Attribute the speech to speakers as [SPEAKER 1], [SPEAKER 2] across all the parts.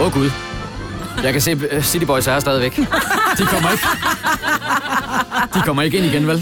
[SPEAKER 1] Åh oh, gud. Jeg kan se, øh, City Boys er her stadigvæk. De kommer ikke. De kommer ikke ind igen, vel?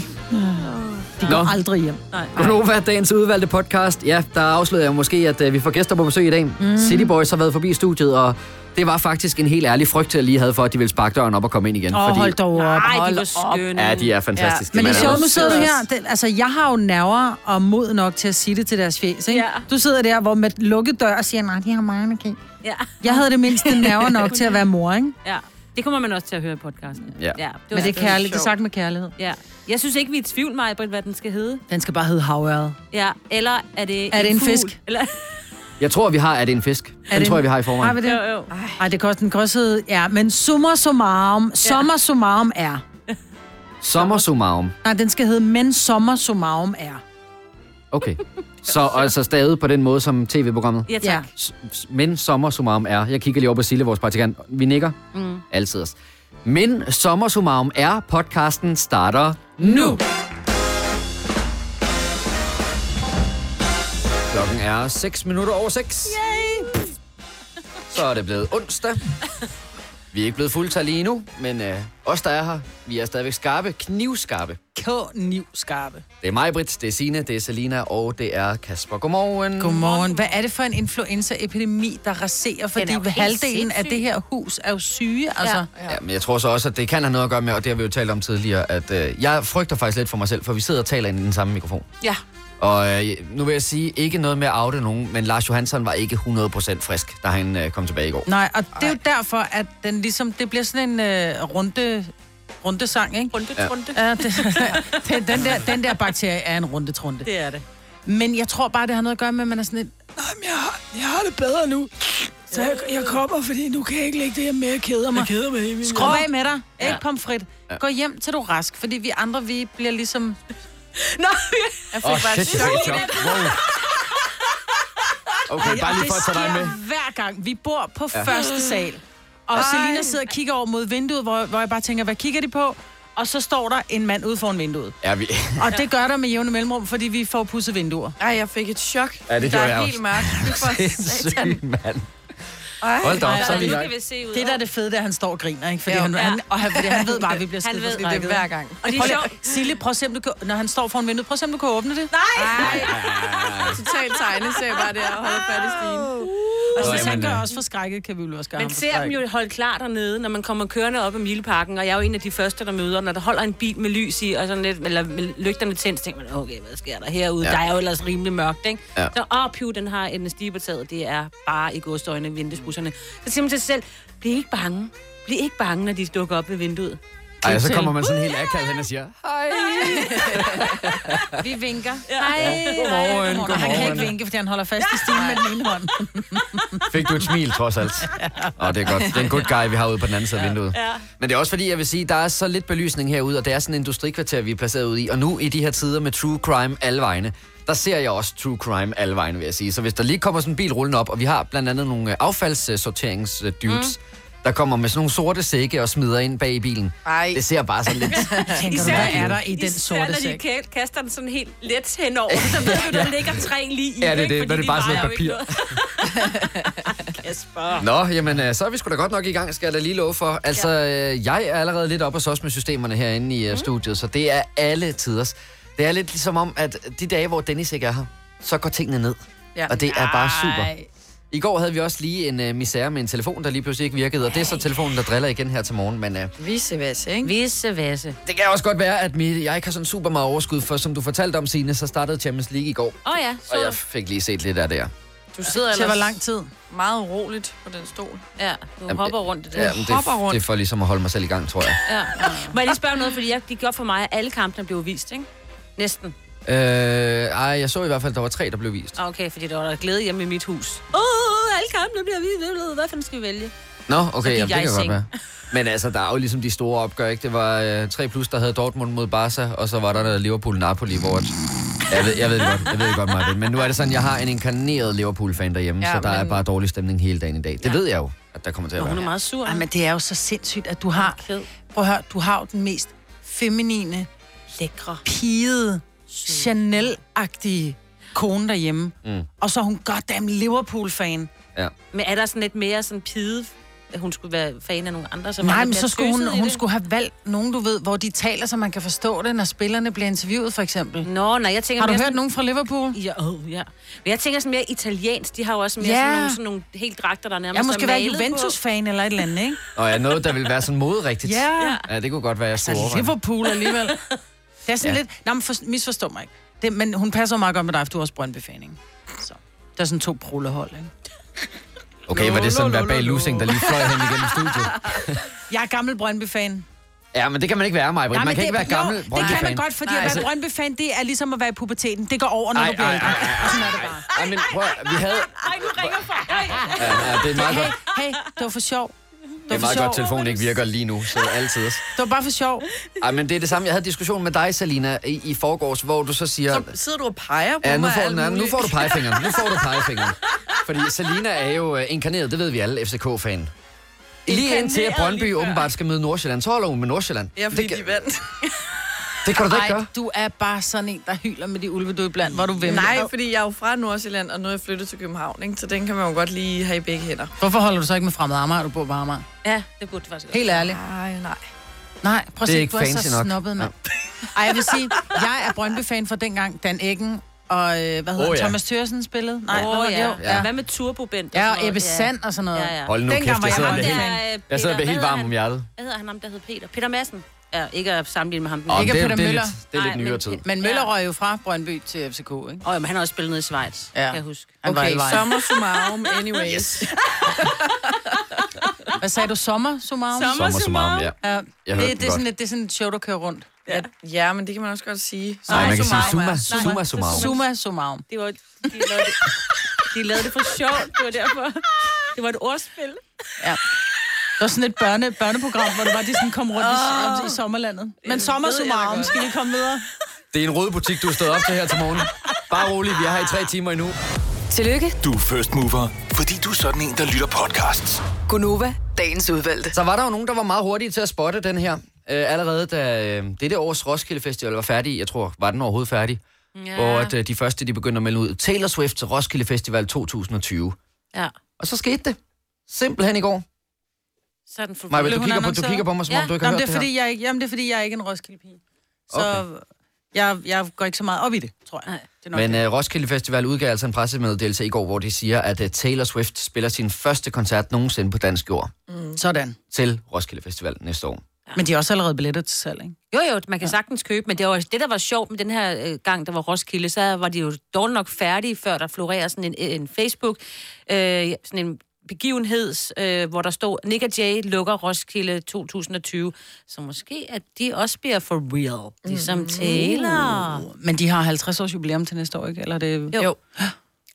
[SPEAKER 2] De går
[SPEAKER 1] Nå.
[SPEAKER 2] aldrig hjem.
[SPEAKER 1] Gonova, dagens udvalgte podcast. Ja, der afslører jeg måske, at øh, vi får gæster på besøg i dag.
[SPEAKER 2] Mhm.
[SPEAKER 1] Mm. City Boys har været forbi studiet, og det var faktisk en helt ærlig frygt, jeg lige havde for, at de ville sparke døren op og komme ind igen.
[SPEAKER 2] Åh, hold dog op.
[SPEAKER 3] Nej,
[SPEAKER 2] hold
[SPEAKER 3] de var
[SPEAKER 2] op.
[SPEAKER 3] skønne.
[SPEAKER 1] Ja, de er fantastiske.
[SPEAKER 2] Men det er
[SPEAKER 1] Man er
[SPEAKER 2] sjovt, nu
[SPEAKER 1] også-
[SPEAKER 2] sidder du
[SPEAKER 3] sød.
[SPEAKER 2] her. Det, altså, jeg har jo nerver og mod nok til at sige det til deres fjes, ikke?
[SPEAKER 3] Ja.
[SPEAKER 2] Du sidder der, hvor med lukket dør og siger, nej, de har mig, okay.
[SPEAKER 3] Ja.
[SPEAKER 2] Jeg havde det mindste nerver nok til at være mor, ikke?
[SPEAKER 3] ja. Det kommer man også til at høre i podcasten.
[SPEAKER 1] Ja.
[SPEAKER 3] ja var-
[SPEAKER 2] Men det er kærligt. Det er sagt med kærlighed.
[SPEAKER 3] Ja. Jeg synes ikke, vi er i tvivl, Maja, Britt, hvad den skal hedde.
[SPEAKER 2] Den skal bare hedde havørret.
[SPEAKER 3] Ja. Eller er det
[SPEAKER 2] Er det en
[SPEAKER 3] fugl?
[SPEAKER 2] fisk?
[SPEAKER 3] Eller...
[SPEAKER 1] Jeg tror, vi har, at det en fisk. Den
[SPEAKER 2] det
[SPEAKER 1] tror
[SPEAKER 2] en-
[SPEAKER 1] jeg, vi har i forvejen.
[SPEAKER 2] Har vi det?
[SPEAKER 3] Jo, jo.
[SPEAKER 2] Ej, det koster den kan også hedde, ja, men summa summarum, sommer summarum er.
[SPEAKER 1] Sommer summarum.
[SPEAKER 2] Nej, den skal hedde, men sommer summarum er.
[SPEAKER 1] Okay. Så altså stadig på den måde som tv-programmet.
[SPEAKER 3] Ja, tak. Ja.
[SPEAKER 1] S- s- Men sommer summarum er. Jeg kigger lige over på Sille, vores praktikant. Vi nikker. Mm. Altid os. Men sommer summarum er. Podcasten starter nu. Klokken er 6 minutter over 6. Yay! Så er det blevet onsdag. Vi er ikke blevet fuldtallige endnu, men øh, os, der er her, vi er stadigvæk skarpe, knivskarpe.
[SPEAKER 2] Knivskarpe.
[SPEAKER 1] Det er mig, Britt, det er Sine, det er Selina, og det er Kasper. Godmorgen.
[SPEAKER 2] Godmorgen. Hvad er det for en influenzaepidemi, der raserer? Fordi
[SPEAKER 3] jo helt
[SPEAKER 2] halvdelen af
[SPEAKER 3] sindssyg.
[SPEAKER 2] det her hus er jo syge, altså. Ja.
[SPEAKER 1] Ja, men jeg tror så også, at det kan have noget at gøre med, og det har vi jo talt om tidligere, at øh, jeg frygter faktisk lidt for mig selv, for vi sidder og taler ind i den samme mikrofon.
[SPEAKER 3] ja.
[SPEAKER 1] Og øh, nu vil jeg sige, ikke noget med at oute nogen, men Lars Johansson var ikke 100% frisk, da han øh, kom tilbage i går.
[SPEAKER 2] Nej, og det er jo derfor, at den ligesom, det bliver sådan en øh, runde, rundesang, ikke?
[SPEAKER 3] Runde, runde. Ja.
[SPEAKER 2] Ja, det, det, den, der, den der bakterie er en rundetrunde.
[SPEAKER 3] Det er det.
[SPEAKER 2] Men jeg tror bare, det har noget at gøre med, at man er sådan lidt...
[SPEAKER 4] Jamen, jeg har, jeg har det bedre nu. Så jeg, jeg kommer, fordi nu kan jeg ikke lægge det her med, jeg keder mig. Jeg keder mig hele
[SPEAKER 2] Skrub af med dig. Ikke pomfrit. Gå hjem til du er rask, fordi vi andre, vi bliver ligesom...
[SPEAKER 3] Nå,
[SPEAKER 1] Åh, oh, shit, det er et chok. Wow. Okay, bare lige for at tage dig med.
[SPEAKER 2] hver gang. Vi bor på ja. første sal. Og Selina sidder og kigger over mod vinduet, hvor, hvor jeg bare tænker, hvad kigger de på? Og så står der en mand ude foran vinduet.
[SPEAKER 1] Ja, vi...
[SPEAKER 2] Og det gør der med jævne mellemrum, fordi vi får pudset vinduer.
[SPEAKER 5] Ej, jeg fik et chok.
[SPEAKER 1] Ja, det
[SPEAKER 5] der
[SPEAKER 1] gjorde
[SPEAKER 5] er
[SPEAKER 1] jeg
[SPEAKER 5] helt
[SPEAKER 1] også.
[SPEAKER 5] mørkt. Det er for satan.
[SPEAKER 1] Sindssyg, mand.
[SPEAKER 5] Ej.
[SPEAKER 1] Hold da op, så
[SPEAKER 3] så
[SPEAKER 1] er vi i
[SPEAKER 3] nu
[SPEAKER 1] gang.
[SPEAKER 3] kan vi se ud.
[SPEAKER 2] Det, der er det fede, det er, at han står og griner, ikke? Fordi
[SPEAKER 5] Ja.
[SPEAKER 2] ja. han,
[SPEAKER 5] Ja.
[SPEAKER 2] han, og han, fordi han ved bare, at vi bliver
[SPEAKER 3] Han
[SPEAKER 2] skidt
[SPEAKER 3] ved
[SPEAKER 2] for
[SPEAKER 5] Det er det hver gang.
[SPEAKER 3] Og det er sjovt.
[SPEAKER 2] Sille, prøv at se, om du kan, når han står foran vinduet, prøv at se, om du kan åbne det.
[SPEAKER 3] Nej!
[SPEAKER 5] Ej, totalt tegneserie bare der og holde fat i stigen.
[SPEAKER 2] Og hvis han
[SPEAKER 1] Nå, jamen,
[SPEAKER 2] gør
[SPEAKER 1] øh.
[SPEAKER 2] også for skrækket, kan vi vel også gøre
[SPEAKER 3] Man
[SPEAKER 2] ham for
[SPEAKER 3] ser dem
[SPEAKER 2] skrækket.
[SPEAKER 3] jo holde klar dernede, når man kommer kørende op ad Mileparken, og jeg er jo en af de første, der møder, når der holder en bil med lys i, og sådan lidt, eller med lygterne tændt, så tænker man, okay, hvad sker der herude?
[SPEAKER 1] Ja.
[SPEAKER 3] Ja. Der er jo ellers rimelig mørkt, ikke?
[SPEAKER 1] Ja.
[SPEAKER 3] Ja. Så, åh, piv, den har en stibertaget, det er bare i godstøjne vinduesbusserne. Så siger man til sig selv, bliv ikke bange. Bliv ikke bange, når de dukker op ved vinduet.
[SPEAKER 1] Ej, så kommer man sådan helt akavet hen og siger,
[SPEAKER 2] Vi vinker. Ja. Hej.
[SPEAKER 1] Godmorgen,
[SPEAKER 2] Og han kan ikke
[SPEAKER 1] godmorgen.
[SPEAKER 2] vinke, fordi han holder fast i stilen med den ene hånd.
[SPEAKER 1] Fik du et smil, trods alt? Åh, det er godt. Det er en good guy, vi har ude på den anden side af vinduet.
[SPEAKER 3] Ja.
[SPEAKER 1] Men det er også fordi, jeg vil sige, der er så lidt belysning herude, og det er sådan en industrikvarter, vi er placeret ude i. Og nu i de her tider med true crime alle vegne, der ser jeg også true crime alle vegne, vil jeg sige. Så hvis der lige kommer sådan en bil rullende op, og vi har blandt andet nogle øh, affaldssorteringsdudes, mm. der kommer med sådan nogle sorte sække og smider ind bag i bilen.
[SPEAKER 5] Ej.
[SPEAKER 1] Det ser bare sådan lidt...
[SPEAKER 2] Tænker,
[SPEAKER 3] Især-
[SPEAKER 2] hvad er der i den
[SPEAKER 3] Især,
[SPEAKER 2] sorte
[SPEAKER 3] når de
[SPEAKER 2] sæk?
[SPEAKER 3] kæ- kaster den sådan helt let henover, så ved du, der ligger tre lige i.
[SPEAKER 1] Ja, det er
[SPEAKER 3] ikke?
[SPEAKER 1] det,
[SPEAKER 3] Fordi
[SPEAKER 1] men det er
[SPEAKER 3] de
[SPEAKER 1] bare sådan
[SPEAKER 3] vejer
[SPEAKER 1] noget
[SPEAKER 3] jo ikke noget. Kasper.
[SPEAKER 1] Nå, jamen, øh, så er vi sgu da godt nok i gang, skal jeg da lige love for. Altså, øh, jeg er allerede lidt op og sås med systemerne herinde i mm. studiet, så det er alle tiders. Det er lidt ligesom om, at de dage, hvor Dennis ikke er her, så går tingene ned. Ja. Og det er bare super. I går havde vi også lige en øh, misære med en telefon, der lige pludselig ikke virkede, og det er så telefonen, der driller igen her til morgen. Men øh,
[SPEAKER 5] Vise vas, ikke?
[SPEAKER 3] Visse vasse.
[SPEAKER 1] det kan også godt være, at mit, jeg ikke har sådan super meget overskud, for som du fortalte om, Signe, så startede Champions League i går,
[SPEAKER 3] Åh oh, ja, så
[SPEAKER 1] og jeg fik lige set lidt af det her.
[SPEAKER 5] Du sidder
[SPEAKER 2] Til hvor
[SPEAKER 5] ellers
[SPEAKER 2] lang tid?
[SPEAKER 5] meget uroligt på den stol.
[SPEAKER 3] ja, du
[SPEAKER 1] Jamen,
[SPEAKER 3] hopper
[SPEAKER 1] det-
[SPEAKER 3] rundt i det.
[SPEAKER 1] Ja,
[SPEAKER 3] Ja.
[SPEAKER 1] men
[SPEAKER 5] hopper
[SPEAKER 1] det,
[SPEAKER 5] rundt.
[SPEAKER 1] det er for ligesom at holde mig selv i gang, tror jeg.
[SPEAKER 3] Må jeg lige spørge om noget, fordi jeg, det gjorde for mig, at alle kampene blev vist, ikke? Næsten.
[SPEAKER 1] Øh, ej, jeg så i hvert fald, at der var tre, der blev vist.
[SPEAKER 3] Ah, Okay, fordi der var der glæde hjemme i mit hus. Åh, oh, alle kampene bliver vist. Hvad fanden skal vi vælge?
[SPEAKER 1] Nå, okay,
[SPEAKER 3] gik
[SPEAKER 1] jamen, det
[SPEAKER 3] jeg i
[SPEAKER 1] kan godt
[SPEAKER 3] seng.
[SPEAKER 1] være. Men altså, der er jo ligesom de store opgør, ikke? Det var øh, 3 plus, der havde Dortmund mod Barca, og så var der noget Liverpool-Napoli, hvor... At, jeg, ved, jeg ved det godt, jeg ved det godt, Martin. Men nu er det sådan, jeg har en inkarneret Liverpool-fan derhjemme, ja,
[SPEAKER 5] Ja,
[SPEAKER 1] så der men... er
[SPEAKER 5] men-
[SPEAKER 1] bare dårlig stemning hele dagen i dag. Det ja. ved jeg jo, at der kommer til at
[SPEAKER 3] Hun er
[SPEAKER 1] være.
[SPEAKER 3] meget sur.
[SPEAKER 2] Ej, men det er jo så sindssygt, at du har...
[SPEAKER 3] Ked.
[SPEAKER 2] Prøv at høre, du har jo den mest feminine,
[SPEAKER 3] Lækre.
[SPEAKER 2] pigede, Chanel-agtige kone derhjemme. Mm. Og så er hun goddamn Liverpool-fan.
[SPEAKER 1] Ja.
[SPEAKER 3] Men er der sådan lidt mere sådan pide, at hun skulle være fan af nogle andre? Som
[SPEAKER 2] Nej,
[SPEAKER 3] andre
[SPEAKER 2] men
[SPEAKER 3] bliver
[SPEAKER 2] så skulle hun,
[SPEAKER 3] tøset i
[SPEAKER 2] hun
[SPEAKER 3] det?
[SPEAKER 2] skulle have valgt nogen, du ved, hvor de taler, så man kan forstå det, når spillerne bliver interviewet, for eksempel.
[SPEAKER 3] Nå, nej, jeg tænker...
[SPEAKER 2] Har du
[SPEAKER 3] mere
[SPEAKER 2] hørt
[SPEAKER 3] sådan-
[SPEAKER 2] nogen fra Liverpool?
[SPEAKER 3] Ja, oh, ja. Men jeg tænker sådan mere italiensk. De har jo også mere
[SPEAKER 2] Ja.
[SPEAKER 3] sådan, nogle, sådan nogle helt dragter, der nærmest
[SPEAKER 2] Jeg måske
[SPEAKER 3] er
[SPEAKER 2] være
[SPEAKER 3] malet
[SPEAKER 2] Juventus-fan eller et eller andet, ikke?
[SPEAKER 1] Og ja, noget, der vil være sådan moderigtigt.
[SPEAKER 2] Ja. Ja.
[SPEAKER 1] ja. det kunne godt være, jeg skulle
[SPEAKER 2] Altså
[SPEAKER 1] overveje.
[SPEAKER 2] Liverpool alligevel. Det er sådan ja.
[SPEAKER 1] Ja.
[SPEAKER 2] lidt... Nå, men for, misforstå mig ikke. Det, men hun passer jo meget godt med dig, for du er også Brøndby-fan, ikke? Så. Der er sådan to prullehold, ikke?
[SPEAKER 1] Okay, var det sådan verbal losing, der lige fløj hen igennem studiet?
[SPEAKER 2] Jeg er gammel Brøndby-fan.
[SPEAKER 1] Ja, men det kan man ikke være, mig. Man kan
[SPEAKER 2] men
[SPEAKER 1] ikke
[SPEAKER 2] det-
[SPEAKER 1] være gammel
[SPEAKER 2] jo, Det kan man godt, fordi at
[SPEAKER 1] Altså-
[SPEAKER 2] være Brøndby-fan, det er ligesom at være i puberteten. Det går over, når
[SPEAKER 1] Ej,
[SPEAKER 2] du bliver
[SPEAKER 1] ej,
[SPEAKER 2] ældre.
[SPEAKER 1] ej, ej,
[SPEAKER 2] Og sådan er det bare.
[SPEAKER 1] Ej, men prøv, at- vi havde...
[SPEAKER 3] Ej, nu ringer folk. Ej, ej.
[SPEAKER 1] Ja, ja, det er meget
[SPEAKER 2] Hey,
[SPEAKER 1] godt.
[SPEAKER 2] hey, det var for sjov. Det
[SPEAKER 1] Det
[SPEAKER 2] var
[SPEAKER 1] er
[SPEAKER 2] for
[SPEAKER 1] meget
[SPEAKER 2] sjov.
[SPEAKER 1] godt, at telefonen ikke virker lige nu, så altid.
[SPEAKER 2] Det var bare for sjov.
[SPEAKER 1] Ej, men det er det samme. Jeg havde diskussion med dig, Salina, i, i forgårs, hvor du så siger...
[SPEAKER 5] Så sidder du og peger på
[SPEAKER 1] Ja, nu
[SPEAKER 5] mig
[SPEAKER 1] får,
[SPEAKER 5] alt
[SPEAKER 1] nej, nu
[SPEAKER 5] muligt.
[SPEAKER 1] får du pegefingeren. Nu får du pegefingeren. Fordi Salina er jo øh, inkarneret, det ved vi alle, FCK-fan. Lige indtil at Brøndby åbenbart skal møde Nordsjælland, så holder hun med Nordsjælland.
[SPEAKER 5] Ja, fordi
[SPEAKER 1] det, kan-
[SPEAKER 5] de vandt.
[SPEAKER 1] det kan du da
[SPEAKER 2] Ej,
[SPEAKER 1] ikke gøre.
[SPEAKER 2] du er bare sådan en, der hyler med de ulve, du er blandt, hvor du vemmer.
[SPEAKER 5] Nej, fordi jeg er jo fra Nordsjælland, og nu er jeg flyttet til København, ikke? så den kan man jo godt lige have i begge hænder.
[SPEAKER 2] Hvorfor holder du så ikke med fremmede Amager, du bor på Amager?
[SPEAKER 3] Ja, det burde det Ah. faktisk også.
[SPEAKER 2] Helt ærligt.
[SPEAKER 5] Nej, nej.
[SPEAKER 2] Nej, prøv at
[SPEAKER 1] Det er
[SPEAKER 2] se,
[SPEAKER 1] ikke
[SPEAKER 2] du er
[SPEAKER 1] fancy
[SPEAKER 2] så
[SPEAKER 1] nok.
[SPEAKER 2] snobbet, mand. Ej, jeg vil sige, jeg er Brøndby-fan fra dengang Dan Eggen og, øh, hvad hedder
[SPEAKER 1] Åh,
[SPEAKER 2] oh,
[SPEAKER 1] ja.
[SPEAKER 2] ja. Thomas Thyrsen spillede. Nej,
[SPEAKER 3] Åh,
[SPEAKER 2] oh,
[SPEAKER 3] ja.
[SPEAKER 2] ja.
[SPEAKER 3] ja.
[SPEAKER 2] ja.
[SPEAKER 3] Hvad med Turbo Bent? og
[SPEAKER 2] Ja,
[SPEAKER 3] sådan
[SPEAKER 2] og
[SPEAKER 3] noget?
[SPEAKER 2] Ebbe Sand og sådan noget.
[SPEAKER 3] Ja, ja.
[SPEAKER 1] Hold nu
[SPEAKER 2] Dengang
[SPEAKER 1] kæft,
[SPEAKER 2] var
[SPEAKER 1] jeg
[SPEAKER 2] jeg
[SPEAKER 1] sidder
[SPEAKER 2] ham
[SPEAKER 1] med
[SPEAKER 2] der.
[SPEAKER 1] helt,
[SPEAKER 3] er, øh,
[SPEAKER 1] jeg sidder med
[SPEAKER 3] Peter-
[SPEAKER 1] helt
[SPEAKER 3] hvad
[SPEAKER 1] varm om
[SPEAKER 3] hedder
[SPEAKER 1] hjertet.
[SPEAKER 3] han? Hvad hedder han ham, der hed Peter? Peter Madsen? Ja, ikke at sammenligne med ham.
[SPEAKER 1] Åh,
[SPEAKER 2] Ikke
[SPEAKER 1] det, er-
[SPEAKER 2] Peter
[SPEAKER 1] det, er
[SPEAKER 2] Møller.
[SPEAKER 1] lidt, det er lidt
[SPEAKER 3] Nej,
[SPEAKER 1] nyere
[SPEAKER 3] men-
[SPEAKER 1] tid.
[SPEAKER 2] Men Møller
[SPEAKER 3] Ja.
[SPEAKER 2] røg jo fra Brøndby til FCK, ikke?
[SPEAKER 3] Åh, men han har også spillet nede i Schweiz, ja. kan jeg huske.
[SPEAKER 2] Han var i
[SPEAKER 5] Okay,
[SPEAKER 2] vejen.
[SPEAKER 5] sommer summarum anyways.
[SPEAKER 2] Hvad sagde du? Sommer, Sumarum?
[SPEAKER 3] Sommer.
[SPEAKER 1] Sommer som arm, ja.
[SPEAKER 2] Ja,
[SPEAKER 1] Jeg hørte den
[SPEAKER 2] det, det, er
[SPEAKER 1] godt.
[SPEAKER 2] sådan et, det er sådan et show, der kører rundt.
[SPEAKER 5] Ja. ja, men det kan man også godt sige. Så
[SPEAKER 1] Nej, man kan sige
[SPEAKER 5] summarum
[SPEAKER 1] summa,
[SPEAKER 5] er-
[SPEAKER 1] summa, summa.
[SPEAKER 2] Summa summarum.
[SPEAKER 3] Det var, de, lavede det, de lavede det for sjovt, det var derfor. Det var et ordspil.
[SPEAKER 2] Det var sådan et børne, børneprogram, hvor det var, de sådan kom rundt oh. i, i sommerlandet. Men sommer
[SPEAKER 5] ved jeg da
[SPEAKER 2] summarum,
[SPEAKER 5] godt.
[SPEAKER 2] skal vi komme videre?
[SPEAKER 1] Det er en rød butik, du er stået op til her til morgen. Bare rolig, vi er her i tre timer endnu.
[SPEAKER 6] Tillykke,
[SPEAKER 7] Du er first mover, fordi du er sådan en, der lytter podcasts.
[SPEAKER 6] Gunova, dagens udvalgte.
[SPEAKER 1] Så var der jo nogen, der var meget hurtige til at spotte den her. Øh, allerede da øh, det der års Roskilde Festival var færdig, jeg tror, var den overhovedet færdig? Ja. Hvor at, øh, de første, de begyndte at melde ud, Taylor Swift til Roskilde Festival 2020.
[SPEAKER 3] Ja,
[SPEAKER 1] Og så skete det. Simpelthen i går.
[SPEAKER 3] så er den fuldt.
[SPEAKER 1] Maja,
[SPEAKER 2] Blev
[SPEAKER 1] du
[SPEAKER 2] hun
[SPEAKER 1] kigger, på, du
[SPEAKER 2] annonceret?
[SPEAKER 1] kigger på mig, som
[SPEAKER 3] Ja.
[SPEAKER 1] om du ikke har
[SPEAKER 2] Jamen,
[SPEAKER 1] hørt
[SPEAKER 2] det er,
[SPEAKER 1] det, her.
[SPEAKER 2] fordi jeg, ikke, jamen, det er, fordi jeg er ikke en Roskilde-pige. Så jeg, jeg går ikke så meget op i det, tror jeg. Det er nok
[SPEAKER 1] Men
[SPEAKER 2] det.
[SPEAKER 1] øh, Roskilde Festival udgav altså en pressemeddelelse i går, hvor de siger, at øh, Taylor Swift spiller sin første koncert nogensinde på dansk jord
[SPEAKER 3] Mm.
[SPEAKER 2] Sådan.
[SPEAKER 1] til Roskilde Festival næste år.
[SPEAKER 2] Men de har også allerede billetter til salg, ikke?
[SPEAKER 3] Jo, jo, man kan sagtens købe, men det var det, der var sjovt med den her øh, gang, der var Roskilde, så var de jo dårligt nok færdige, før der florerede sådan en, en Facebook, øh, sådan en begivenhed, øh, hvor der stod, Nick og Jay lukker Roskilde 2020, så måske at de også bliver for real,
[SPEAKER 2] Mhm.
[SPEAKER 3] ligesom Taylor.
[SPEAKER 2] Uh, Men de har 50 års jubilæum til næste år, ikke? Eller er det...
[SPEAKER 3] Jo.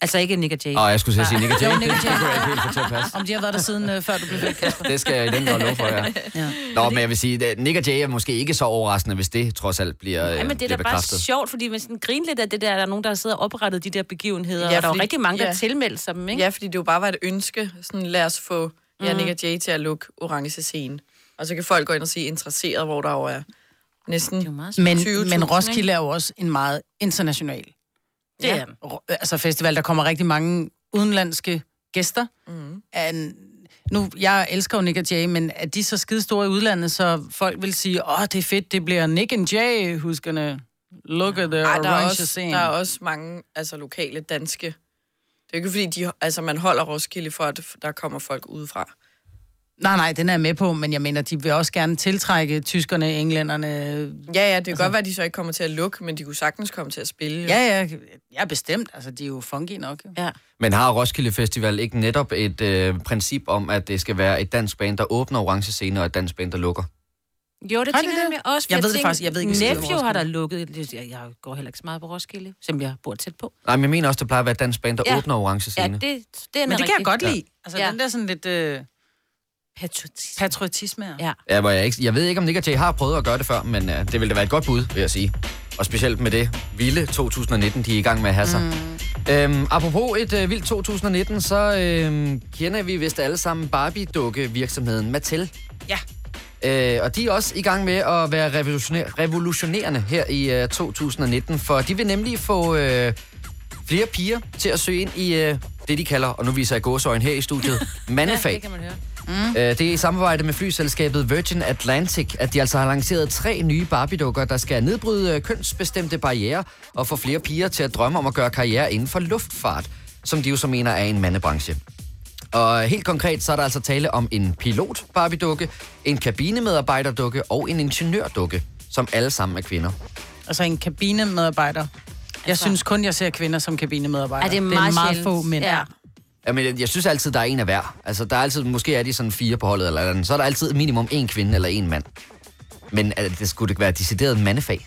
[SPEAKER 3] Altså ikke Nick og Jay.
[SPEAKER 1] Åh, jeg skulle til
[SPEAKER 3] Ah.
[SPEAKER 1] at sige Nick Jay.
[SPEAKER 2] Jo,
[SPEAKER 1] Det
[SPEAKER 2] Nick
[SPEAKER 1] kunne
[SPEAKER 2] Jay.
[SPEAKER 1] jeg ikke helt få til at passe.
[SPEAKER 2] Om de har været der siden øh, før du blev væk.
[SPEAKER 1] Det skal jeg i den grad love for, ja. ja. Nå, men jeg vil sige, at øh, Nick og Jay er måske ikke så overraskende, hvis det trods alt bliver,
[SPEAKER 3] Ja,
[SPEAKER 1] Nej,
[SPEAKER 3] men det er
[SPEAKER 1] bliver
[SPEAKER 3] da bare
[SPEAKER 1] bekræftet.
[SPEAKER 3] sjovt, fordi man sådan griner lidt af det der, der er nogen, der sidder og oprettet de der begivenheder,
[SPEAKER 5] Ja,
[SPEAKER 3] ja, og der
[SPEAKER 5] fordi-
[SPEAKER 3] var rigtig mange, der
[SPEAKER 5] ja.
[SPEAKER 3] tilmeldte sig dem, ikke?
[SPEAKER 5] Ja, fordi det jo bare var et ønske. Sådan, lad os få mm. Nick og Jay til at lukke orange scene. Og så kan folk gå ind og sige interesseret, hvor der jo er næsten
[SPEAKER 3] jo meget
[SPEAKER 5] 20.000.
[SPEAKER 2] Men, men
[SPEAKER 5] ikke?
[SPEAKER 2] Roskilde er jo også en meget international
[SPEAKER 3] Det er den.
[SPEAKER 2] ro- altså festival. Der kommer rigtig mange udenlandske gæster.
[SPEAKER 5] Mhm.
[SPEAKER 2] Mm. And, nu, jeg elsker jo Nick og Jay, men er de så skide store i udlandet, så folk vil sige, åh, det er fedt, det bliver Nick and Jay, who's gonna look at the
[SPEAKER 5] Ej, der, er
[SPEAKER 2] orange
[SPEAKER 5] også,
[SPEAKER 2] scene.
[SPEAKER 5] der er også mange altså, lokale danske. Det er jo ikke fordi, de, altså, man holder Roskilde for, at der kommer folk udefra.
[SPEAKER 2] Nej, nej, den er jeg med på, men jeg mener, de vil også gerne tiltrække tyskerne, englænderne.
[SPEAKER 5] Ja, ja, det kan altså, godt være, at de så ikke kommer til at lukke, men de kunne sagtens komme til at spille. jo.
[SPEAKER 2] Ja, ja, ja, bestemt. Altså, de er jo funky nok. Jo.
[SPEAKER 3] Ja.
[SPEAKER 1] Men har Roskilde Festival ikke netop et øh, princip om, at det skal være et dansk band, der åbner orange scene, og et dansk band, der lukker?
[SPEAKER 3] Jo, det tænker
[SPEAKER 2] Har
[SPEAKER 3] jeg
[SPEAKER 2] de det?
[SPEAKER 3] nemlig også. for
[SPEAKER 2] Jeg ved det
[SPEAKER 3] tænker,
[SPEAKER 2] faktisk- jeg ved ikke, hvis det er
[SPEAKER 3] Nephew
[SPEAKER 2] Roskilde.
[SPEAKER 3] har der lukket. Jeg, jeg går heller ikke så meget på Roskilde, som jeg bor tæt på.
[SPEAKER 1] Nej, men jeg mener også, det plejer at være et dansk band, der ja.
[SPEAKER 3] Ja.
[SPEAKER 1] åbner orange scene.
[SPEAKER 3] Ja,
[SPEAKER 1] Ja,
[SPEAKER 3] det,
[SPEAKER 1] det...
[SPEAKER 3] det er
[SPEAKER 2] Men det kan jeg godt lide. Altså,
[SPEAKER 3] Ja.
[SPEAKER 2] den der sådan lidt øh,
[SPEAKER 3] Patriotisme.
[SPEAKER 2] patriotisme her.
[SPEAKER 3] Ja.
[SPEAKER 1] ja hvor jeg, ikke, jeg ved ikke, om Nick og Jay har prøvet at gøre det før, men øh, det ville da være et godt bud, vil jeg sige. Og specielt med det vilde 2019, de er i gang med at have sig. Mm. Øhm, apropos et øh, vildt 2019, så øh, kender vi vist alle sammen Barbie-dukke-virksomheden Mattel.
[SPEAKER 2] ja.
[SPEAKER 1] Øh, og de er også i gang med at være revolutionær- revolutionerende her i øh, 2019, for de vil nemlig få, øh, flere piger til at søge ind i øh, det, de kalder, og nu viser jeg gåsøjen her i studiet, mandefag.
[SPEAKER 3] Det kan man høre.
[SPEAKER 1] Øh, Det er i samarbejde med flyselskabet Virgin Atlantic, at de altså har lanceret tre nye Barbie-dukker, der skal nedbryde øh, kønsbestemte barriere og få flere piger til at drømme om at gøre karriere inden for luftfart, som de jo så mener er en mandebranche. Og helt konkret, så er der altså tale om en pilot Barbie-dukke, en kabinemedarbejderdukke og en ingeniørdukke, som alle sammen er kvinder.
[SPEAKER 2] Altså en kabinemedarbejder. Jeg synes kun, jeg ser kvinder som kabinemedarbejdere.
[SPEAKER 3] Altså- Ja, det er meget,
[SPEAKER 2] det er meget
[SPEAKER 3] sjældent.
[SPEAKER 2] få mænd.
[SPEAKER 3] Ja.
[SPEAKER 1] Jamen, jeg, jeg synes altid, der er en af hver. Altså, der er altid, måske er de sådan fire på holdet, eller, eller så er der altid minimum en kvinde eller en mand. Men at det skulle det være decideret mandefag.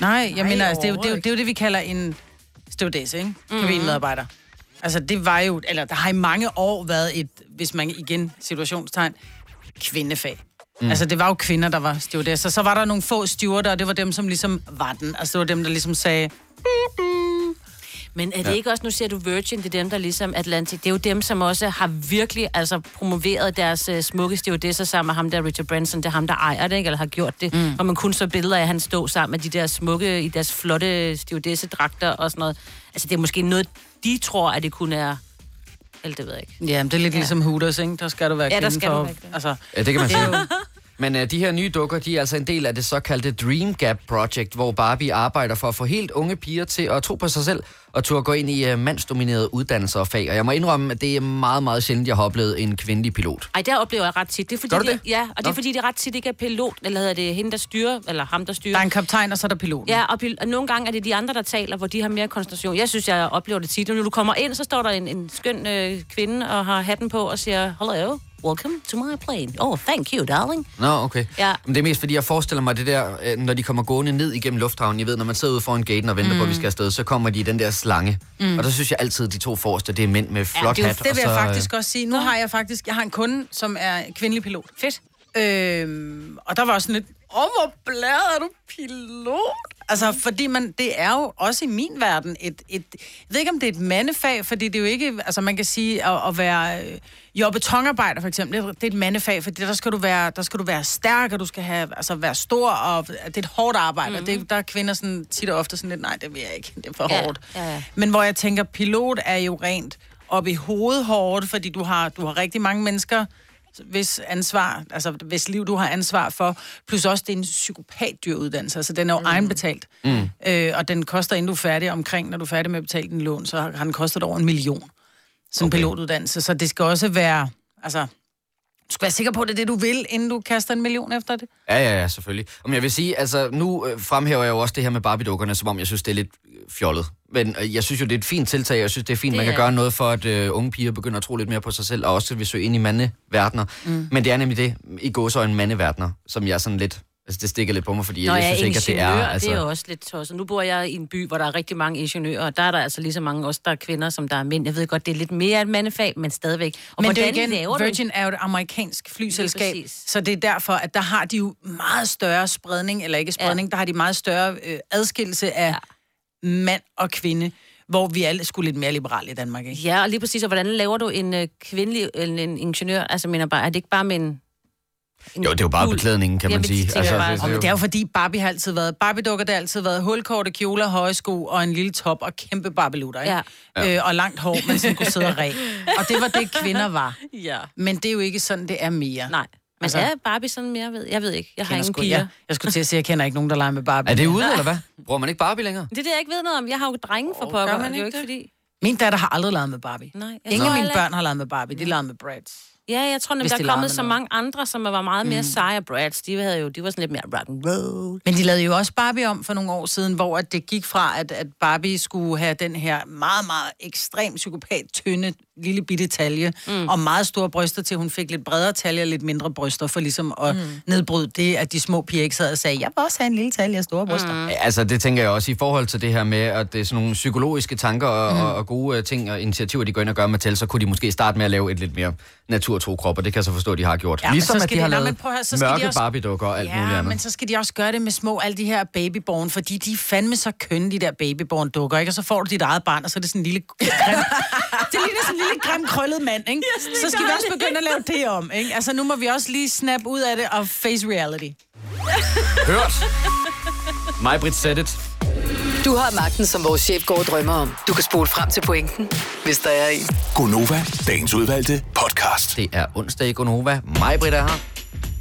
[SPEAKER 2] Nej, jeg
[SPEAKER 5] Nej,
[SPEAKER 2] mener, altså, det, er jo, det, er jo,
[SPEAKER 5] overhovedet
[SPEAKER 2] det er jo det, vi kalder en stewardesse, ikke?
[SPEAKER 3] Mhm.
[SPEAKER 2] Kabinmedarbejder. Altså, det var jo, eller der har i mange år været et, hvis man igen, situationstegn, kvindefag. Mm. Altså, det var jo kvinder, der var stewardesser. Så var der nogle få stewarder, og det var dem, som ligesom var den. Altså, det var dem, der ligesom sagde,
[SPEAKER 3] Men er det ja. ikke også, nu ser du Virgin, det er dem, der ligesom Atlantic, det er jo dem, som også har virkelig altså, promoveret deres uh, smukke stewardesser sammen med ham der, Richard Branson, det er ham, der ejer det, ikke? eller har gjort det, mm. og man kun så billeder af, at han stod sammen med de der smukke, i deres flotte stewardessedragter og sådan noget. Altså, det er måske noget, de tror, at det kun er, eller det ved jeg ikke.
[SPEAKER 2] ja, men det er lidt ja. ligesom Hooters, ikke? Der skal du være
[SPEAKER 3] Ja, der
[SPEAKER 2] kvinde
[SPEAKER 3] skal
[SPEAKER 2] for,
[SPEAKER 3] du være kvinde.
[SPEAKER 2] Altså,
[SPEAKER 1] Ja, det kan man sige. Men uh, de her nye dukker, de er altså en del af det såkaldte Dream Gap Project, hvor Barbie arbejder for at få helt unge piger til at tro på sig selv og turde gå ind i uh, mandsdominerede uddannelser og fag. Og jeg må indrømme, at det er meget, meget sjældent, jeg har oplevet en kvindelig pilot.
[SPEAKER 3] Ej, der oplever jeg ret tit. Det er fordi,
[SPEAKER 1] Gør du
[SPEAKER 3] de-
[SPEAKER 1] det?
[SPEAKER 3] Ja, og det er
[SPEAKER 1] Nå.
[SPEAKER 3] fordi, det ret tit ikke er pilot, eller hedder det hende, der styrer, eller ham, der styrer.
[SPEAKER 2] der er en kaptajn, og så er der piloten.
[SPEAKER 3] Ja, og, pil- og nogle gange er det de andre, der taler, hvor de har mere koncentration. Jeg synes, jeg oplever det tit. Når du kommer ind, så står der en, en skøn øh, kvinde og har hatten på og siger, Hello, welcome to my plane. Oh, thank you, darling.
[SPEAKER 1] Nå, okay.
[SPEAKER 3] Ja.
[SPEAKER 1] Men det er mest, fordi jeg forestiller mig det der, øh, når de kommer gående ned igennem lufthavnen. Jeg ved, når man sidder ude foran gaten og venter mm. på, at vi skal afsted, så kommer de i den der slange. Mm. Og der synes jeg altid, de to forreste, det er mænd med flot
[SPEAKER 2] det, er jo-
[SPEAKER 1] hat.
[SPEAKER 2] det vil
[SPEAKER 1] og
[SPEAKER 2] jeg
[SPEAKER 1] så, øh,
[SPEAKER 2] faktisk også sige. Nu har jeg faktisk, jeg har en kunde, som er kvindelig pilot. Fedt. Øhm, og der var også sådan lidt, åh, hvor blæret er du pilot? Altså, fordi man, det er jo også i min verden et, et, jeg ved ikke om det er et mandefag, fordi det er jo ikke, altså man kan sige, at, at være øh, jo betonarbejder for eksempel, det er- det er et mandefag, fordi der skal du være, der skal du være stærk, og du skal have, altså være stor, og det er et hårdt arbejde, mm-hmm. og det, der er kvinder sådan, tit og ofte sådan lidt, nej, det vil jeg ikke, det er for
[SPEAKER 3] Ja,
[SPEAKER 2] hårdt.
[SPEAKER 3] ja, ja.
[SPEAKER 2] Men hvor jeg tænker, pilot er jo rent op i hovedet hårdt, fordi du har, du har rigtig mange mennesker, hvis ansvar, altså hvis liv du har ansvar for, plus også det er en psykopatdyr uddannelse, altså den er jo mm. egenbetalt, mm. Øh, og den koster, inden du er færdig omkring, når du er færdig med at betale din lån, så har har den kostet over en million, sådan en pilotuddannelse, så det skal også være, altså, du skal være sikker på, at det er det, du vil, inden du kaster en million efter det.
[SPEAKER 1] Ja, ja, ja, selvfølgelig. Men jeg vil sige, altså, nu øh, fremhæver jeg jo også det her med Barbie-dukkerne, som om jeg synes, det er lidt øh, fjollet. Men øh, jeg synes jo, det er et fint tiltag, og jeg synes, det er fint, man
[SPEAKER 3] er
[SPEAKER 1] kan gøre noget for, at øh, unge piger begynder at tro lidt mere på sig selv, og også vil søge ind i mandeverdener. Mm. Men det er nemlig det, i gåsøjne mandeverdener, som jeg sådan lidt... Altså, det stikker lidt på mig, fordi jeg, jeg synes ikke, at det er... Altså,
[SPEAKER 3] det er jo også lidt tosset. Nu bor jeg i en by, hvor der er rigtig mange ingeniører, og der er der altså lige så mange også, der er kvinder, som der er mænd. Jeg ved godt, det er lidt mere et mandefag, men stadigvæk. Og
[SPEAKER 2] Men det er
[SPEAKER 3] hvordan
[SPEAKER 2] jo igen,
[SPEAKER 3] laver du en
[SPEAKER 2] Virgin er jo et amerikansk flyselskab,
[SPEAKER 3] Lige præcis.
[SPEAKER 2] så det er derfor, at der har de jo meget større spredning, eller ikke spredning, ja. der har de meget større øh, adskillelse af ja. mand og kvinde, hvor vi alle skulle lidt mere liberale i Danmark, ikke?
[SPEAKER 3] Ja, og lige præcis, og hvordan laver du en øh, kvindelig en, en ingeniør? Altså, jeg mener bare, er det ikke bare med en... en
[SPEAKER 1] Jo, det er jo bare
[SPEAKER 3] gul-
[SPEAKER 1] beklædningen, kan man
[SPEAKER 3] Jamen, det
[SPEAKER 1] sige. Altså,
[SPEAKER 3] tænker jeg bare.
[SPEAKER 1] det-
[SPEAKER 2] Og men det er jo fordi Barbie har altid været, Barbie-dukker, det har altid været hulkorte kjoler, høje sko og en lille top og kæmpe barbelutter, ikke? Ja. Øh, og langt hår, man sådan kunne sidde og ræ. Og det var det, kvinder var.
[SPEAKER 3] Ja.
[SPEAKER 2] Men det er jo ikke sådan, det er mere.
[SPEAKER 3] Nej. Men altså, er Barbie sådan mere? Jeg ved, jeg ved ikke. Jeg har
[SPEAKER 2] jeg,
[SPEAKER 3] ingen
[SPEAKER 2] skulle,
[SPEAKER 3] piger.
[SPEAKER 2] jeg, jeg skulle til at sige, at jeg kender ikke nogen, der leger med Barbie.
[SPEAKER 1] Er det ude, eller hvad? Bruger man ikke Barbie længere?
[SPEAKER 3] Det er det, jeg ikke ved noget om. Jeg har jo drenge for pokker.
[SPEAKER 5] gør man
[SPEAKER 3] og det er jo ikke
[SPEAKER 5] ikke
[SPEAKER 3] fordi...
[SPEAKER 2] Min datter har aldrig leget med Barbie.
[SPEAKER 3] Nej, Mm, jeg
[SPEAKER 2] Ingen af
[SPEAKER 3] tror
[SPEAKER 2] mine
[SPEAKER 3] heller
[SPEAKER 2] børn har leget med Barbie, de leger med Brads.
[SPEAKER 3] Ja, jeg tror nemlig,
[SPEAKER 2] Hvis
[SPEAKER 3] der
[SPEAKER 2] de
[SPEAKER 3] er
[SPEAKER 2] leger
[SPEAKER 3] kommet
[SPEAKER 2] med
[SPEAKER 3] så
[SPEAKER 2] noget. Mm.
[SPEAKER 3] mange andre, som var meget mere seje. Brads, de, havde jo, de var sådan lidt mere rock and roll.
[SPEAKER 2] Men de lavede jo også Barbie om for nogle år siden, hvor at det gik fra, at, at Barbie skulle have den her meget, meget ekstrem psykopat, tynde, lille bitte talje, mm. og meget store bryster, til hun fik lidt bredere talje og lidt mindre bryster, for ligesom at mm. nedbryde det, at de små piger ikke sad og sagde, jeg vil også have en lille talje og store bryster. Mm.
[SPEAKER 1] Ja, Altså, det tænker jeg også i forhold til det her med, at det er sådan nogle psykologiske tanker og,
[SPEAKER 2] Mhm.
[SPEAKER 1] mm. og, og gode øh, ting og initiativer, de går ind og gør med til, så kunne de måske starte med at lave et lidt mere naturtro krop, og det kan jeg så forstå, de har gjort.
[SPEAKER 2] Ja,
[SPEAKER 1] Ja,
[SPEAKER 2] men
[SPEAKER 1] ligesom
[SPEAKER 2] så
[SPEAKER 1] at
[SPEAKER 2] skal
[SPEAKER 1] de har
[SPEAKER 2] de- nå, men
[SPEAKER 1] lavet
[SPEAKER 2] prøv at høre, så skal de
[SPEAKER 1] mørke
[SPEAKER 2] også-
[SPEAKER 1] Barbie-dukker og alt muligt
[SPEAKER 2] Ja,
[SPEAKER 1] andet.
[SPEAKER 2] men så skal de også gøre det med små, alle de her babyborn, fordi de er fandme så kønne, de der babyborn dukker, ikke? Og så får du dit eget barn, og så er det sådan en lille grim, det ligner sådan en lille grim krøllet mand, ikke? så skal vi også begynde at lave det om, ikke? Altså, nu må vi også lige snap ud af det og face reality.
[SPEAKER 1] Hørt! Majbrit said it.
[SPEAKER 6] Du Du har magten, som vores chef går og drømmer om. Du kan spole frem til pointen, hvis der er en.
[SPEAKER 7] Gonova, dagens udvalgte podcast.
[SPEAKER 1] Det er onsdag i Gonova. Mig, Britt, er her.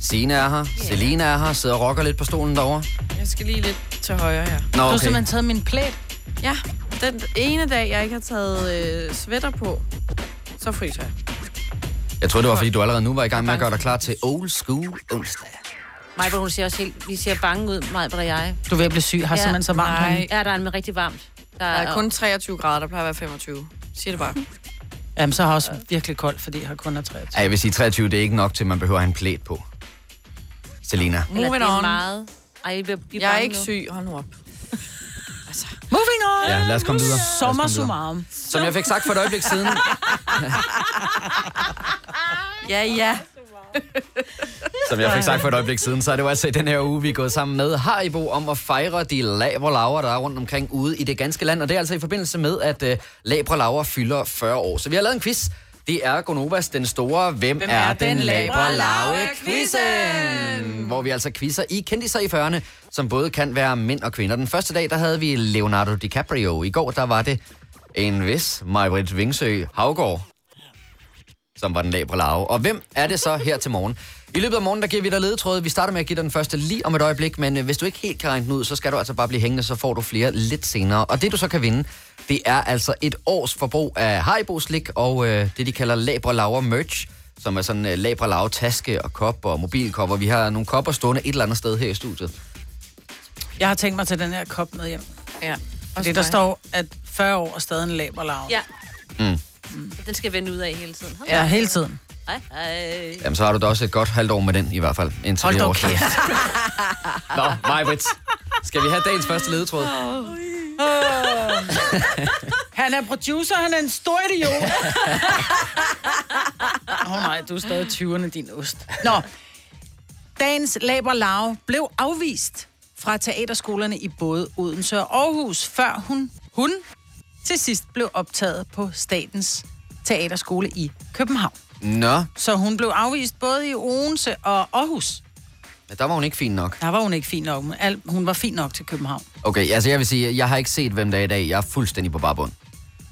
[SPEAKER 1] Sina er her. Yeah. Selina er her. Sidder og rocker lidt på stolen derovre.
[SPEAKER 5] Jeg skal lige lidt til højre her.
[SPEAKER 1] Nå,
[SPEAKER 2] Du har
[SPEAKER 1] okay.
[SPEAKER 2] simpelthen taget min plæt.
[SPEAKER 5] Ja, den ene dag, jeg ikke har taget øh, sweater på, så fryser jeg.
[SPEAKER 1] Jeg troede, det var, fordi du allerede nu var i gang med at gøre dig klar til old school onsdag.
[SPEAKER 3] Maja, hun ser også helt... Vi ser bange ud, Maja, og jeg.
[SPEAKER 2] Du er ved at blive syg, har ja, simpelthen så varmt herinde.
[SPEAKER 3] Ja, der er en rigtig varmt. Der
[SPEAKER 5] Der
[SPEAKER 3] er
[SPEAKER 5] er kun 23 grader, der plejer at være 25. Sig det bare.
[SPEAKER 2] Jamen, så har jeg også virkelig koldt, fordi jeg har kun er 23.
[SPEAKER 1] Ej, jeg vil sige, 23, det er ikke nok til, at man behøver at have en plæt på. Selina.
[SPEAKER 3] Eller det
[SPEAKER 5] Moving
[SPEAKER 3] er
[SPEAKER 5] on.
[SPEAKER 3] meget. Ej, vi bliver, bliver
[SPEAKER 5] Jeg er
[SPEAKER 3] bange
[SPEAKER 5] ikke
[SPEAKER 3] nu.
[SPEAKER 5] syg. Hold nu op.
[SPEAKER 2] Moving on!
[SPEAKER 1] Ja, lad os komme videre. Lad os
[SPEAKER 2] Sommer
[SPEAKER 1] komme videre.
[SPEAKER 2] summarum.
[SPEAKER 1] Som jeg fik sagt for et øjeblik siden,
[SPEAKER 5] Ja, ja.
[SPEAKER 1] som jeg fik sagt for et øjeblik siden, så er det jo altså i den her uge, vi er gået sammen med Haribo om at fejre de labre laver, der er rundt omkring ude i det ganske land. Og det er altså i forbindelse med, at uh, labre laver fylder 40 år. Så vi har lavet en quiz. Det er Gonovas den store Hvem, Hvem er, er den labre lave quizzen Hvor vi altså quizzer i kendiser i 40'erne, som både kan være mænd og kvinder. Den første dag, der havde vi Leonardo DiCaprio. I går, der var det en vis Majbrit Vingsø Havgård som var den labre larve. Og hvem er det så her til morgen? I løbet af morgenen, der giver vi dig ledetråde. Vi starter med at give dig den første lige om et øjeblik, men øh, hvis du ikke helt kan regne den ud, så skal du altså bare blive hængende, så får du flere lidt senere. Og det, du så kan vinde, det er altså et års forbrug af Haribo slik og øh, det, de kalder labre laver merch, som er sådan øh, labre laver taske og kop og mobilkopper. Vi har nogle kopper stående et eller andet sted her i studiet.
[SPEAKER 2] Jeg har tænkt mig til den her kop med hjem.
[SPEAKER 5] ja.
[SPEAKER 2] Fordi der står, at 40 år er stadig en laber lav. Ja.
[SPEAKER 3] Ja. Mm. Den skal vende ud af hele tiden. Hold
[SPEAKER 2] ja, hele tiden.
[SPEAKER 3] Ej, ej.
[SPEAKER 1] Jamen, så har du da også et godt halvt år med den, i hvert fald. Indtil
[SPEAKER 2] Hold
[SPEAKER 1] det
[SPEAKER 2] da
[SPEAKER 1] års slut. Nå, Majbrit. Skal vi have dagens første ledetråd?
[SPEAKER 2] Han er producer, han er en stor idiot. Åh oh, nej, du er stadig 20'erne, din ost. Nå, dagens laber lav blev afvist fra teaterskolerne i både Odense og Aarhus, før hun, hun til sidst blev optaget på Statens Teaterskole i København.
[SPEAKER 1] Nå,
[SPEAKER 2] Så hun blev afvist både i Odense og Aarhus.
[SPEAKER 1] der var hun ikke fin nok.
[SPEAKER 2] Der var hun ikke fin nok. men al- Hun var fin nok til København.
[SPEAKER 1] Okay, altså jeg vil sige, jeg har ikke set, hvem der er i dag. Jeg er fuldstændig på barbund.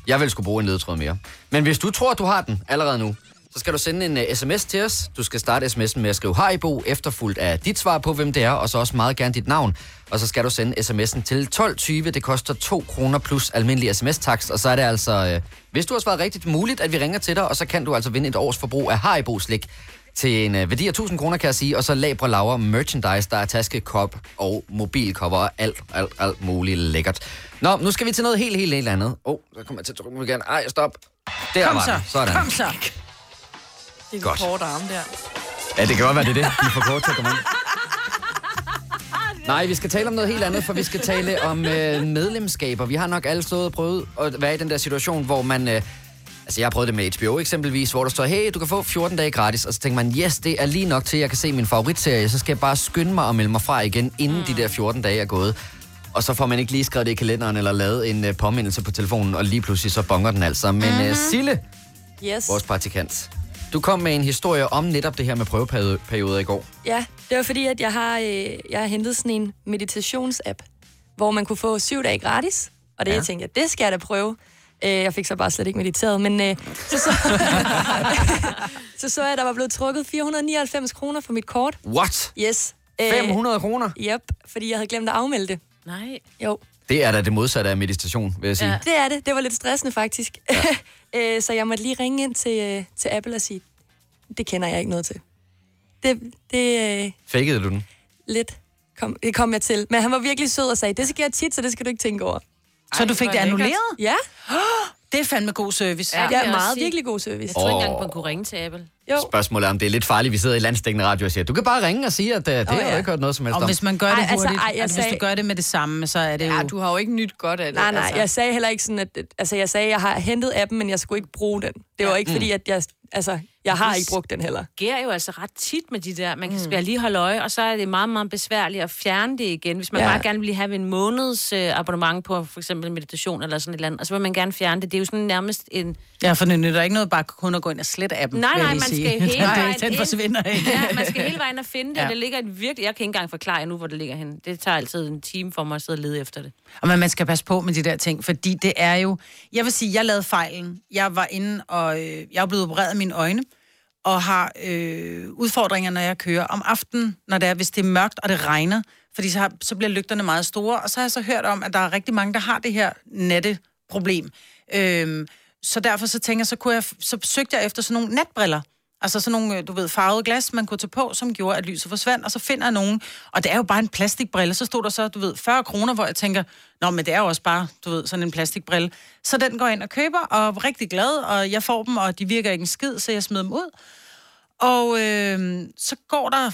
[SPEAKER 1] Jeg vil skulle bruge en ledetråd mere. Men hvis du tror, du har den allerede nu, så skal du sende en uh, sms til os. Du skal starte sms'en med at skrive Haribo, efterfulgt af dit svar på, hvem det er, og så også meget gerne dit navn. Og så skal du sende sms'en til 1220. Det koster 2 kroner plus almindelig sms-takst. Og så er det altså, uh, hvis du har svaret rigtigt, muligt, at vi ringer til dig, og så kan du altså vinde et års forbrug af Haribo-slik til en øh, værdi af 1000 kroner, kan jeg sige, og så labre laver merchandise, der er taske, kop og mobilcover og alt, alt, alt muligt lækkert. Nå, nu skal vi til noget helt, helt, helt andet. Åh, oh, der kommer jeg til at trykke mig igen. Ej, stop. Der
[SPEAKER 2] Kom
[SPEAKER 1] var
[SPEAKER 2] så,
[SPEAKER 1] den. Sådan.
[SPEAKER 2] kom så.
[SPEAKER 5] Det er
[SPEAKER 1] Godt.
[SPEAKER 5] Godt. kort arme der.
[SPEAKER 1] Ja, det kan godt være, det er det. Vi får kort til at komme ind. Nej, vi skal tale om noget helt andet, for vi skal tale om øh, medlemskaber. Vi har nok alle stået og prøvet at være i den der situation, hvor man... Øh, altså, jeg har prøvet det med HBO eksempelvis, hvor der står, hey, du kan få 14 dage gratis. Og så tænker man, yes, det er lige nok til, at jeg kan se min favoritserie. Så skal jeg bare skynde mig og melde mig fra igen, inden mm. de der 14 dage er gået. Og så får man ikke lige skrevet det i kalenderen, eller lavet en øh, påmindelse på telefonen, og lige pludselig så bonger den altså. Men mm-hmm. øh, Sille,
[SPEAKER 8] Yes.
[SPEAKER 1] vores praktikant, du kom med en historie om netop det her med prøveperioder i går.
[SPEAKER 8] Ja, det var fordi, at jeg har, øh, jeg har hentet sådan en meditations-app, hvor man kunne få syv dage gratis. Og det, ja. jeg tænkte, ja, det skal jeg da prøve. Øh, jeg fik så bare slet ikke mediteret, men øh, så, så, så så jeg, at der var blevet trukket 499 kroner for mit kort.
[SPEAKER 1] What?
[SPEAKER 8] Yes. Øh,
[SPEAKER 1] 500 kroner?
[SPEAKER 8] Yep, fordi jeg havde glemt at afmelde det.
[SPEAKER 3] Nej.
[SPEAKER 8] Jo,
[SPEAKER 1] Det er da det modsatte af meditation, vil jeg sige. Ja.
[SPEAKER 3] Ja.
[SPEAKER 8] det er det. Det var lidt stressende faktisk. Ja. så jeg måtte lige ringe ind til, øh, til Apple og sige, det kender jeg ikke noget til. Det, det, øh,
[SPEAKER 1] Fakede du den?
[SPEAKER 8] lidt kom, det kom jeg til. Men han var virkelig sød og sagde, det sker tit, så det skal du ikke tænke over.
[SPEAKER 2] Så du fik det annulleret?
[SPEAKER 8] Ja,
[SPEAKER 2] Det er fandme god service.
[SPEAKER 8] det er
[SPEAKER 3] jeg også
[SPEAKER 8] meget
[SPEAKER 3] sige.
[SPEAKER 8] virkelig god service.
[SPEAKER 3] Jeg tror ikke
[SPEAKER 1] Åh.
[SPEAKER 3] engang, man kunne ringe til Apple.
[SPEAKER 8] Jo,
[SPEAKER 1] Spørgsmålet er, om det er lidt farligt, vi sidder i landstækkende radio og siger, du kan bare ringe og sige, at uh, det
[SPEAKER 8] Åh,
[SPEAKER 1] oh, ja. har du
[SPEAKER 8] ja.
[SPEAKER 1] ikke hørt noget som helst
[SPEAKER 2] Og
[SPEAKER 1] om.
[SPEAKER 2] hvis man gør det
[SPEAKER 8] Ej,
[SPEAKER 2] hurtigt,
[SPEAKER 8] altså,
[SPEAKER 2] altså,
[SPEAKER 8] ej, jeg
[SPEAKER 2] altså hvis
[SPEAKER 8] sagde-
[SPEAKER 2] du gør det med det samme, så er det jo...
[SPEAKER 5] Ja, du har jo ikke nyt godt af det.
[SPEAKER 8] nej, nej, jeg
[SPEAKER 5] Altså. Mm.
[SPEAKER 8] sagde heller ikke sådan, at, altså jeg sagde, at jeg har hentet appen, men jeg skulle ikke bruge den. Det var ikke fordi, at jeg, altså, Jeg har ikke brugt den heller.
[SPEAKER 3] sker jo altså ret tit med de der. Man kan mm. lige holde øje, og så er det meget, meget besværligt at fjerne det igen. Hvis man ja.
[SPEAKER 8] Ja.
[SPEAKER 3] bare gerne vil have en måneds øh, abonnement på for eksempel meditation eller sådan et eller andet, og så vil man gerne fjerne det. Det er jo sådan nærmest en...
[SPEAKER 2] Ja, for det nytter ikke noget bare kun at gå ind og slette appen.
[SPEAKER 3] Nej,
[SPEAKER 2] vil jeg
[SPEAKER 3] nej, man
[SPEAKER 2] lige
[SPEAKER 3] skal
[SPEAKER 2] sige.
[SPEAKER 3] hele
[SPEAKER 2] Den-
[SPEAKER 3] vejen
[SPEAKER 2] Den
[SPEAKER 3] ind.
[SPEAKER 2] forsvinder ikke.
[SPEAKER 3] Ja, man skal hele vejen og finde det, ja.
[SPEAKER 2] Ja.
[SPEAKER 3] og det ligger et virkelig... Jeg kan ikke engang forklare jer nu, hvor det ligger henne. Det tager altid en time for mig at sidde og lede efter det.
[SPEAKER 2] Og men man skal passe på med de der ting, fordi det er jo... Jeg vil sige, jeg lavede fejlen. Jeg var inde, og øh, jeg er blevet opereret af mine øjne, og har øh, udfordringer, når jeg kører om aftenen, når det er, hvis det er mørkt, og det regner, fordi så, har, så bliver lygterne meget store, og så har jeg så hørt om, at der er rigtig mange, der har det her natteproblem. Øhm, så derfor så tænker jeg, så, kunne jeg, så søgte jeg efter sådan nogle natbriller. Altså sådan nogle, øh, du ved, farvede glas, man kunne tage på, som gjorde, at lyset forsvandt, og så finder jeg nogen. Og det er jo bare en plastikbrille. Så stod der så, du ved, 40 kroner, hvor jeg tænker, nå, men det er jo også bare, du ved, sådan en plastikbrille. Så den går jeg ind og køber, og er rigtig glad, og jeg får dem, og de virker ikke en skid, så jeg smider dem ud. Og øh, så går der...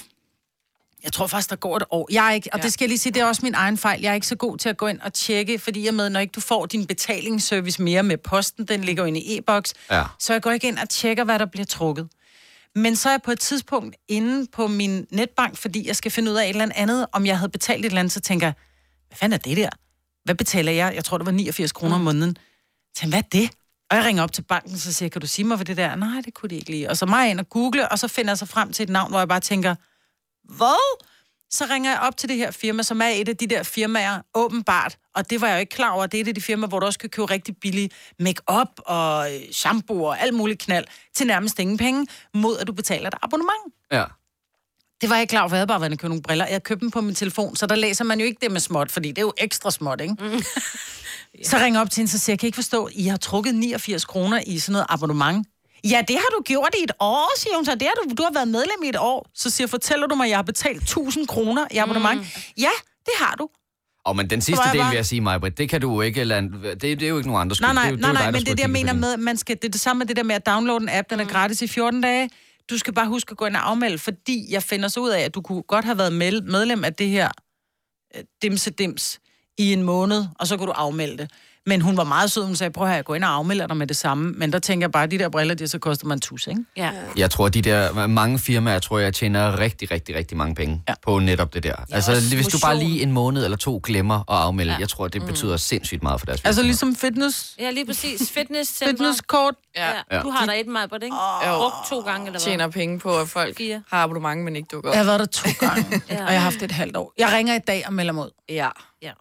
[SPEAKER 2] Jeg tror faktisk, der går et år. Jeg er ikke, og ja. det skal jeg lige sige, det er også min egen fejl. Jeg er ikke så god til at gå ind og tjekke, fordi jeg med, når ikke du får din betalingsservice mere med posten, den ligger jo inde i e-boks,
[SPEAKER 1] Ja.
[SPEAKER 2] så jeg går ikke ind og tjekker, hvad der bliver trukket. Men så er jeg på et tidspunkt inde på min netbank, fordi jeg skal finde ud af et eller andet, om jeg havde betalt et eller andet, så tænker jeg, hvad fanden er det der? Hvad betaler jeg? Jeg tror, det var 89 kroner om måneden. Så hvad er det? Og jeg ringer op til banken, så siger jeg, kan du sige mig, hvad det der er? Nej, det kunne de ikke lige. Og så mig ind og google, og så finder jeg så frem til et navn, hvor jeg bare tænker, hvad? Så ringer jeg op til det her firma, som er et af de der firmaer, åbenbart. Og det var jeg jo ikke klar over. Det er et af de firmaer, hvor du også kan købe rigtig billig makeup og øh, shampoo og alt muligt knald til nærmest ingen penge, mod at du betaler et abonnement.
[SPEAKER 1] Ja.
[SPEAKER 2] Det var jeg ikke klar over, for jeg havde bare været inde og købe nogle briller. Jeg købte dem på min telefon, så der læser man jo ikke det med småt, fordi det er jo ekstra småt, ikke? Mm. Så ringer jeg op til hende, så siger jeg, kan I ikke forstå, I har trukket 89 kroner i sådan noget abonnement. Ja, det har du gjort i et år, siger hun så. Det har du, du har været medlem i et år. Så siger jeg, fortæller du mig, at jeg har betalt 1000 kroner i abonnement? Mm. Ja, det har du.
[SPEAKER 1] Og men den sidste
[SPEAKER 2] var jeg
[SPEAKER 1] del
[SPEAKER 2] bare-
[SPEAKER 1] vil jeg sige, Majbrit, det kan du ikke lade... Det, det er jo ikke nogen andres skyld.
[SPEAKER 2] Nej, nej,
[SPEAKER 1] det, er
[SPEAKER 2] nej,
[SPEAKER 1] jo- det er
[SPEAKER 2] nej,
[SPEAKER 1] jo dig,
[SPEAKER 2] men
[SPEAKER 1] der
[SPEAKER 2] det er
[SPEAKER 1] skulle
[SPEAKER 2] det, jeg
[SPEAKER 1] kigge
[SPEAKER 2] mener
[SPEAKER 1] på den.
[SPEAKER 2] med, at man skal, det er det samme med det der med at downloade en app, den er
[SPEAKER 3] Mm.
[SPEAKER 2] gratis i 14 dage. Du skal bare huske at gå ind og afmelde, fordi jeg finder så ud af, at du kunne godt have været mel- medlem af det her øh, dimse dims i en måned, og så kunne du afmelde det. Men hun var meget sød, hun sagde, prøv at høre, jeg går ind og afmelder dig med det samme. Men der tænker jeg bare, at de der briller, de så koster mig en tus, ikke?
[SPEAKER 3] Ja.
[SPEAKER 1] Jeg tror, de der mange firmaer, jeg tror, jeg tjener rigtig, rigtig, rigtig mange penge ja. på netop det der. Ja, altså,
[SPEAKER 3] også
[SPEAKER 1] hvis du bare
[SPEAKER 3] motion.
[SPEAKER 1] lige en måned eller to glemmer at afmelde, ja. jeg tror, det betyder mm. sindssygt meget for deres
[SPEAKER 2] Altså
[SPEAKER 1] virksomhed.
[SPEAKER 2] ligesom fitness,
[SPEAKER 3] Ja, lige præcis. Fitnesscenter.
[SPEAKER 2] fitnesskort.
[SPEAKER 3] Ja.
[SPEAKER 1] Ja.
[SPEAKER 3] ja. Du har der et, Majbert, ikke? Oh. Brugt to gange, eller hvad?
[SPEAKER 5] Tjener penge på, at folk
[SPEAKER 3] Fire.
[SPEAKER 5] har abonnement, men ikke dukker op.
[SPEAKER 2] Jeg har været der to gange,
[SPEAKER 3] Ja.
[SPEAKER 2] ja. og jeg har haft det et halvt år. Jeg ringer i dag og melder mod.
[SPEAKER 5] Ja.
[SPEAKER 3] Ja.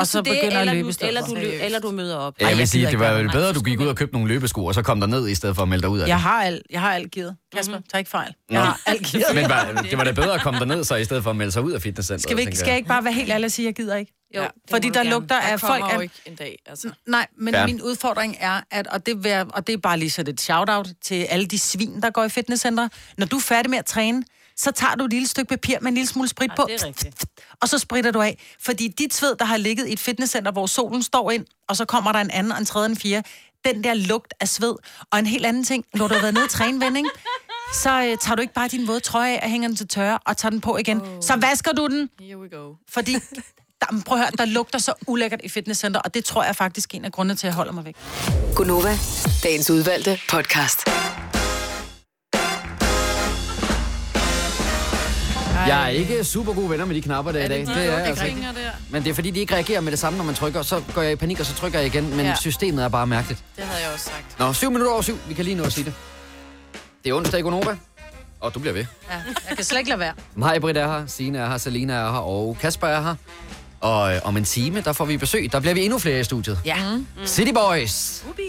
[SPEAKER 2] Og så
[SPEAKER 3] Enten det,
[SPEAKER 2] begynder at
[SPEAKER 3] eller
[SPEAKER 2] løbe i
[SPEAKER 3] du,
[SPEAKER 2] stedet
[SPEAKER 3] eller,
[SPEAKER 2] for.
[SPEAKER 3] du, lø-
[SPEAKER 5] Seriøst.
[SPEAKER 3] eller du møder op.
[SPEAKER 1] Ja, jeg
[SPEAKER 2] Ej,
[SPEAKER 1] vil
[SPEAKER 2] jeg
[SPEAKER 1] sige,
[SPEAKER 2] gider
[SPEAKER 1] det
[SPEAKER 2] ikke
[SPEAKER 1] var
[SPEAKER 2] være
[SPEAKER 1] jo
[SPEAKER 2] der.
[SPEAKER 1] bedre,
[SPEAKER 3] Nej,
[SPEAKER 1] at du gik ud og købte nogle løbesko, og så kom der ned i stedet for at melde dig ud af det.
[SPEAKER 2] Jeg har alt, jeg har alt givet. Kasper,
[SPEAKER 3] Mhm.
[SPEAKER 2] tag ikke fejl.
[SPEAKER 1] Nå.
[SPEAKER 2] Jeg har alt givet.
[SPEAKER 1] Men var, det var da bedre at komme derned, så i stedet for at melde sig ud af fitnesscenteret.
[SPEAKER 2] Skal, vi ikke,
[SPEAKER 1] tænker
[SPEAKER 2] skal jeg ikke bare være helt ærlig og sige, at jeg gider ikke?
[SPEAKER 3] Jo,
[SPEAKER 5] Ja.
[SPEAKER 3] det må
[SPEAKER 2] Fordi
[SPEAKER 3] du
[SPEAKER 2] der
[SPEAKER 3] gerne.
[SPEAKER 2] lugter
[SPEAKER 5] Der
[SPEAKER 2] af folk...
[SPEAKER 5] kommer jo
[SPEAKER 2] Er,
[SPEAKER 5] ikke en dag, altså.
[SPEAKER 2] nej, men
[SPEAKER 1] Ja.
[SPEAKER 2] ja. min udfordring er, at, og, det vil, jeg- og det er bare lige så et shout-out til alle de svin, der går i fitnesscenter. Når du er færdig med at træne, så tager du et lille stykke papir med en lille smule sprit på,
[SPEAKER 3] det er rigtigt.
[SPEAKER 2] og så spritter du af. Fordi dit sved, der har ligget i et fitnesscenter, hvor solen står ind, og så kommer der en anden, og en tredje, og en fjerde, den der lugt af sved. Og en helt anden ting, når du har været nede i træne, ven, ikke? så øh, tager du ikke bare din våde trøje af og hænger den til tørre, og tager den på igen. Oh. Så vasker du den,
[SPEAKER 5] Here we go.
[SPEAKER 2] fordi, der, men prøv at høre, der lugter så ulækkert i fitnesscenter, og det tror jeg faktisk er en af grundene til, at jeg holder mig væk.
[SPEAKER 6] Gunova, dagens udvalgte podcast.
[SPEAKER 1] Jeg er ikke super gode venner med de knapper der i dag. Det er jeg altså ikke.
[SPEAKER 5] der.
[SPEAKER 1] Men det er fordi, de ikke reagerer med det samme, når man trykker. Så går jeg i panik, og så trykker jeg igen. Men ja.
[SPEAKER 5] Ja.
[SPEAKER 1] systemet er bare mærkeligt.
[SPEAKER 5] Det havde jeg også sagt.
[SPEAKER 1] Nå, syv minutter over syv. Vi kan lige nå at sige det. Det er onsdag i Gonova. Og du bliver ved.
[SPEAKER 2] Jeg kan slet ikke lade være.
[SPEAKER 1] Mig, Britt er her, Signe er her, Selina er her, og Kasper er her. Og øh, om en time, der får vi besøg. Der bliver vi endnu flere i studiet.
[SPEAKER 3] Ja. Mm.
[SPEAKER 1] City Boys.
[SPEAKER 3] Ubi.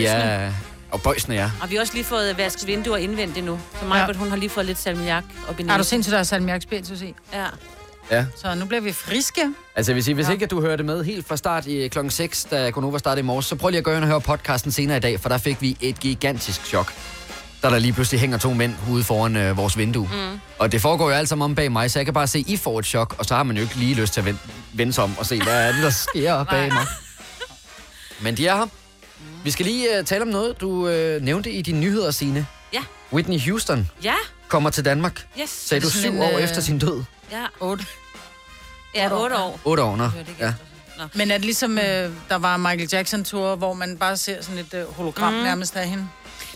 [SPEAKER 1] Ja, og Boysene, ja.
[SPEAKER 3] Og vi har også lige fået vasket vinduer indvendigt nu. Så Majbert, hun har lige fået lidt salmiak op i
[SPEAKER 2] Er du
[SPEAKER 3] næsen.
[SPEAKER 2] sindssygt, der er sat mærkespil, til at se?
[SPEAKER 3] Ja.
[SPEAKER 1] ja.
[SPEAKER 2] Så nu bliver vi friske.
[SPEAKER 1] Altså, jeg vil sige, hvis ikke at du hørte med helt fra start i klokken 6, da Gonova startede i morges, så prøv lige at gå ind og høre podcasten senere i dag, for der fik vi et gigantisk chok. Da der lige pludselig hænger to mænd ude foran øh, vores vindue. Mm. Og det foregår jo alt sammen om bag mig, så jeg kan bare se, I får et chok, og så har man jo ikke lige lyst til at vende, vende sig om og se, hvad er det, der sker bag mig. Men de er her. Vi skal lige øh, tale om noget, du øh, nævnte i dine nyheder, Signe.
[SPEAKER 3] Ja.
[SPEAKER 1] Whitney Houston
[SPEAKER 3] Ja.
[SPEAKER 1] kommer til Danmark,
[SPEAKER 3] Yes.
[SPEAKER 1] sagde du,
[SPEAKER 2] det sådan
[SPEAKER 1] syv
[SPEAKER 2] en,
[SPEAKER 1] år
[SPEAKER 2] øh,
[SPEAKER 1] efter sin død.
[SPEAKER 3] Ja.
[SPEAKER 2] Otte.
[SPEAKER 3] Ja, otte år.
[SPEAKER 1] Otte år, nå.
[SPEAKER 3] Ja, det kan
[SPEAKER 1] Ja.
[SPEAKER 3] jeg
[SPEAKER 2] Men er det ligesom, øh, der var Michael Jackson-tour, hvor man bare ser sådan et øh, hologram mm. nærmest af hende?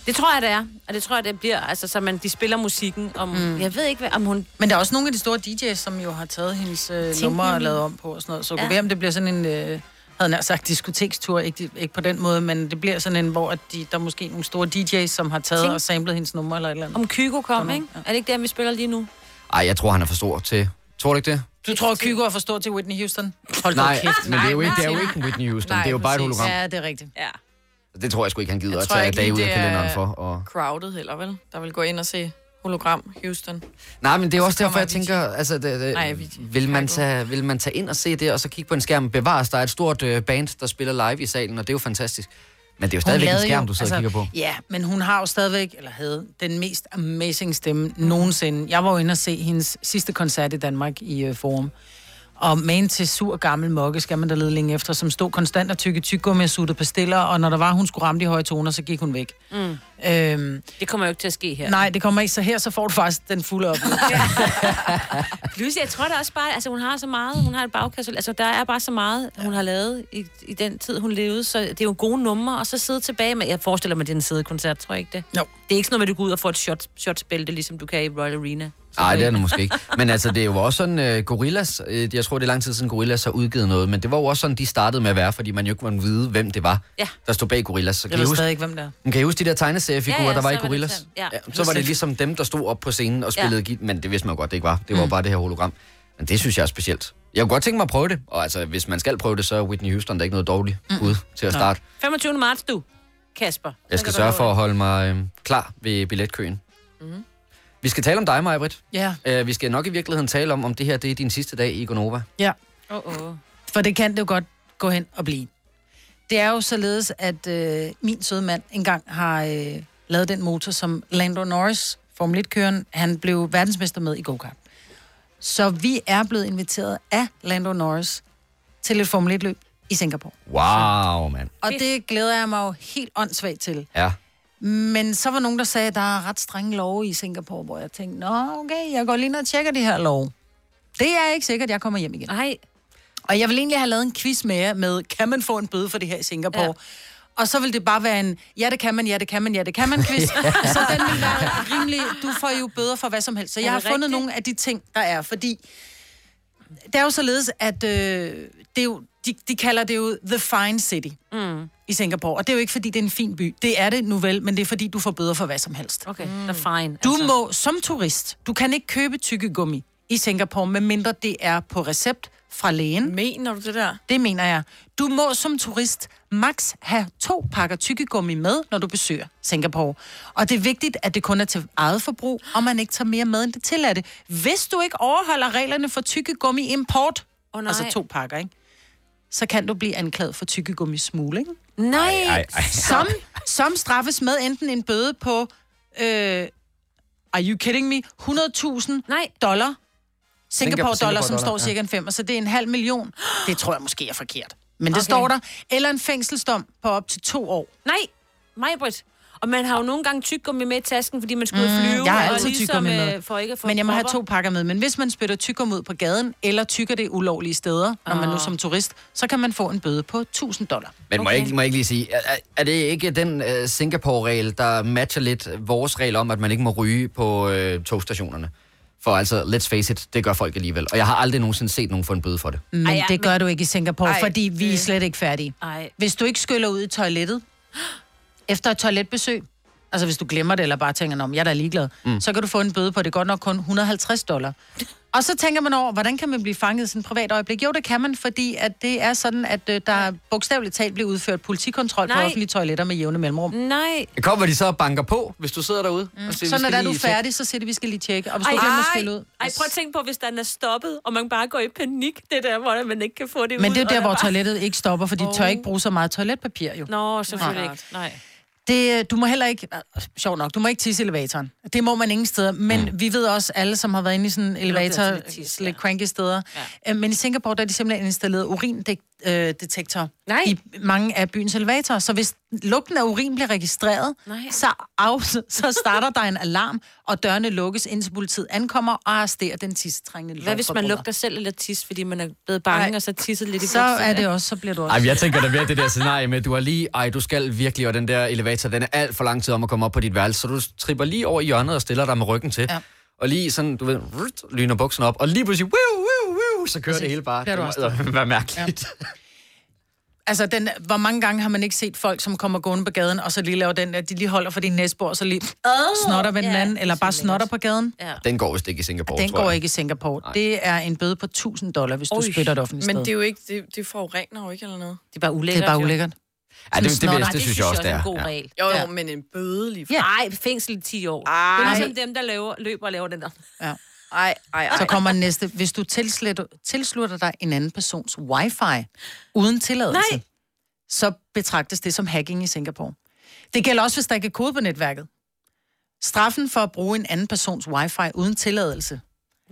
[SPEAKER 3] Det tror jeg, det er. Og det tror jeg, det bliver. Altså, så man, de spiller musikken. Om, mm. Jeg ved ikke, hvad, om hun...
[SPEAKER 2] Men der er også nogle af de store DJ's, som jo har taget hendes øh, numre og lavet om på og sådan noget. Så ja.
[SPEAKER 3] Ja.
[SPEAKER 2] ved, om det bliver sådan en, øh, havde jeg nær sagt, diskotekstur. Ikke, ikke på den måde, men det bliver sådan en, hvor at de, der er måske nogle store DJ's, som har taget
[SPEAKER 3] Tænk.
[SPEAKER 2] og samlet hendes numre eller et eller andet.
[SPEAKER 3] Om Kygo kom, ikke? Er det ikke der, vi spiller lige nu?
[SPEAKER 1] Ej, jeg tror, han er for stor til... Tror du ikke det?
[SPEAKER 2] Du tror, at Kygo er for stor til Whitney Houston? Hold da
[SPEAKER 1] Nej,
[SPEAKER 2] kæft.
[SPEAKER 1] men det er jo ikke, det er jo ikke en Whitney Houston. Nej, det er jo bare et
[SPEAKER 2] præcis.
[SPEAKER 1] hologram.
[SPEAKER 2] Ja, det er rigtigt.
[SPEAKER 3] Ja.
[SPEAKER 1] Det tror jeg sgu ikke, han gider
[SPEAKER 5] Jeg
[SPEAKER 1] at
[SPEAKER 5] tror
[SPEAKER 1] tage
[SPEAKER 5] ikke
[SPEAKER 1] dage
[SPEAKER 5] lige,
[SPEAKER 1] ud af
[SPEAKER 5] det er-
[SPEAKER 1] kalenderen for. Og...
[SPEAKER 5] Crowded heller, vel? Der vil gå ind og se hologram Houston.
[SPEAKER 1] Nej, men det er jo også derfor,
[SPEAKER 5] kommer
[SPEAKER 1] jeg tænker, altså, det, det,
[SPEAKER 5] Nej,
[SPEAKER 1] Nej,
[SPEAKER 5] Avicii.
[SPEAKER 1] vil, man
[SPEAKER 5] Kygo.
[SPEAKER 1] tage, vil man tage ind og se det, og så kigge på en skærm? Bevares, der er et stort øh, band, der spiller live i salen, og det er jo fantastisk. Men det er jo stadigvæk en
[SPEAKER 2] lavede
[SPEAKER 1] skærm,
[SPEAKER 2] jo-
[SPEAKER 1] du sidder altså, og kigger på.
[SPEAKER 2] Ja, men hun har jo stadigvæk, eller havde, den mest amazing stemme nogensinde. Jeg var jo inde og se hendes sidste koncert i Danmark i øh, Forum. Og man til sur gammel mokke, skal man da lede længe efter, som stod konstant og tykke tyk med suttede pastiller, og når der var, hun skulle ramme de høje toner, så gik hun væk. Mm. Øhm,
[SPEAKER 3] Det kommer jo ikke til at ske her.
[SPEAKER 2] nej, det kommer ikke, så her så får du faktisk den fulde op.
[SPEAKER 3] Plus, jeg tror da også bare, altså hun har så meget, hun har et bagkasse, altså der er bare så meget, hun har lavet i, i den tid, hun levede, så det er jo gode numre, og så sidde tilbage med, jeg forestiller mig, det er en sædekoncert, tror jeg ikke det?
[SPEAKER 2] Jo.
[SPEAKER 3] Det er ikke sådan noget med, at du går ud og får et shot, shotsbælte, ligesom du kan i Royal Arena.
[SPEAKER 1] Nej, det er det måske ikke. Men altså, det er jo også sådan, uh, Gorillas, øh, jeg tror, det er lang tid siden Gorillas har udgivet noget, men det var jo også sådan, de startede med at være, fordi man jo ikke måtte vide, hvem det var,
[SPEAKER 3] Ja.
[SPEAKER 1] der stod bag Gorillas. Så kan
[SPEAKER 2] Jeg
[SPEAKER 1] I
[SPEAKER 2] ved
[SPEAKER 1] huske,
[SPEAKER 2] stadig ikke, hvem der er.
[SPEAKER 1] Men kan I huske de der tegneseriefigurer,
[SPEAKER 3] Ja,
[SPEAKER 1] ja,
[SPEAKER 3] ja,
[SPEAKER 1] ja, der
[SPEAKER 3] så
[SPEAKER 1] var i
[SPEAKER 3] var det
[SPEAKER 1] Gorillas?
[SPEAKER 3] sådan. Ja.
[SPEAKER 1] så var det ligesom dem, der stod op på scenen og spillede ja. git, men det vidste man jo godt, det ikke var. Det var mm. bare det her hologram. Men det synes jeg er specielt. Jeg kunne godt tænke mig at prøve det, og altså, hvis man skal prøve det, så er Whitney Houston der ikke noget dårligt mm. bud til at starte.
[SPEAKER 3] 25. marts, du, Kasper.
[SPEAKER 1] Jeg skal sørge for at holde mig øh, klar ved billetkøen. Mm. Vi skal tale om dig, Majbrit.
[SPEAKER 2] Ja,
[SPEAKER 1] Uh, vi skal nok i virkeligheden tale om, om det her det er din sidste dag i Gonova.
[SPEAKER 2] ja.
[SPEAKER 3] Åh, oh, oh.
[SPEAKER 2] For det kan det jo godt gå hen og blive. Det er jo således, at øh, min søde mand engang har øh, lavet den motor, som Lando Norris, Formel 1-køren, han blev verdensmester med i go-kart. Så vi er blevet inviteret af Lando Norris til et Formel 1-løb i Singapore.
[SPEAKER 1] Wow, mand.
[SPEAKER 2] Og det glæder jeg mig jo helt åndssvagt til.
[SPEAKER 1] Ja.
[SPEAKER 2] Men så var nogen, der sagde, at der er ret strenge love i Singapore, hvor jeg tænkte, nå okay, jeg går lige ned og tjekker de her love. Det er ikke sikkert, at jeg kommer hjem igen.
[SPEAKER 3] Nej,
[SPEAKER 2] Og jeg vil egentlig have lavet en quiz med jer med, kan man få en bøde for det her i Singapore? Ja. Og så vil det bare være en, ja det kan man, ja det kan man, ja det kan man quiz. så den vil være rimelig, du får jo bøder for hvad som helst. Så jeg har
[SPEAKER 3] det
[SPEAKER 2] fundet
[SPEAKER 3] rigtigt?
[SPEAKER 2] nogle af de ting, der er, fordi det er jo således, at øh, det er jo, de, de kalder det jo The Fine City mm. i Singapore. Og det er jo ikke, fordi det er en fin by. Det er det nu vel, men det er, fordi du får bøder for hvad som helst.
[SPEAKER 3] okay, mm. the fine.
[SPEAKER 2] Du må som turist, du kan ikke købe tykkegummi i Singapore, medmindre det er på recept fra lægen.
[SPEAKER 5] Mener du det der?
[SPEAKER 2] Det mener jeg. Du må som turist max have to pakker tykkegummi med, når du besøger Singapore. Og det er vigtigt, at det kun er til eget forbrug, og man ikke tager mere med, end det tilladte. Hvis du ikke overholder reglerne for tykkegummi import,
[SPEAKER 3] Åh,
[SPEAKER 2] oh,
[SPEAKER 3] nej.
[SPEAKER 2] altså to pakker, ikke? så kan du blive anklaget for tykkegummi smugling,
[SPEAKER 3] Nej,
[SPEAKER 1] Ej, ej.
[SPEAKER 2] som, som straffes med enten en bøde på, øh, are you kidding me, 100.000
[SPEAKER 3] nej.
[SPEAKER 2] dollar. Singapore dollar, som
[SPEAKER 1] Singapore
[SPEAKER 2] står
[SPEAKER 1] dollar,
[SPEAKER 2] cirka en femmer, så det er en halv million. Det tror jeg måske er forkert. Men det okay. står der. Eller en fængselsdom på op til to år.
[SPEAKER 3] Nej, mig, Britt. Og man har jo nogle gange tyggegummi med i tasken, fordi man skulle ud at flyve.
[SPEAKER 2] Mm, jeg har
[SPEAKER 3] og
[SPEAKER 2] altid tyggegummi med.
[SPEAKER 3] øh, For ikke at få
[SPEAKER 2] ligesom, Men jeg må have
[SPEAKER 3] propper.
[SPEAKER 2] to pakker med. Men hvis man spytter tyggegummi ud på gaden, eller tykker det ulovlige steder, når man nu som turist, så kan man få en bøde på 1000 dollar.
[SPEAKER 1] Men okay. må, jeg ikke, må jeg ikke lige sige, er, er- er det ikke den øh, Singapore-regel, der matcher lidt vores regel om, at man ikke må ryge på øh, togstationerne? For altså, let's face it, det gør folk alligevel. Og jeg har aldrig nogensinde set nogen få en bøde for det.
[SPEAKER 2] Men
[SPEAKER 3] Ej, ja,
[SPEAKER 2] Ej, det gør du ikke i Singapore,
[SPEAKER 5] Ej,
[SPEAKER 2] Ej, fordi vi er
[SPEAKER 5] det-
[SPEAKER 2] slet ikke færdige.
[SPEAKER 3] Ej.
[SPEAKER 2] Hvis du ikke skyller ud i toilettet, efter et toiletbesøg, altså hvis du glemmer det, eller bare tænker, om jeg er da ligeglad, mm. så kan du få en bøde på det er godt nok kun 150 dollar. Og så tænker man over, hvordan kan man blive fanget i sådan et privat øjeblik? Jo, det kan man, fordi at det er sådan, at øh, der bogstaveligt talt bliver udført politikontrol Nej.
[SPEAKER 3] Nej.
[SPEAKER 2] på offentlige toiletter med jævne mellemrum.
[SPEAKER 3] Nej,
[SPEAKER 1] Kommer de så og banker på, hvis du sidder derude? Mm.
[SPEAKER 2] Så når der er du færdig, så siger de, vi skal lige tjekke. Og hvis du glemmer at skylle ud...
[SPEAKER 3] Ej, prøv at tænke på, hvis den er stoppet, og man bare går i panik, det der, hvor man ikke kan få det ud.
[SPEAKER 2] Men det er jo
[SPEAKER 3] og
[SPEAKER 2] der, hvor
[SPEAKER 3] bare-
[SPEAKER 2] toilettet ikke stopper, for de tør ikke bruge så meget toiletpapir, jo.
[SPEAKER 3] Nå, selvfølgelig ikke. Nej.
[SPEAKER 2] Det, øh, du må heller ikke, øh, sjov nok, du må ikke tisse i elevatoren. Det må man ingen steder, men mm. vi ved også alle, som har været inde i sådan en elevator,
[SPEAKER 3] altså lidt
[SPEAKER 2] lidt, Øh,
[SPEAKER 3] tis,
[SPEAKER 2] lidt cranky steder. Ja. Men i Singapore, der er de simpelthen installeret urindæk urindetektor
[SPEAKER 3] Nej.
[SPEAKER 2] i mange af byens elevatorer. Så hvis lugten af urin bliver registreret,
[SPEAKER 3] Nej.
[SPEAKER 2] så, af, så starter der en alarm, og dørene lukkes, indtil politiet ankommer og arresterer den tissetrængende
[SPEAKER 3] Hvad hvis man
[SPEAKER 2] lovforbryder.
[SPEAKER 3] lugter selv eller tis, fordi man er blevet bange,
[SPEAKER 2] Ej.
[SPEAKER 3] og så tisset lidt i
[SPEAKER 2] Så er det også, så bliver du også...
[SPEAKER 1] Ej, men jeg tænker da mere det der scenarie med, at du er lige, ej, du skal virkelig, og den der elevator, den er alt for lang tid om at komme op på dit værelse, så du tripper lige over i hjørnet og stiller dig med ryggen til.
[SPEAKER 2] Ja.
[SPEAKER 1] Og lige sådan, du ved, vrrt, lyner buksen op, og lige pludselig, woo, woo, woo, så kører det hele bare.
[SPEAKER 2] Bliver
[SPEAKER 1] Det
[SPEAKER 2] Altså, du
[SPEAKER 1] må
[SPEAKER 2] også
[SPEAKER 1] eddermame være mærkeligt. Ja.
[SPEAKER 2] Altså, den, hvor mange gange har man ikke set folk, som kommer gående på gaden, og så lige laver den der, de lige holder for din næsbord, og så lige oh, snotter ved den
[SPEAKER 3] ja,
[SPEAKER 2] anden, eller
[SPEAKER 3] det er
[SPEAKER 2] bare
[SPEAKER 3] så
[SPEAKER 2] snotter på gaden. Ja,
[SPEAKER 1] Den går vist ikke i Singapore,
[SPEAKER 2] den
[SPEAKER 1] tror
[SPEAKER 2] går
[SPEAKER 1] jeg.
[SPEAKER 2] ikke i Singapore. Det er en bøde på 1000 dollar, hvis du spytter et offentligt
[SPEAKER 5] Men
[SPEAKER 2] sted.
[SPEAKER 5] det er jo ikke, det, det forurener jo ikke eller noget.
[SPEAKER 3] Det er bare ulækkert.
[SPEAKER 2] det er bare
[SPEAKER 3] jo.
[SPEAKER 2] ulækkert.
[SPEAKER 1] Ja, det, det, det,
[SPEAKER 2] Nå, nej,
[SPEAKER 1] det, det, synes jeg også, det
[SPEAKER 3] er
[SPEAKER 1] er.
[SPEAKER 3] en god
[SPEAKER 1] Ja.
[SPEAKER 3] regel.
[SPEAKER 5] Jo, jo,
[SPEAKER 2] Ja.
[SPEAKER 5] ja. men en bøde lige
[SPEAKER 2] Ja.
[SPEAKER 5] ja.
[SPEAKER 3] Nej, fængsel i 10 år. Ej. Det er ligesom dem, der laver, løber og laver den der.
[SPEAKER 5] Ej, ej, ej.
[SPEAKER 2] Så kommer den næste. Hvis du tilslutter, tilslutter dig en anden persons wifi uden tilladelse, Nej.
[SPEAKER 3] Nej.
[SPEAKER 2] så betragtes det som hacking i Singapore. Det gælder også, hvis der ikke er kode på netværket. Straffen for at bruge en anden persons wifi uden tilladelse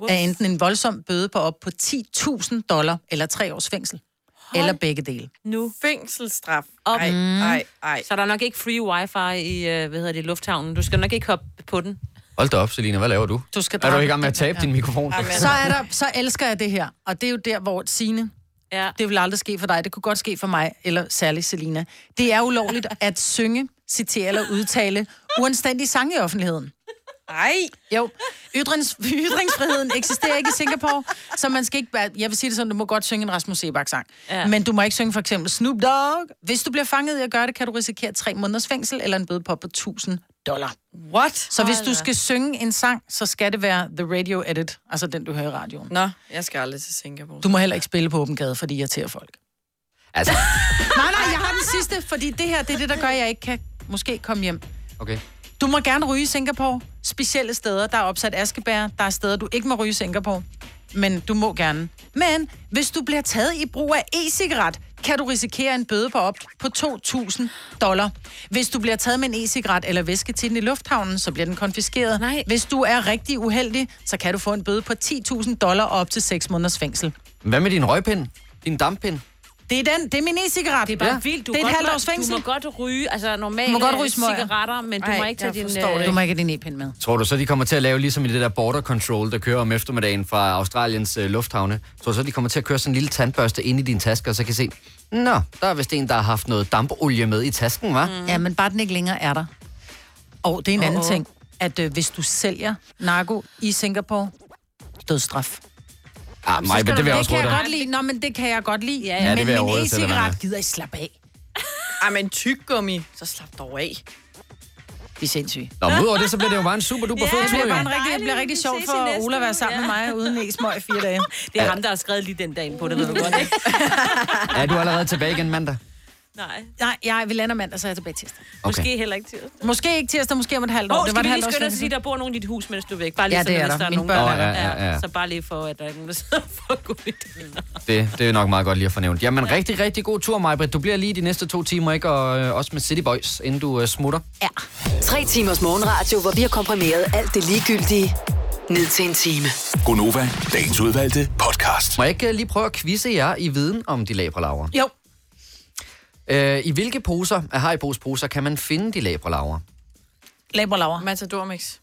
[SPEAKER 2] er enten en voldsom bøde på op på 10.000 dollar eller tre års fængsel. Hold. Eller begge dele.
[SPEAKER 3] Nu.
[SPEAKER 5] Fængselsstraf.
[SPEAKER 3] Op.
[SPEAKER 5] Ej,
[SPEAKER 2] Mm.
[SPEAKER 5] ej, ej.
[SPEAKER 3] Så er der nok ikke free wifi i, øh, hvad hedder det, lufthavnen. Du skal nok ikke hoppe på den.
[SPEAKER 1] Hold da op, Selina, hvad laver du?
[SPEAKER 2] Du skal
[SPEAKER 1] Er du
[SPEAKER 2] dreje
[SPEAKER 1] i gang med at
[SPEAKER 2] den der.
[SPEAKER 1] tabe din mikrofon?
[SPEAKER 2] Så, er der, så elsker jeg det her, og det er jo der, hvor Signe,
[SPEAKER 3] Ja.
[SPEAKER 2] det vil aldrig ske for dig, det kunne godt ske for mig, eller særligt Selina. Det er ulovligt at synge, citere eller udtale uanstændige sange i offentligheden.
[SPEAKER 5] Ej.
[SPEAKER 2] Jo, Ytrings, ytringsfriheden eksisterer ikke i Singapore, så man skal ikke... være- Jeg vil sige det sådan, du må godt synge en Rasmus Sebak-sang, ja.
[SPEAKER 3] Ja.
[SPEAKER 2] men du må ikke synge for eksempel Snoop Dogg. Hvis du bliver fanget i at gøre det, kan du risikere tre måneders fængsel eller en bøde på på 1000 dollar.
[SPEAKER 5] What?
[SPEAKER 2] Så hvis du skal synge en sang, så skal det være The Radio Edit, altså den, du hører i radioen.
[SPEAKER 5] Nå, jeg skal aldrig til Singapore.
[SPEAKER 2] Du må heller ikke spille på åben gade, fordi det irriterer folk.
[SPEAKER 1] Altså,
[SPEAKER 2] Nej, nej, jeg har den sidste, fordi det her, det er det, der gør, at jeg ikke kan måske komme hjem.
[SPEAKER 1] okay.
[SPEAKER 2] Du må gerne ryge i Singapore. Specielle steder, der er opsat askebær. Der er steder, du ikke må ryge i Singapore. Men du må gerne. Men hvis du bliver taget i brug af e-cigaret, kan du risikere en bøde på op på 2.000 dollar. Hvis du bliver taget med en e-cigaret eller væske til den i lufthavnen, så bliver den konfiskeret.
[SPEAKER 3] Nej.
[SPEAKER 2] Hvis du er rigtig uheldig, så kan du få en bøde på 10.000 dollar og op til 6 måneders fængsel.
[SPEAKER 1] Hvad med din røgpind? Din damppind?
[SPEAKER 2] Det er den, det er min e- e-cigaret. Det er
[SPEAKER 3] Bare vildt. Du
[SPEAKER 2] det er et
[SPEAKER 3] godt
[SPEAKER 2] halvt
[SPEAKER 3] må-
[SPEAKER 2] års fængsel.
[SPEAKER 3] Du må godt ryge, altså normalt
[SPEAKER 2] Du må godt ryge smøger.
[SPEAKER 3] cigaretter, men du
[SPEAKER 5] Ej,
[SPEAKER 3] må ikke tage
[SPEAKER 5] jeg
[SPEAKER 3] din...
[SPEAKER 5] forstår
[SPEAKER 3] øh,
[SPEAKER 2] Du må ikke have din e-pind med.
[SPEAKER 1] Tror du så, de kommer til at lave ligesom i det der border control, der kører om eftermiddagen fra Australiens øh, lufthavne? Tror du så, de kommer til at køre sådan en lille tandbørste ind i din taske, og så kan se, Nå, der er vist en, der har haft noget dampolie med i tasken, var? Mm.
[SPEAKER 2] Ja, men bare den ikke længere er der. Og det er en anden ting, at øh, hvis du sælger narko i Singapore, dødsstraf.
[SPEAKER 1] Ah, mig, men det vil jeg
[SPEAKER 2] det
[SPEAKER 1] også
[SPEAKER 2] kan
[SPEAKER 1] råde
[SPEAKER 2] jeg
[SPEAKER 1] dig.
[SPEAKER 2] godt lide. Nå, men det kan jeg godt lide. Ja,
[SPEAKER 1] Ja, det
[SPEAKER 2] men
[SPEAKER 1] vil jeg
[SPEAKER 2] min
[SPEAKER 1] råde til dig,
[SPEAKER 2] e-cigaret
[SPEAKER 1] Nanna.
[SPEAKER 2] gider I slappe af.
[SPEAKER 5] Ej, men tyggummi. Så slap dog af.
[SPEAKER 2] De er sindssyge.
[SPEAKER 1] Nå, men udover det, så bliver det jo bare en super duper fed
[SPEAKER 2] Det
[SPEAKER 1] tur,
[SPEAKER 2] bliver, bare en
[SPEAKER 1] jo.
[SPEAKER 2] rigtig, det bliver rigtig
[SPEAKER 3] vi
[SPEAKER 2] sjovt
[SPEAKER 3] ses i
[SPEAKER 2] for
[SPEAKER 3] næste
[SPEAKER 2] Ola at være
[SPEAKER 3] uge,
[SPEAKER 2] sammen med mig, uden e-smøg i fire dage.
[SPEAKER 3] Det er ham, der har skrevet lige den dag ind på det, ved du godt, ikke?
[SPEAKER 1] Er du allerede tilbage igen mandag?
[SPEAKER 3] Nej.
[SPEAKER 2] Nej, jeg, vi lander mandag, så er jeg tilbage tirsdag.
[SPEAKER 1] Okay.
[SPEAKER 3] Måske heller ikke til.
[SPEAKER 2] Måske ikke tirsdag, måske om et halvt år.
[SPEAKER 3] Åh, oh, skal vi lige
[SPEAKER 2] halvt års
[SPEAKER 3] skynde os at sige,
[SPEAKER 2] fødselsdag.
[SPEAKER 3] der bor nogen i dit hus, mens du er væk? Bare lige
[SPEAKER 2] Ja,
[SPEAKER 3] sådan,
[SPEAKER 2] det er
[SPEAKER 3] hvis
[SPEAKER 2] der.
[SPEAKER 3] er
[SPEAKER 2] Mine
[SPEAKER 3] nogen,
[SPEAKER 2] børn
[SPEAKER 1] er der. Åh, ja, ja, ja.
[SPEAKER 3] Så bare lige for, at der er ikke nogen, der sidder for at gå i det.
[SPEAKER 1] Det, det er nok meget godt lige at få nævnt. Jamen, rigtig, rigtig god tur, Majbrit. Du bliver lige de næste to timer, ikke? Og øh, også med City Boys, inden du øh, smutter.
[SPEAKER 6] Tre timers morgenradio, hvor vi har komprimeret alt det ligegyldige ned til en time.
[SPEAKER 7] Gonova, dagens udvalgte podcast.
[SPEAKER 1] Må jeg ikke øh, lige prøve at quizze jer i viden om de labralaver?
[SPEAKER 2] Jo,
[SPEAKER 1] Øh, I hvilke poser af Haribos poser kan man finde de labralaver?
[SPEAKER 2] laber laver.
[SPEAKER 5] Matadormix.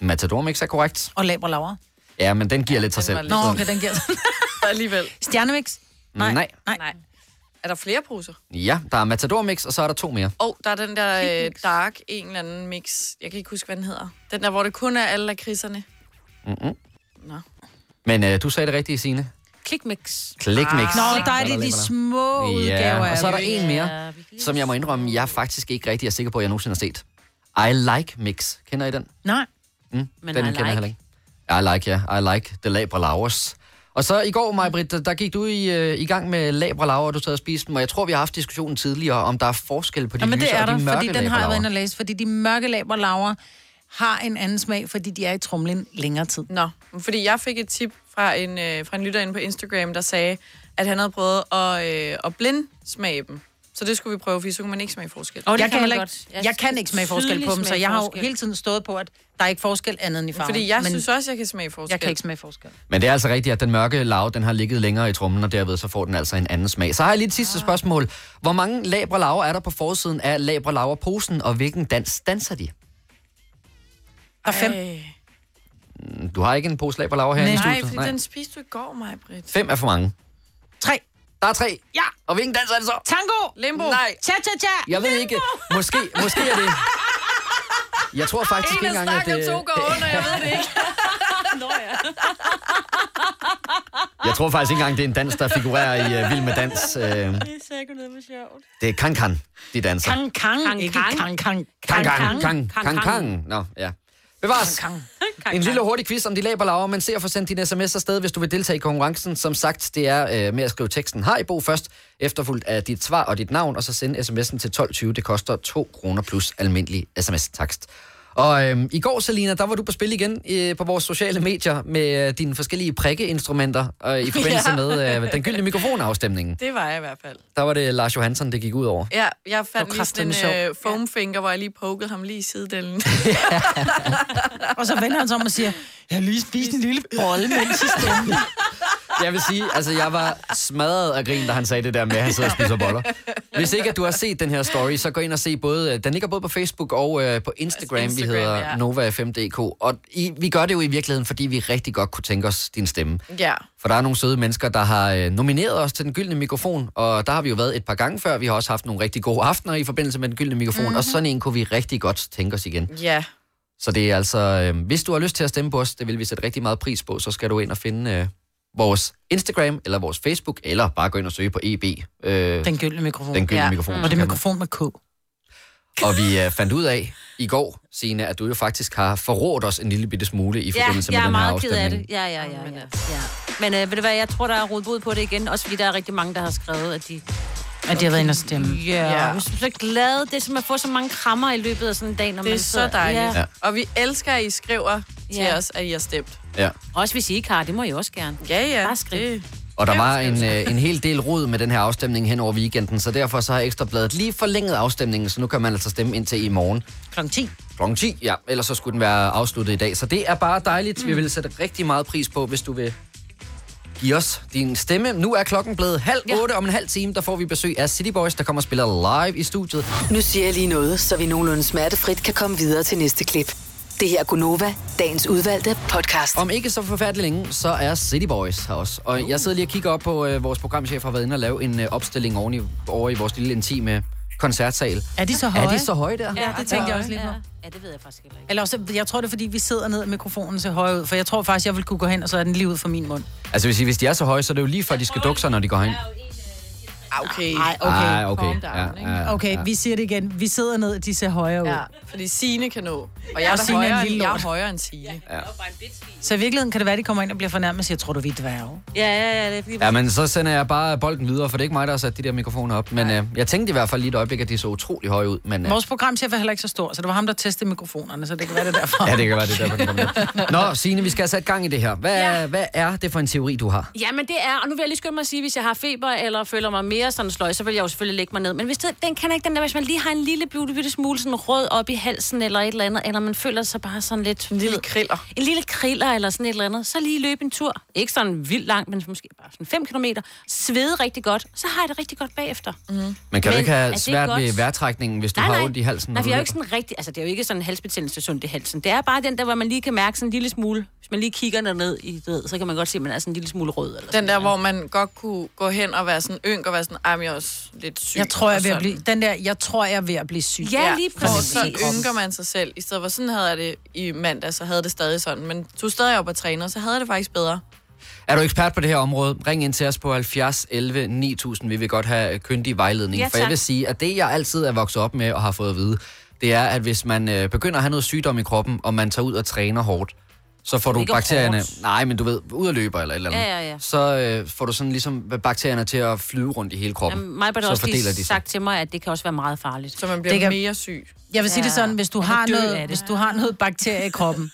[SPEAKER 1] Matadormix er korrekt.
[SPEAKER 2] Og laber laver.
[SPEAKER 1] Ja, men den giver lidt sig selv. Mm.
[SPEAKER 5] var lidt-
[SPEAKER 2] Nå, okay, den giver
[SPEAKER 5] Alligevel.
[SPEAKER 2] Stjernemix?
[SPEAKER 1] Nej. Nej.
[SPEAKER 2] Nej.
[SPEAKER 5] Er der flere poser?
[SPEAKER 1] Ja, der er Matadormix, og så er der to mere.
[SPEAKER 5] Åh, oh, der er den der øh, dark en eller anden mix. Jeg kan ikke huske, hvad den hedder. Den der, hvor det kun er alle lakridserne.
[SPEAKER 1] Men øh, du sagde det rigtige, Signe.
[SPEAKER 3] Klikmix.
[SPEAKER 1] Klikmix.
[SPEAKER 2] Ah. Nå, der er det de små udgaver
[SPEAKER 1] Ja, og så er
[SPEAKER 2] af
[SPEAKER 1] der
[SPEAKER 2] det.
[SPEAKER 1] en mere, som jeg må indrømme, jeg faktisk ikke rigtig er sikker på, at jeg nogensinde har set. I Like Mix. Kender I den? Mm,
[SPEAKER 2] Nej.
[SPEAKER 3] Men
[SPEAKER 1] den
[SPEAKER 3] I
[SPEAKER 1] kender jeg heller
[SPEAKER 3] like.
[SPEAKER 1] ikke. I like, ja. I like the labralauers. Og så i går, Majbrit, der- der gik du i, øh, i gang med labralauer, og du sad og spiste dem, og jeg tror, vi har haft diskussionen tidligere, om der er forskel på de
[SPEAKER 2] Ja, men det
[SPEAKER 1] lyse
[SPEAKER 2] er
[SPEAKER 1] og de
[SPEAKER 2] der,
[SPEAKER 1] mørke
[SPEAKER 2] fordi den har jeg været
[SPEAKER 1] labralauer.
[SPEAKER 2] inde og læse, fordi de mørke laber laver har en anden smag, fordi de er i trumlen længere tid.
[SPEAKER 5] Nå, fordi jeg fik et tip fra en, øh, fra en lytter inde på Instagram, der sagde, at han havde prøvet at, øh, at blindsmage dem. Så det skulle vi prøve, for så kunne man ikke smage forskel.
[SPEAKER 3] Og det
[SPEAKER 2] jeg kan, heller
[SPEAKER 3] godt.
[SPEAKER 2] ikke, jeg, jeg kan ikke smage forskel på dem, så jeg har jo hele tiden stået på, at der er ikke forskel andet end i farven.
[SPEAKER 5] Fordi jeg
[SPEAKER 2] men
[SPEAKER 5] synes også, jeg kan smage forskel.
[SPEAKER 2] jeg kan ikke smage forskel.
[SPEAKER 1] Men det er altså rigtigt, at den mørke lav, den har ligget længere i trummen, og derved så får den altså en anden smag. Så har jeg lige et sidste
[SPEAKER 2] Ah.
[SPEAKER 1] spørgsmål. Hvor mange labre laver er der på forsiden af labre laver posen, og hvilken dans danser de?
[SPEAKER 2] Der er fem.
[SPEAKER 1] Du har ikke en pose labre laver her i
[SPEAKER 5] Nej,
[SPEAKER 1] studiet?
[SPEAKER 5] fordi den spiste du i går, mig, Britt.
[SPEAKER 1] Fem er for mange.
[SPEAKER 2] Tre.
[SPEAKER 1] Der er tre.
[SPEAKER 2] Ja.
[SPEAKER 1] Og hvilken dans er det så?
[SPEAKER 2] Tango.
[SPEAKER 5] Limbo.
[SPEAKER 1] Nej.
[SPEAKER 2] Cha-cha-cha.
[SPEAKER 1] Jeg ved ikke. Måske, måske er det... Jeg tror faktisk ikke engang, at det...
[SPEAKER 5] under, jeg ved det ikke.
[SPEAKER 1] Jeg tror faktisk ikke engang, det er en dans, der figurerer i uh, Vild med Dans. Uh, det er Kan Kan, de danser.
[SPEAKER 2] Kang, kang.
[SPEAKER 3] Kang,
[SPEAKER 2] Ikke
[SPEAKER 3] kang.
[SPEAKER 2] kang, kang.
[SPEAKER 1] Kan Kan,
[SPEAKER 3] Kang
[SPEAKER 1] Kan
[SPEAKER 3] Kang.
[SPEAKER 1] Kan Kan. Nå, ja. Bevares. En lille hurtig quiz om de laber laver, men se at få sendt din sms afsted, hvis du vil deltage i konkurrencen. Som sagt, det er øh, med at skrive teksten Hej Bo først, efterfulgt af dit svar og dit navn, og så sende sms'en til 12.20. Det koster 2 kroner plus almindelig sms-takst. Og øhm, i går, Selina, der var du på spil igen øh, på vores sociale medier med øh, dine forskellige prikkeinstrumenter øh, i forbindelse ja. med øh, den gyldne mikrofonafstemningen.
[SPEAKER 5] Det var jeg i hvert fald.
[SPEAKER 1] Der var det Lars Johansson, det gik ud over.
[SPEAKER 5] Ja, jeg fandt lige sådan
[SPEAKER 2] kraftedeme
[SPEAKER 5] en øh, foam finger, hvor jeg lige pokede ham lige i sidedelen.
[SPEAKER 2] Og så vender han sig om og siger, jeg har lige spist en lille bolle, mens I stemte.
[SPEAKER 1] Jeg vil sige, altså jeg var smadret af grin, da han sagde det der med, at han sidder og spiser boller. Hvis ikke, at du har set den her story, så gå ind og se både, øh, den ligger både på Facebook og øh, på Instagram, altså Instagram
[SPEAKER 5] Instagram,
[SPEAKER 1] vi hedder ja.
[SPEAKER 5] ja.
[SPEAKER 1] Nova5.dk. Og I, vi gør det jo i virkeligheden, fordi vi rigtig godt kunne tænke os din stemme.
[SPEAKER 5] ja.
[SPEAKER 1] For der er nogle søde mennesker, der har øh, nomineret os til den gyldne mikrofon, og der har vi jo været et par gange før. Vi har også haft nogle rigtig gode aftener i forbindelse med den gyldne mikrofon,
[SPEAKER 5] Mhm.
[SPEAKER 1] mm-hmm. og sådan en kunne vi rigtig godt tænke os igen.
[SPEAKER 5] Ja.
[SPEAKER 1] Så det er altså, øh, hvis du har lyst til at stemme på os, det vil vi sætte rigtig meget pris på, så skal du ind og finde øh, vores Instagram, eller vores Facebook, eller bare gå ind og søge på EB, øh, den,
[SPEAKER 2] Den gyldne mikrofon. Mm.
[SPEAKER 1] den gyldne ja.
[SPEAKER 5] ja.
[SPEAKER 1] mikrofon.
[SPEAKER 2] Og
[SPEAKER 1] så
[SPEAKER 2] det er
[SPEAKER 1] kan
[SPEAKER 2] mikrofon med K.
[SPEAKER 1] man- Og vi øh, fandt ud af i går, Signe, at du jo faktisk har forrådt os en lille bitte smule i
[SPEAKER 3] Ja,
[SPEAKER 1] forbindelse
[SPEAKER 3] jeg
[SPEAKER 1] med
[SPEAKER 3] er
[SPEAKER 1] den her
[SPEAKER 3] meget ked af
[SPEAKER 1] afstemning.
[SPEAKER 3] det. Ja, ja, ja. ja, ja. Men øh, ved du hvad, jeg tror, der er rodet ud på det igen. Også fordi der er rigtig mange, der har skrevet, at de...
[SPEAKER 2] At de har været inde og stemme.
[SPEAKER 3] Ja, yeah. så glad. Det er som at få så mange krammer i løbet af sådan en dag, når
[SPEAKER 5] Det
[SPEAKER 3] man
[SPEAKER 5] er så
[SPEAKER 3] sidder-
[SPEAKER 5] dejligt.
[SPEAKER 1] Ja.
[SPEAKER 5] Ja. Og vi elsker, at I skriver til
[SPEAKER 3] Ja.
[SPEAKER 5] os, at I har stemt.
[SPEAKER 1] Ja.
[SPEAKER 3] Også hvis I ikke har, det må I også gerne.
[SPEAKER 5] Ja, ja.
[SPEAKER 3] Bare skriv.
[SPEAKER 5] Det-
[SPEAKER 1] Og der var en, øh, en hel del rod med den her afstemning hen over weekenden, så derfor så har Ekstrabladet lige forlænget afstemningen, så nu kan man altså stemme indtil i morgen.
[SPEAKER 2] Klokken 10.
[SPEAKER 1] Klokken 10, ja. Ellers så skulle den være afsluttet i dag. Så det er bare dejligt. Mm. Vi vil sætte rigtig meget pris på, hvis du vil give os din stemme. Nu er klokken blevet halv otte. Ja. Om en halv time, der får vi besøg af City Boys, der kommer og spiller live i studiet.
[SPEAKER 6] Nu siger jeg lige noget, så vi nogenlunde smertefrit kan komme videre til næste klip. Det her er Gunova, dagens udvalgte podcast.
[SPEAKER 1] Om ikke så forfærdeligt længe, så er City Boys her også. Og jeg sidder lige og kigger op på, øh, vores programchef har været inde og lave en øh, opstilling oven i, over i vores lille intime koncertsal.
[SPEAKER 2] Er de så høje?
[SPEAKER 1] Er de så høje der?
[SPEAKER 2] Ja, det tænkte jeg også lige på.
[SPEAKER 3] Ja. ja, det ved jeg faktisk heller ikke.
[SPEAKER 2] Eller også, jeg tror det er, fordi vi sidder ned, og mikrofonen ser høj ud. For jeg tror faktisk, jeg vil kunne gå hen, og så er den lige ud fra min mund.
[SPEAKER 1] Altså hvis, I- hvis de er så høje, så er det jo lige for, at de skal dukke sig, når de går hen.
[SPEAKER 5] Ah, Okay.
[SPEAKER 2] Nej, okay. Ah,
[SPEAKER 1] Ej, Ah, okay.
[SPEAKER 5] calm down, ikke?
[SPEAKER 1] ja.
[SPEAKER 2] Okay, vi siger det igen. Vi sidder ned, de ser højere ud.
[SPEAKER 5] Ja, fordi Signe kan nå. Og jeg er,
[SPEAKER 2] Og
[SPEAKER 5] da
[SPEAKER 2] Signe er en
[SPEAKER 5] højere,
[SPEAKER 2] lille
[SPEAKER 5] end, jeg er
[SPEAKER 2] lort.
[SPEAKER 5] højere end Signe.
[SPEAKER 2] Så i virkeligheden kan det være, at de kommer ind og bliver fornærmet og siger, tror du, vi er dværge?
[SPEAKER 3] Ja, ja, ja. Det er fordi,
[SPEAKER 1] Ja, men så sender jeg bare bolden videre, for det er ikke mig, der har sat de der mikrofoner op. Men øh, jeg tænkte i hvert fald lige et øjeblik, at de så utrolig høje ud. Men, øh,
[SPEAKER 2] Vores programchef er heller ikke så stor, så det var ham, der testede mikrofonerne, så det kan være det er derfor.
[SPEAKER 1] ja, det kan være det er derfor, den kom ned. Nå, Signe, vi skal have sat gang i det her. Hvad, ja.
[SPEAKER 3] Ja.
[SPEAKER 1] hvad er det for en teori, du har?
[SPEAKER 3] Jamen det er, og nu vil jeg lige skynde mig at sige, hvis jeg har feber eller føler mig mere sådan sløj, så vil jeg jo selvfølgelig lægge mig ned. Men hvis det, den kan ikke den der, hvis man lige har en lille bitte, bitte smule sådan rød op i halsen eller et eller andet, eller man føler sig bare sådan lidt...
[SPEAKER 5] En lille
[SPEAKER 3] ved-
[SPEAKER 5] kriller.
[SPEAKER 3] En lille kriller eller sådan et eller andet. Så lige løbe en tur. Ikke sådan vildt langt, men måske bare sådan 5 km. Svede rigtig godt. Så har jeg det rigtig godt bagefter. Mm.
[SPEAKER 1] Man Mhm. kan jo
[SPEAKER 3] Men
[SPEAKER 1] ikke
[SPEAKER 3] er
[SPEAKER 1] have
[SPEAKER 3] det
[SPEAKER 1] svært
[SPEAKER 3] godt?
[SPEAKER 1] ved vejrtrækningen, hvis du har ondt i halsen.
[SPEAKER 3] Nej,
[SPEAKER 1] når
[SPEAKER 3] for
[SPEAKER 1] du
[SPEAKER 3] jeg er jo
[SPEAKER 1] løber.
[SPEAKER 3] ikke sådan rigtig... Altså, det er jo ikke sådan en halsbetændelse sundt i halsen. Det er bare den der, hvor man lige kan mærke sådan en lille smule... Hvis man lige kigger ned i det, så kan man godt se, at man er sådan en lille smule rød. Eller sådan
[SPEAKER 5] Den der, hvor man godt kunne gå hen og være sådan ynk og være sådan, ej, men jeg er også lidt syg.
[SPEAKER 2] Jeg tror, jeg er
[SPEAKER 5] og
[SPEAKER 2] ved at
[SPEAKER 5] sådan.
[SPEAKER 2] blive, den der, jeg tror, jeg er ved at blive syg.
[SPEAKER 3] Ja, lige
[SPEAKER 5] for
[SPEAKER 3] præcis.
[SPEAKER 5] så ynker man sig selv. I stedet for sådan havde jeg det i mandag, så havde det stadig sådan. Men tog stadig op og træner, så havde jeg det faktisk bedre.
[SPEAKER 1] Er du ekspert på det her område? Ring ind til os på 70 11 9000. Vi vil godt have øh, kyndig vejledning.
[SPEAKER 3] Ja,
[SPEAKER 1] for jeg
[SPEAKER 3] tak.
[SPEAKER 1] vil sige, at det, jeg altid er vokset op med og har fået at vide, det er, at hvis man øh, begynder at have noget sygdom i kroppen, og man tager ud og træner hårdt, så får du
[SPEAKER 3] Ikke
[SPEAKER 1] bakterierne...
[SPEAKER 3] hårdt.
[SPEAKER 1] Nej, men du ved, ud og løber eller et eller andet.
[SPEAKER 3] Ja, ja, ja.
[SPEAKER 1] Så øh, får du sådan ligesom bakterierne til at flyve rundt i hele kroppen.
[SPEAKER 3] Jamen, mig har
[SPEAKER 1] så
[SPEAKER 3] også
[SPEAKER 1] fordeler
[SPEAKER 3] lige
[SPEAKER 1] de sig.
[SPEAKER 3] sagt til mig, at det kan også være meget farligt.
[SPEAKER 5] Så man bliver
[SPEAKER 2] Det kan-
[SPEAKER 5] mere syg.
[SPEAKER 2] Jeg vil sige det
[SPEAKER 3] Ja.
[SPEAKER 2] sådan, hvis du,
[SPEAKER 3] kan
[SPEAKER 2] har
[SPEAKER 3] dø
[SPEAKER 2] noget,
[SPEAKER 3] af det.
[SPEAKER 2] hvis du har noget bakterie i kroppen,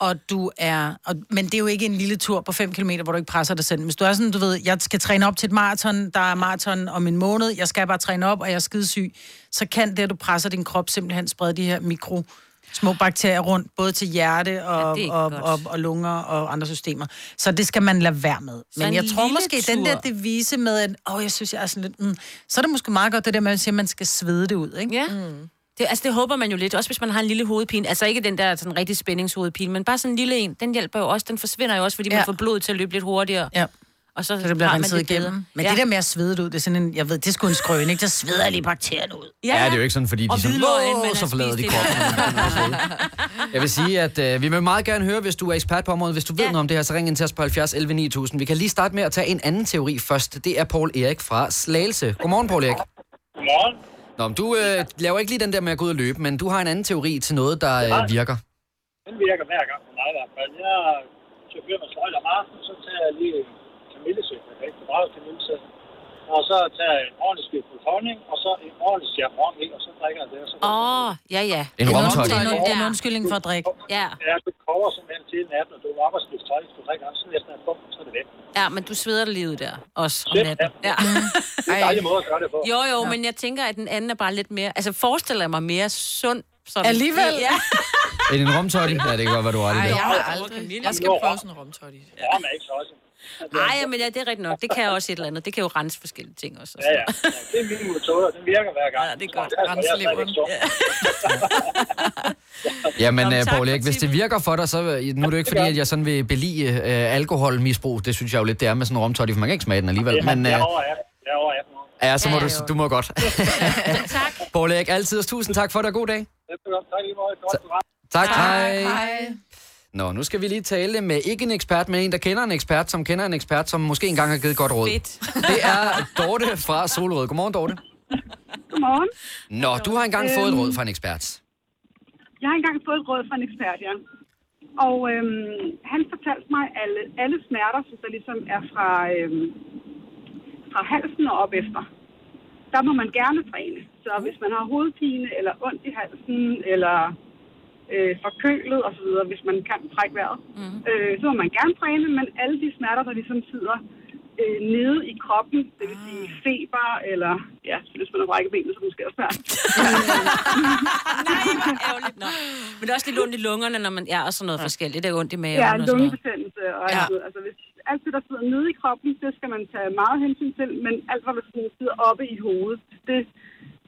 [SPEAKER 2] og du er... Og, men det er jo ikke en lille tur på 5 km, hvor du ikke presser dig selv. Hvis du er sådan, du ved, jeg skal træne op til et maraton, der er maraton om en måned, jeg skal bare træne op, og jeg er skidesyg, så kan det, at du presser din krop, simpelthen sprede de her mikro små bakterier rundt, både til hjerte og,
[SPEAKER 3] det er ikke
[SPEAKER 2] ja, og,
[SPEAKER 3] godt.
[SPEAKER 2] og, og lunger og andre systemer. Så det skal man lade være med.
[SPEAKER 3] Så
[SPEAKER 2] Men
[SPEAKER 3] en
[SPEAKER 2] jeg tror
[SPEAKER 3] lille
[SPEAKER 2] måske, den der
[SPEAKER 3] tur.
[SPEAKER 2] devise med, at åh, jeg synes, jeg er sådan lidt... Mm, så er det måske meget godt det der med, at man siger, at man skal svede det ud, ikke?
[SPEAKER 3] Ja. Mm. Det, altså, det håber man jo lidt, også hvis man har en lille hovedpine. Altså ikke den der sådan, rigtig spændingshovedpine, men bare sådan en lille en. Den hjælper jo også. Den forsvinder jo også, fordi ja.
[SPEAKER 2] Ja.
[SPEAKER 3] man får blodet til at løbe lidt hurtigere.
[SPEAKER 2] Ja.
[SPEAKER 3] Og så,
[SPEAKER 2] Så det bliver
[SPEAKER 3] har man
[SPEAKER 2] renset
[SPEAKER 3] det bedre.
[SPEAKER 2] igennem. Men
[SPEAKER 3] ja.
[SPEAKER 2] ja. det der med at svede det ud, det er sådan en, jeg ved, det er sgu en skrøne, ikke? Der sveder jeg lige bakterierne ud.
[SPEAKER 3] Ja,
[SPEAKER 1] Ja, det er jo ikke sådan, fordi
[SPEAKER 3] Og
[SPEAKER 1] de sådan,
[SPEAKER 3] hvidløg,
[SPEAKER 1] "Åh",
[SPEAKER 3] man
[SPEAKER 1] så
[SPEAKER 3] har
[SPEAKER 1] forlader de
[SPEAKER 3] spist
[SPEAKER 1] kroppen. når man begynder at sidde. Jeg vil sige, at øh, vi vil meget gerne høre, hvis du er ekspert på området. Hvis du ved
[SPEAKER 3] Ja.
[SPEAKER 1] noget om det her, så ring ind til os på 70 11 9000. Vi kan lige starte med at tage en anden teori først. Det er Paul Erik fra Slagelse. Godmorgen, Paul Erik.
[SPEAKER 9] Godmorgen.
[SPEAKER 1] Nå, men du øh, laver ikke lige den der med at gå ud og løbe, men du har en anden teori til noget, der øh, virker.
[SPEAKER 9] Den virker hver gang for mig i hvert fald. Jeg kører med sløjt om aftenen, så tager jeg lige en kamillesøg, jeg kan ikke fordrage kamillesøg. Og så tager jeg en ordentlig skidfuld honning, og så en ordentlig chafron i, og så drikker jeg det. Og så
[SPEAKER 3] Åh, oh, ja, ja.
[SPEAKER 1] En
[SPEAKER 2] Det er en,
[SPEAKER 1] romtøj.
[SPEAKER 2] det er en, det er en
[SPEAKER 3] Ja.
[SPEAKER 2] undskyldning for at drikke.
[SPEAKER 3] Ja,
[SPEAKER 9] Ja, du kommer simpelthen til natten, og du er arbejdsløs tøj, du drikker også næsten en bum, så er det væk.
[SPEAKER 3] ja, men du sveder det lige ud der også om
[SPEAKER 9] Shit,
[SPEAKER 3] natten. Ja.
[SPEAKER 9] Det er en dejlig måde at gøre det på.
[SPEAKER 3] Jo, jo, men jeg tænker, at den anden er bare lidt mere... Altså, forestiller jeg mig mere sund. Sådan.
[SPEAKER 2] Alligevel.
[SPEAKER 3] Ja.
[SPEAKER 1] Er det en romtøj? Ja, det kan godt være, du har ret i
[SPEAKER 5] Ej,
[SPEAKER 1] det.
[SPEAKER 5] jeg har aldrig. Jeg skal prøve sådan en romtøj.
[SPEAKER 9] Ja, men ikke så også.
[SPEAKER 3] Ej, men ja, det er rigtigt nok. Det kan også et eller andet. Det kan jo rense forskellige ting også.
[SPEAKER 9] Ja, ja. ja. Det er mine metoder, den virker hver gang.
[SPEAKER 3] Ja, det er godt.
[SPEAKER 9] Så derfor, jeg
[SPEAKER 5] Rense leveren.
[SPEAKER 9] stadigvæk sund.
[SPEAKER 3] Nå,
[SPEAKER 1] Jamen,
[SPEAKER 3] men
[SPEAKER 1] øh,
[SPEAKER 3] tak
[SPEAKER 1] Paul
[SPEAKER 3] for
[SPEAKER 1] Erik, hvis det
[SPEAKER 3] tippet.
[SPEAKER 1] virker for dig, så... øh, Nu er det jo ikke fordi, at jeg sådan vil belige øh, alkoholmisbrug. Det synes jeg jo lidt, det er med sådan en romtøj, for man kan ikke smage den alligevel. Men
[SPEAKER 9] Jeg
[SPEAKER 1] øh,
[SPEAKER 9] er over 18. Jeg er over 18 år.
[SPEAKER 1] ja, så må
[SPEAKER 3] Ja,
[SPEAKER 1] du,
[SPEAKER 3] jo.
[SPEAKER 1] du må godt.
[SPEAKER 3] Tak.
[SPEAKER 1] Paul Erik, altid. og Tusind tak for dig. God dag.
[SPEAKER 9] Det er godt. Tak lige meget. Godt program.
[SPEAKER 1] Tak. Hej. Nå, nu skal vi lige tale med ikke en ekspert, men en, der kender en ekspert, som kender en ekspert, som måske engang har givet godt råd.
[SPEAKER 3] Fedt.
[SPEAKER 1] Det er Dorte fra Solrød. Godmorgen, Dorte.
[SPEAKER 10] Godmorgen.
[SPEAKER 1] Nå, du har engang fået et råd fra en ekspert.
[SPEAKER 10] Jeg har engang fået et råd fra en ekspert, ja. Og øhm, han fortalte mig, at alle, alle smerter, som der ligesom er fra, øhm, fra halsen og op efter, der må man gerne træne. Så hvis man har hovedpine, eller ondt i halsen, eller øh, forkølet osv., hvis man kan trække vejret, mm. øh, så må man gerne træne, men alle de smerter, der ligesom sidder øh, nede i kroppen, det
[SPEAKER 1] Ah.
[SPEAKER 10] vil sige feber, eller ja, hvis man har brækket benet, så er det måske også svært.
[SPEAKER 3] Nej, hvor ærgerligt. Nå. Men det er også lidt ondt i lungerne, når man ja, og sådan noget forskelligt. Det er ondt i maven
[SPEAKER 10] Ja,
[SPEAKER 3] og sådan noget.
[SPEAKER 10] lungebetændelse og alt det. Altså, hvis alt det, der sidder nede i kroppen, det skal man tage meget hensyn til, men alt, hvad der sådan sidder oppe i hovedet, det,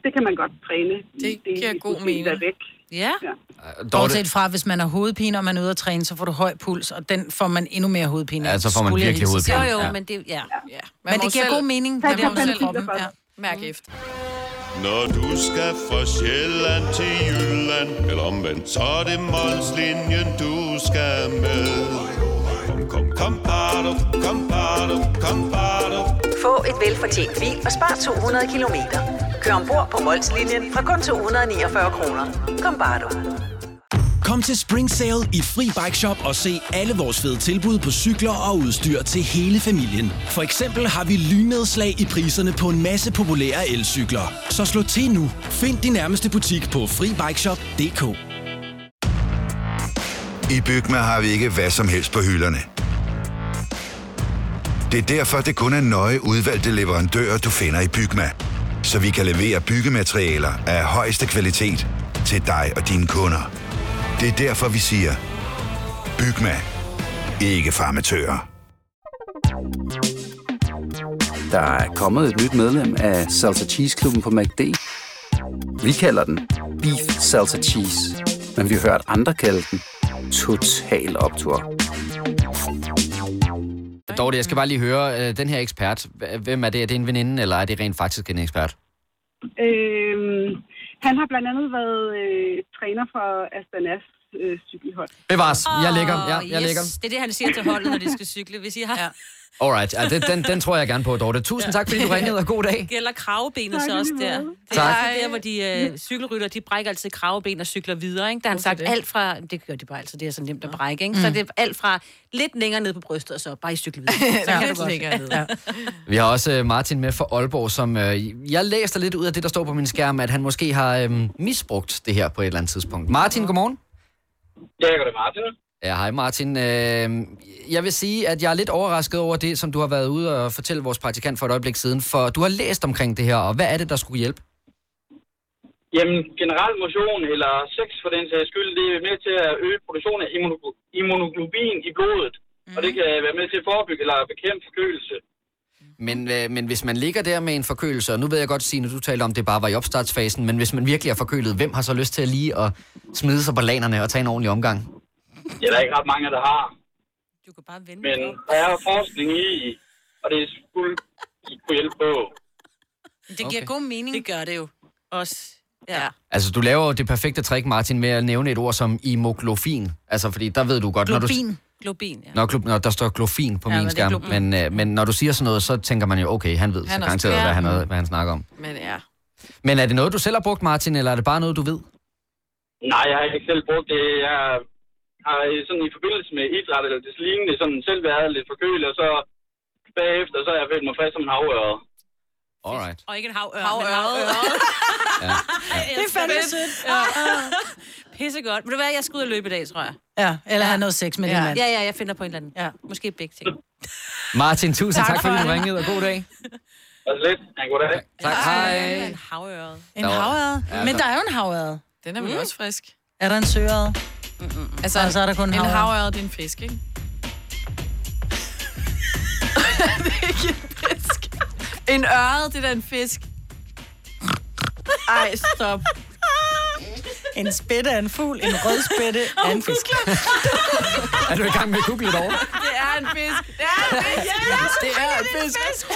[SPEAKER 10] det kan man godt træne.
[SPEAKER 5] Det giver
[SPEAKER 10] ligesom
[SPEAKER 5] god
[SPEAKER 10] set
[SPEAKER 5] mening.
[SPEAKER 10] der væk.
[SPEAKER 3] Ja.
[SPEAKER 1] Øh, Dorte,
[SPEAKER 2] Bortset fra, hvis man har hovedpine, og man er ude at træne, så får du høj puls, og den får man endnu mere hovedpine. af,
[SPEAKER 1] Ja, så får man
[SPEAKER 2] skulle jeg
[SPEAKER 1] virkelig
[SPEAKER 2] hilse at sige.
[SPEAKER 3] Jo,
[SPEAKER 1] hovedpine.
[SPEAKER 3] jo,
[SPEAKER 1] Ja.
[SPEAKER 3] men det... Ja.
[SPEAKER 5] Ja.
[SPEAKER 2] Men det giver god mening, det Mm.
[SPEAKER 10] Tak,
[SPEAKER 2] der
[SPEAKER 10] tak,
[SPEAKER 2] med
[SPEAKER 10] tak,
[SPEAKER 2] kroppen.
[SPEAKER 10] tak.
[SPEAKER 2] Ja.
[SPEAKER 5] Mærke efter.
[SPEAKER 11] Når du skal fra Sjælland til Jylland Eller omvendt, så er det Molslinjen, du skal med Kom, kom, kom, bado, kom, bado, kom, bado.
[SPEAKER 12] Få et velfortjent bil og spar 200 kilometer. Kør ombord på Molslinjen fra kun 249 kroner. Kom bare du.
[SPEAKER 7] Kom til Spring Sale i Fri Bike Shop og se alle vores fede tilbud på cykler og udstyr til hele familien. For eksempel har vi lynedslag i priserne på en masse populære elcykler. Så slå til nu. Find din nærmeste butik på FriBikeShop.dk
[SPEAKER 11] I Bygma har vi ikke hvad som helst på hylderne. Det er derfor, det kun er nøje udvalgte leverandører, du finder i Bygma. Så vi kan levere byggematerialer af højeste kvalitet til dig og dine kunder. Det er derfor, vi siger, Bygma. Ikke farmatører.
[SPEAKER 13] Der er kommet et nyt medlem af Salsa Cheese Klubben på MACD. Vi kalder den Beef Salsa Cheese. Men vi har hørt andre kalde den Total Optor.
[SPEAKER 3] Øhm.
[SPEAKER 1] Dorte, jeg skal bare lige høre, øh, den her ekspert, hv- hvem er det? Er det en veninde, eller er det rent faktisk en ekspert?
[SPEAKER 10] Øhm, han har blandt andet været øh, træner for Astanas øh, cykelhold.
[SPEAKER 1] Bevares, jeg lægger, ja,
[SPEAKER 3] Åh,
[SPEAKER 1] jeg
[SPEAKER 3] yes.
[SPEAKER 1] lægger.
[SPEAKER 3] Det er det, han siger til holdet, når de skal cykle. Hvis I har ja.
[SPEAKER 1] Alright, ja, det, den, den tror jeg gerne på, Dorte. Tusind tak, fordi du ringede, og god dag.
[SPEAKER 3] gælder kravebenet
[SPEAKER 10] Tak,
[SPEAKER 3] så også
[SPEAKER 10] alligevel.
[SPEAKER 3] der. Det er
[SPEAKER 1] Tak.
[SPEAKER 3] altid der, hvor de øh, cykelrytter, de brækker altid kraveben og cykler videre. Ikke? Der har han sagt alt fra... Det gør de bare altid, det er så nemt at brække. Ikke? Så
[SPEAKER 1] Mm.
[SPEAKER 3] det er alt fra lidt længere ned på brystet, og så bare i cykle videre. Så kan du
[SPEAKER 5] Lidt
[SPEAKER 3] godt.
[SPEAKER 5] længere ned.
[SPEAKER 1] Vi har også øh, Martin med fra Aalborg, som øh, jeg læser lidt ud af det, der står på min skærm, at han måske har øh, misbrugt det her på et eller andet tidspunkt. Martin, godmorgen.
[SPEAKER 9] Ja, goddag, Martin.
[SPEAKER 1] Ja, hej Martin. Øh, jeg vil sige, at jeg er lidt overrasket over det, som du har været ude og fortælle vores praktikant for et øjeblik siden, for du har læst omkring det her, og hvad er det, der skulle hjælpe?
[SPEAKER 14] Jamen, generel motion eller sex for den sags skyld, det er med til at øge produktionen af immunoglo- immunoglobin i blodet. Mm. Og det kan være med til at forebygge eller bekæmpe forkølelse.
[SPEAKER 1] Men, øh, men hvis man ligger der med en forkølelse, og nu ved jeg godt, Signe, du talte om, det bare var i opstartsfasen, men hvis man virkelig er forkølet, hvem har så lyst til at lige at smide sig på lanerne og tage en ordentlig omgang?
[SPEAKER 14] Det er der ikke ret mange, der har. Du kan bare vende Men der er forskning i, og det skulle I kunne hjælpe på.
[SPEAKER 2] Det giver okay. god mening.
[SPEAKER 3] Det gør det jo. Også. Ja.
[SPEAKER 1] Altså, du laver jo det perfekte trick, Martin, med at nævne et ord som imoglofin. Altså, fordi der ved du godt, når du...
[SPEAKER 3] Globin. Globin, ja.
[SPEAKER 1] Når, klub, når der står glofin på
[SPEAKER 3] Ja, men
[SPEAKER 1] ja, min
[SPEAKER 3] det er
[SPEAKER 1] skærm,
[SPEAKER 3] globin.
[SPEAKER 1] men, øh, men når du siger sådan noget, så tænker man jo, okay, han ved
[SPEAKER 5] Han
[SPEAKER 1] han så
[SPEAKER 5] er
[SPEAKER 1] garanteret, hvad han,
[SPEAKER 5] stærk.
[SPEAKER 1] hvad han snakker om.
[SPEAKER 5] Men ja.
[SPEAKER 1] Men er det noget, du selv har brugt, Martin, eller er det bare noget, du ved?
[SPEAKER 14] Nej, jeg har ikke selv brugt det. Jeg har i sådan i forbindelse med idræt eller det lignende, sådan selv været lidt forkølet, og så bagefter, så har jeg følt mig frisk som en havørred.
[SPEAKER 1] Alright.
[SPEAKER 3] Og ikke en havøre. Havøre.
[SPEAKER 2] Det er fandme sødt.
[SPEAKER 3] Ja. Pissegodt. Ved du hvad, jeg skal ud og løbe i dag, tror jeg.
[SPEAKER 2] Ja, eller ja. have noget sex med ja. din mand.
[SPEAKER 3] Ja, ja, jeg finder på en eller anden. Ja. Måske begge ting.
[SPEAKER 1] Martin, tusind tak,
[SPEAKER 3] Tak
[SPEAKER 1] tak fordi
[SPEAKER 3] for
[SPEAKER 1] du
[SPEAKER 3] det.
[SPEAKER 1] ringede, og god dag.
[SPEAKER 14] Altså lidt. Ja, goddag.
[SPEAKER 1] Tak, hej.
[SPEAKER 3] En havøre.
[SPEAKER 2] En
[SPEAKER 1] Der var-
[SPEAKER 2] havørred.
[SPEAKER 1] Ja,
[SPEAKER 2] Men
[SPEAKER 1] der-
[SPEAKER 2] der er jo en havørred. Mm.
[SPEAKER 5] Den er vel også frisk.
[SPEAKER 2] Er der en søørred? Altså, og så er der kun en
[SPEAKER 5] En
[SPEAKER 2] havørred.
[SPEAKER 5] havørred, det er en fisk, ikke? det er ikke en fisk. En øret, det er da en fisk. Ej, stop.
[SPEAKER 2] En spætte er en fugl, en rød spætte er en fisk.
[SPEAKER 1] Er du i gang med at google derovre?
[SPEAKER 5] Det er en fisk. Det er en fisk. Ja,
[SPEAKER 1] det er en fisk.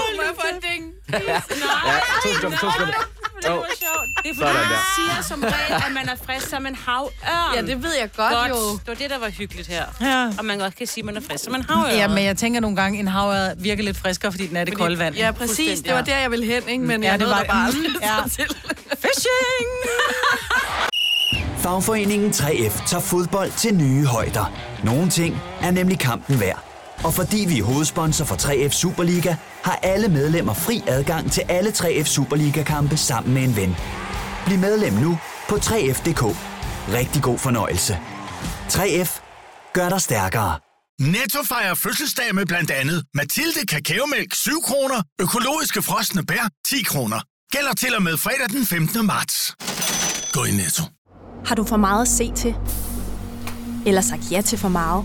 [SPEAKER 5] Hold mig for en ding.
[SPEAKER 1] Ja, to sekunder, to sekunder.
[SPEAKER 3] Det
[SPEAKER 1] Jo.
[SPEAKER 3] var sjovt. Det er fordi,
[SPEAKER 1] Sådan
[SPEAKER 3] man
[SPEAKER 1] der.
[SPEAKER 3] siger som regel, at man er frisk som en havørn.
[SPEAKER 5] Ja, det ved jeg godt, jo.
[SPEAKER 3] Det var det, der var hyggeligt her.
[SPEAKER 2] Ja.
[SPEAKER 3] Og man godt kan sige, at man er frisk som en havørn.
[SPEAKER 2] Ja, men jeg tænker nogle gange, en havørred virker lidt friskere, fordi den er i det kolde vand. Mm,
[SPEAKER 5] Ja, præcis. Det var der, jeg ville hen, ikke? Men
[SPEAKER 2] Ja,
[SPEAKER 5] jeg
[SPEAKER 2] det
[SPEAKER 5] nåede
[SPEAKER 2] var-
[SPEAKER 5] der bare aldrig
[SPEAKER 2] Ja.
[SPEAKER 5] til.
[SPEAKER 2] Fishing!
[SPEAKER 15] Fagforeningen 3F tager fodbold til nye højder. Nogle ting er nemlig kampen værd. Og fordi vi er hovedsponsor for 3F Superliga, har alle medlemmer fri adgang til alle 3F Superliga-kampe sammen med en ven. Bliv medlem nu på 3F.dk. Rigtig god fornøjelse. 3F gør dig stærkere.
[SPEAKER 16] Netto fejrer fødselsdag med blandt andet Mathilde Kakaomælk 7 kroner, økologiske frosne bær 10 kroner. Gælder til og med fredag den 15. marts. Gå i Netto.
[SPEAKER 17] Har du for meget at se til? Eller sagt ja til for meget?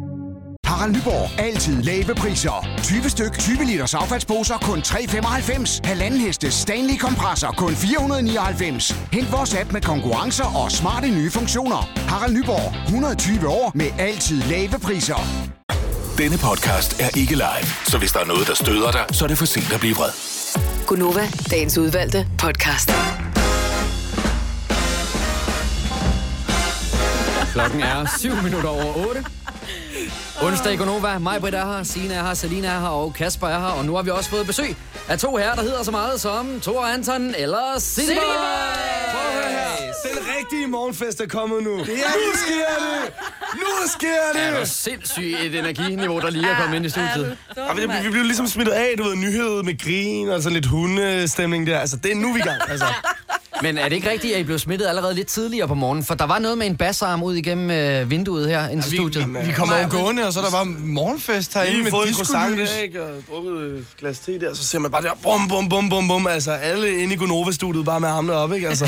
[SPEAKER 18] Harald Nyborg. Altid lave priser. 20 styk, 20 liters affaldsposer kun 3,95. Halvanden heste Stanley kompresser kun 499. Hent vores app med konkurrencer og smarte nye funktioner. Harald Nyborg. 120 år med altid lave priser.
[SPEAKER 16] Denne podcast er ikke live, så hvis der er noget, der støder dig, så er det for sent at blive vred.
[SPEAKER 6] Gunova, dagens udvalgte podcast.
[SPEAKER 1] Klokken er 7 minutter over 8. Onsdag i Gonova. Mig, Britt er her, Signe er her, Selina er her og Kasper er her. Og nu har vi også fået besøg af to herrer, der hedder så meget som Thor Anton eller Silva.
[SPEAKER 19] Den rigtige morgenfest er kommet nu. Ja, nu sker det! Nu sker det!
[SPEAKER 1] Det er jo sindssygt et energiniveau, der lige er kommet ind i studiet.
[SPEAKER 19] Ja, men det, vi blev ligesom smittet af, du ved, nyhed med grin og sådan lidt hundestemning der. Altså, det er nu, vi er i gang, altså.
[SPEAKER 1] Men er det ikke rigtigt, at I blev smittet allerede lidt tidligere på morgenen? For der var noget med en bassarm ud igennem øh, vinduet her ind til studiet.
[SPEAKER 19] Vi kommer jo gående, og så er der bare morgenfest herinde
[SPEAKER 1] Lige
[SPEAKER 19] med
[SPEAKER 1] fået en
[SPEAKER 19] diskolys.
[SPEAKER 1] croissant,
[SPEAKER 19] ikke? Og drukket et glas te der, så ser man bare der, bum, bum, bum, bum, bum. Altså, alle inde i Gonova-studiet bare med armene op, ikke? Altså,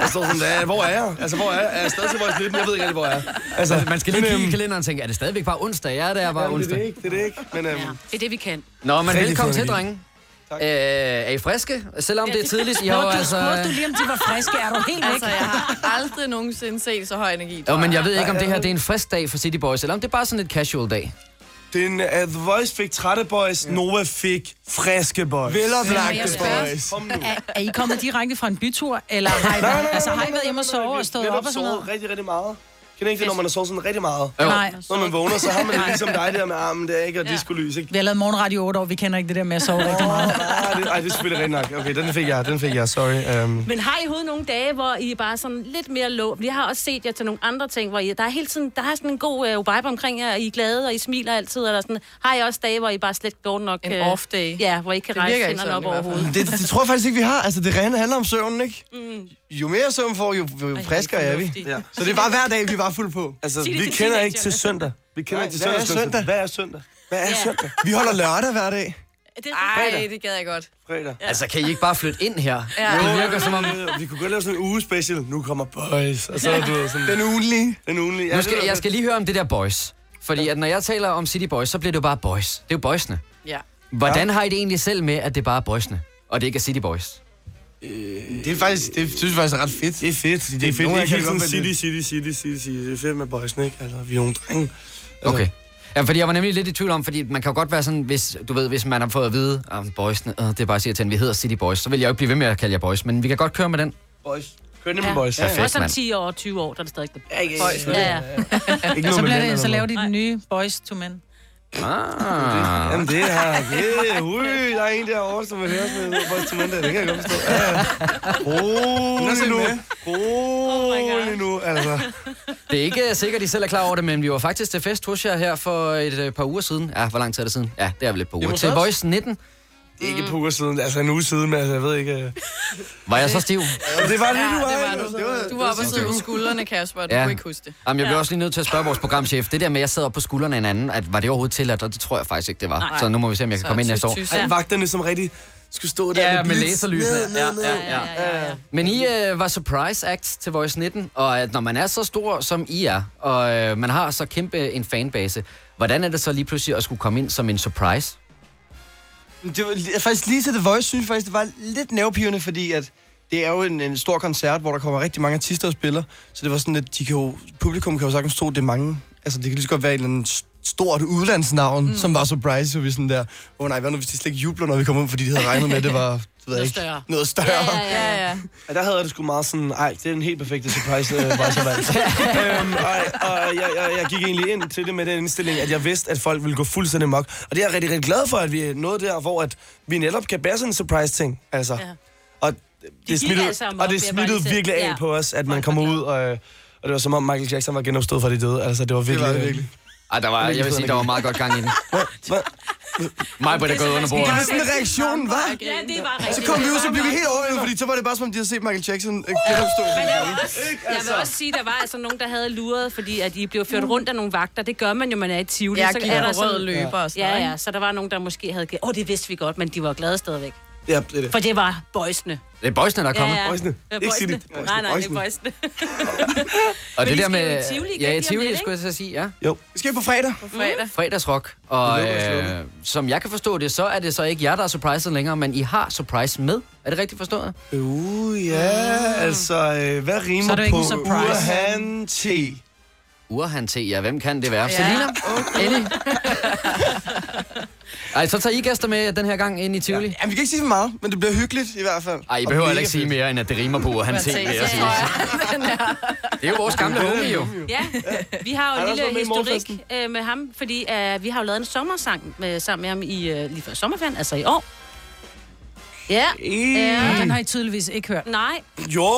[SPEAKER 19] jeg står sådan, "Ja, hvor er jeg? Altså, hvor er jeg? Er jeg stadig til vores lidt? Jeg ved ikke rigtig, hvor jeg er.
[SPEAKER 1] Altså, man skal lige
[SPEAKER 19] men,
[SPEAKER 1] kigge i
[SPEAKER 19] øhm,
[SPEAKER 1] kalenderen og tænke, er det stadigvæk bare onsdag? Ja, det er bare
[SPEAKER 19] Jamen, det er
[SPEAKER 1] onsdag.
[SPEAKER 19] det ikke, det er det ikke. Men, øhm,
[SPEAKER 3] Det er det, vi kan.
[SPEAKER 1] Nå, men
[SPEAKER 19] Rigtig
[SPEAKER 1] velkommen til,
[SPEAKER 19] fed energi.
[SPEAKER 1] drenge. Øh, er I friske? Selvom det er tidligt, I har jo altså...
[SPEAKER 2] om de var friske? Er du helt væk?
[SPEAKER 5] Altså, jeg har aldrig nogensinde set så høj energi.
[SPEAKER 1] Jo, men jeg ved ikke, om det
[SPEAKER 19] øh,
[SPEAKER 1] her det er en frisk dag for City Boys, eller om det er bare sådan et casual dag.
[SPEAKER 19] Den uh, The Voice fik trætte boys, Nova fik friske boys.
[SPEAKER 2] Men
[SPEAKER 19] Veloplagte
[SPEAKER 2] jeg spørger,
[SPEAKER 19] boys.
[SPEAKER 2] Er, er I kommet direkte fra en bytur, eller har
[SPEAKER 19] Nej,
[SPEAKER 2] I
[SPEAKER 19] nej,
[SPEAKER 2] været,
[SPEAKER 19] nej,
[SPEAKER 2] altså, har
[SPEAKER 19] nej,
[SPEAKER 2] I været hjemme og sove og stået
[SPEAKER 19] Netop
[SPEAKER 2] op og sådan noget?
[SPEAKER 19] sovet rigtig, rigtig meget. Kender I ikke det, når man har sovet sådan rigtig meget?
[SPEAKER 2] Jo. Nej.
[SPEAKER 19] Når man vågner, så har man det ligesom dig der med armen der, ikke? Og ja. diskolys, ikke?
[SPEAKER 2] Vi har lavet morgenradio i otte år, vi kender ikke det der med at sove rigtig meget.
[SPEAKER 19] Ej, Ah, det, ej, det er selvfølgelig rigtig nok. Okay, den fik jeg, den fik jeg, sorry. Um,
[SPEAKER 3] Men har I overhovedet nogle dage, hvor I er bare sådan lidt mere lå? Vi har også set jer til nogle andre ting, hvor I, der er hele tiden, der er sådan en god øh, vibe omkring jer, og I er glade, og I smiler altid, eller sådan. Har I også dage, hvor I bare slet går nok... En
[SPEAKER 5] off day.
[SPEAKER 3] Ja, hvor I ikke kan
[SPEAKER 5] Det
[SPEAKER 3] rejse
[SPEAKER 5] virker ikke
[SPEAKER 3] hænderne op
[SPEAKER 5] sådan i hvert fald.
[SPEAKER 3] overhovedet.
[SPEAKER 19] det, det, tror jeg faktisk ikke, vi har. Altså, det rene handler om søvnen, ikke? Jo mere søvn får, jo, jo friskere Mm. er vi. Ja. Så det er bare hver dag, vi er bare fuld på. Altså,
[SPEAKER 16] Sig det vi til kender ikke til teenagerne.
[SPEAKER 19] søndag. Vi kender
[SPEAKER 16] Nej,
[SPEAKER 19] ikke til
[SPEAKER 16] hvad er
[SPEAKER 19] søndagsgudstjeneste.
[SPEAKER 16] søndag?
[SPEAKER 19] Hvad er søndag? Hvad er
[SPEAKER 5] Ja.
[SPEAKER 19] søndag? Vi holder lørdag hver dag.
[SPEAKER 5] Ej, det gad jeg godt.
[SPEAKER 19] Fredag.
[SPEAKER 1] Ja. Altså, kan I ikke bare flytte ind her?
[SPEAKER 5] Ja.
[SPEAKER 1] Det virker som om...
[SPEAKER 19] Vi kunne godt lave sådan en uge special. Nu kommer boys. Og så er du ved, sådan...
[SPEAKER 1] Den
[SPEAKER 19] ugenlige. Den ugenlige.
[SPEAKER 1] Nu skal, jeg skal lige høre om det der boys. Fordi at når jeg taler om City Boys, så bliver det jo bare boys. Det er jo boysene.
[SPEAKER 5] Ja.
[SPEAKER 1] Hvordan har I det egentlig selv med, at det bare er boysene, og det ikke er City Boys?
[SPEAKER 19] Det er faktisk, det synes jeg faktisk er ret fedt. Det er fedt. Det er fedt. Det er ikke sådan city, city, city, city, city. Det er fedt med boysene, ikke? Altså, vi er nogle drenge.
[SPEAKER 1] Okay. Ja, fordi jeg var nemlig lidt i tvivl om, fordi man kan jo godt være sådan, hvis, du ved, hvis man har fået at vide, at boysene, øh, det er bare at vi hedder City Boys, så vil jeg jo ikke blive ved med at kalde jer boys, men vi kan godt køre med den.
[SPEAKER 19] Boys. Kør det med boys.
[SPEAKER 1] Ja, fedt,
[SPEAKER 3] Også om
[SPEAKER 1] mand.
[SPEAKER 3] 10 år og 20 år, der er det stadig... Ja,
[SPEAKER 19] ja,
[SPEAKER 3] ja. ja, ja.
[SPEAKER 19] Ikke
[SPEAKER 2] så,
[SPEAKER 19] noget med
[SPEAKER 2] bliver
[SPEAKER 19] mænd
[SPEAKER 2] det, så
[SPEAKER 19] eller
[SPEAKER 2] laver de den nye Boys to Men. Øh,
[SPEAKER 1] Ah.
[SPEAKER 19] Jamen det her, det er, ui, der er en derovre, som vil høre os med vores instrumenter, det kan jeg godt forstå. Ja, ja. Rolig nu,
[SPEAKER 5] Oh
[SPEAKER 19] rolig nu, altså.
[SPEAKER 1] Det er ikke øh, sikkert, I selv er klar over det, men vi var faktisk til fest hos jer her for et øh, par uger siden. Ja, hvor lang tid er det siden? Ja, det er vel et par uger.
[SPEAKER 19] Jamen,
[SPEAKER 1] Til
[SPEAKER 19] så-
[SPEAKER 1] Voice 19
[SPEAKER 19] Det er ikke et par uger siden, altså en uge siden, men altså, jeg ved ikke. øh.
[SPEAKER 1] var jeg så stiv.
[SPEAKER 19] Jamen, det var det,
[SPEAKER 5] Ja,
[SPEAKER 19] du var.
[SPEAKER 5] det var
[SPEAKER 19] ikke? altså.
[SPEAKER 5] du.
[SPEAKER 19] Det var-
[SPEAKER 5] Du var oppe og sidde på skuldrene, Kasper, og du kunne ikke huske det.
[SPEAKER 1] Jamen, jeg blev også lige nødt til at spørge vores programchef. Det der med, at jeg sad op på skuldrene af en anden, at var det overhovedet tilladt? Og det tror jeg faktisk ikke, det var.
[SPEAKER 19] Nej.
[SPEAKER 1] Så nu må vi se, om jeg kan
[SPEAKER 19] Så
[SPEAKER 1] komme ind næste år.
[SPEAKER 19] Ej, vagterne som rigtig skulle stå der
[SPEAKER 1] Ja, med
[SPEAKER 19] blitz.
[SPEAKER 1] laserlysene.
[SPEAKER 19] Ned, ned,
[SPEAKER 1] Ja,
[SPEAKER 19] ned.
[SPEAKER 1] ja, ja, Men I øh, var surprise act til Voice 19, og at når man er så stor, som I er, og øh, man har så kæmpe en fanbase, hvordan er det så lige pludselig at skulle komme ind som en surprise?
[SPEAKER 19] Det var li- faktisk lige til The Voice, synes jeg faktisk, det var lidt nervepirrende, fordi at det er jo en, en stor koncert, hvor der kommer rigtig mange artister og spiller, så det var sådan, at de kan jo, publikum kan jo sagtens tro, det er mange. Altså, det kan lige så godt være et eller andet st- stort udlandsnavn, mm. som var surprise, så vi sådan der, åh oh, nej, hvad nu, hvis de slet ikke jubler, når vi kommer ud, fordi de havde regnet med, at det var, det ved jeg
[SPEAKER 5] Noget
[SPEAKER 19] ikke,
[SPEAKER 5] større.
[SPEAKER 19] noget større.
[SPEAKER 5] Ja, ja, ja.
[SPEAKER 19] Ja, der havde jeg det sgu meget sådan, ej, det er en helt perfekte surprise, øh, Voice of Valds." øhm, og, og jeg, jeg, jeg gik egentlig ind til det med den indstilling, at jeg vidste, at folk ville gå fuldstændig mok. Og det er jeg rigtig, rigtig glad for, at vi er nået der, hvor at vi netop kan bære sådan en surprise-ting. Altså. Ja. Og
[SPEAKER 16] gik
[SPEAKER 19] det smittede,
[SPEAKER 16] altså amok,
[SPEAKER 19] og
[SPEAKER 16] vil
[SPEAKER 19] det
[SPEAKER 16] jeg bare lige
[SPEAKER 19] smittede
[SPEAKER 16] sige.
[SPEAKER 19] virkelig af
[SPEAKER 16] Ja.
[SPEAKER 19] ja. på os, at man kommer ud, og, øh, og det var som om Michael Jackson var genopstået fra de døde. Altså, det var virkelig...
[SPEAKER 1] det virkelig. Ej, der var, jeg vil sige, der var meget godt gang i den. Mig på det gået under bordet.
[SPEAKER 19] Det var sådan en reaktion, var.
[SPEAKER 3] Ja, det var
[SPEAKER 19] Så
[SPEAKER 3] rigtigt.
[SPEAKER 19] kom vi ud, så blev vi helt overvældet, fordi så var det bare som om, de havde set Michael Jackson øh, genopstå.
[SPEAKER 3] Men jeg vil, også, jeg vil også sige, der var altså nogen, der havde luret, fordi at I blev ført rundt af nogle vagter. Det gør man jo, man er i Tivoli.
[SPEAKER 5] Ja,
[SPEAKER 3] er
[SPEAKER 5] gik
[SPEAKER 3] der
[SPEAKER 5] på rød løber og sådan
[SPEAKER 3] ja,
[SPEAKER 5] noget,
[SPEAKER 3] ja,
[SPEAKER 5] ikke?
[SPEAKER 3] så der var nogen, der måske havde... Åh, oh, det vidste vi godt, men de var glade stadigvæk.
[SPEAKER 19] Ja, det er det.
[SPEAKER 3] For det var boysene.
[SPEAKER 1] Det er boysene, der er kommet.
[SPEAKER 3] Ja, ja. Boysene. Ikke
[SPEAKER 1] Ikke
[SPEAKER 3] boysene.
[SPEAKER 1] City.
[SPEAKER 3] Boysene. Nej, nej, det er boysene.
[SPEAKER 1] Og
[SPEAKER 3] Men
[SPEAKER 1] det
[SPEAKER 3] I skal
[SPEAKER 1] der
[SPEAKER 3] jo
[SPEAKER 1] med...
[SPEAKER 3] i Tivoli igen
[SPEAKER 1] ja,
[SPEAKER 3] lige
[SPEAKER 1] i
[SPEAKER 3] om
[SPEAKER 1] Tivoli,
[SPEAKER 3] lidt,
[SPEAKER 1] skulle jeg så sige, ja. Mm.
[SPEAKER 19] Jo. Vi skal på fredag.
[SPEAKER 5] På fredag.
[SPEAKER 1] Fredagsrock. Og øh, som jeg kan forstå det, så er det så ikke jer, der er surpriset længere, men I har surprise med. Er det rigtigt forstået?
[SPEAKER 19] Uh, ja, altså, øh, hvad rimer
[SPEAKER 1] Så er det jo ikke
[SPEAKER 19] på
[SPEAKER 1] en surprise.
[SPEAKER 19] Urhan T?
[SPEAKER 1] Urhan T, ja, hvem kan det være?
[SPEAKER 19] Ja.
[SPEAKER 1] Ja. Selina? Okay. Ellie? Ej, så tager I gæster med den her gang ind i Tivoli? Ja.
[SPEAKER 19] Jamen, vi kan ikke sige for meget, men det bliver hyggeligt i hvert fald.
[SPEAKER 1] Ej, I behøver heller ikke sige mere, end at det rimer på Urhan T, vil jeg sige. Det er jo vores gamle homie, jo.
[SPEAKER 3] Ja, vi har jo
[SPEAKER 1] Han
[SPEAKER 3] en
[SPEAKER 1] er også
[SPEAKER 3] lille
[SPEAKER 1] med i
[SPEAKER 3] historik
[SPEAKER 1] morgenfesten.
[SPEAKER 3] øh, med ham, fordi øh, vi har jo lavet en sommersang med, sammen med ham i, øh, lige før sommerferien, altså i år. Ja.
[SPEAKER 2] Ja,
[SPEAKER 3] ja.
[SPEAKER 2] den har I tydeligvis ikke hørt.
[SPEAKER 3] Nej.
[SPEAKER 19] Jo,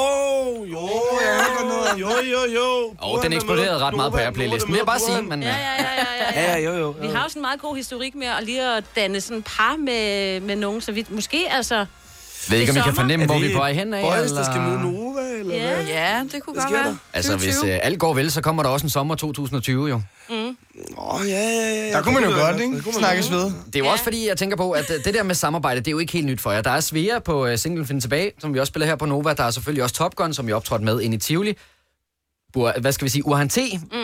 [SPEAKER 19] jo, jeg har godt noget. Jo, jo, jo.
[SPEAKER 1] Og den eksploderede ret meget på
[SPEAKER 19] Nova,
[SPEAKER 1] her playlisten. vil jeg bare sige, men... øh,
[SPEAKER 3] Ja, ja, ja, ja,
[SPEAKER 19] Ja,
[SPEAKER 3] ja.
[SPEAKER 19] jo, jo.
[SPEAKER 3] Øh, Vi har jo sådan en meget god historik med at lige at danne sådan par med, med nogen, så vi måske altså...
[SPEAKER 1] Ved ikke, om I
[SPEAKER 3] til
[SPEAKER 1] kan
[SPEAKER 3] sommer-
[SPEAKER 1] fornemme,
[SPEAKER 19] Er
[SPEAKER 1] hvor
[SPEAKER 19] det
[SPEAKER 1] vi er på vej hen af,
[SPEAKER 19] Boys, der skal
[SPEAKER 1] eller...
[SPEAKER 19] mod Nova, eller
[SPEAKER 3] Ja.
[SPEAKER 19] hvad?
[SPEAKER 5] Ja, det kunne
[SPEAKER 19] Hvad
[SPEAKER 5] godt
[SPEAKER 19] sker
[SPEAKER 5] være.
[SPEAKER 1] Altså, hvis
[SPEAKER 5] 2020.
[SPEAKER 1] øh, alt går vel, så kommer der også en sommer 2020, jo.
[SPEAKER 3] Mm.
[SPEAKER 19] Åh, oh, ja, ja, ja.
[SPEAKER 1] Der kunne man jo
[SPEAKER 19] Det
[SPEAKER 1] godt,
[SPEAKER 19] være.
[SPEAKER 1] ikke?
[SPEAKER 19] Det kunne man
[SPEAKER 1] Snakkes
[SPEAKER 19] godt.
[SPEAKER 1] ved. Det er jo også fordi, jeg tænker på, at øh, det der med samarbejde, det er jo ikke helt nyt for jer. Der er Svea på uh, singlen Find Tilbage, som vi også spiller her på Nova. Der er selvfølgelig også Top Gun, som vi optrådte med ind i Tivoli. Bur, hvad skal vi sige? Urhan T.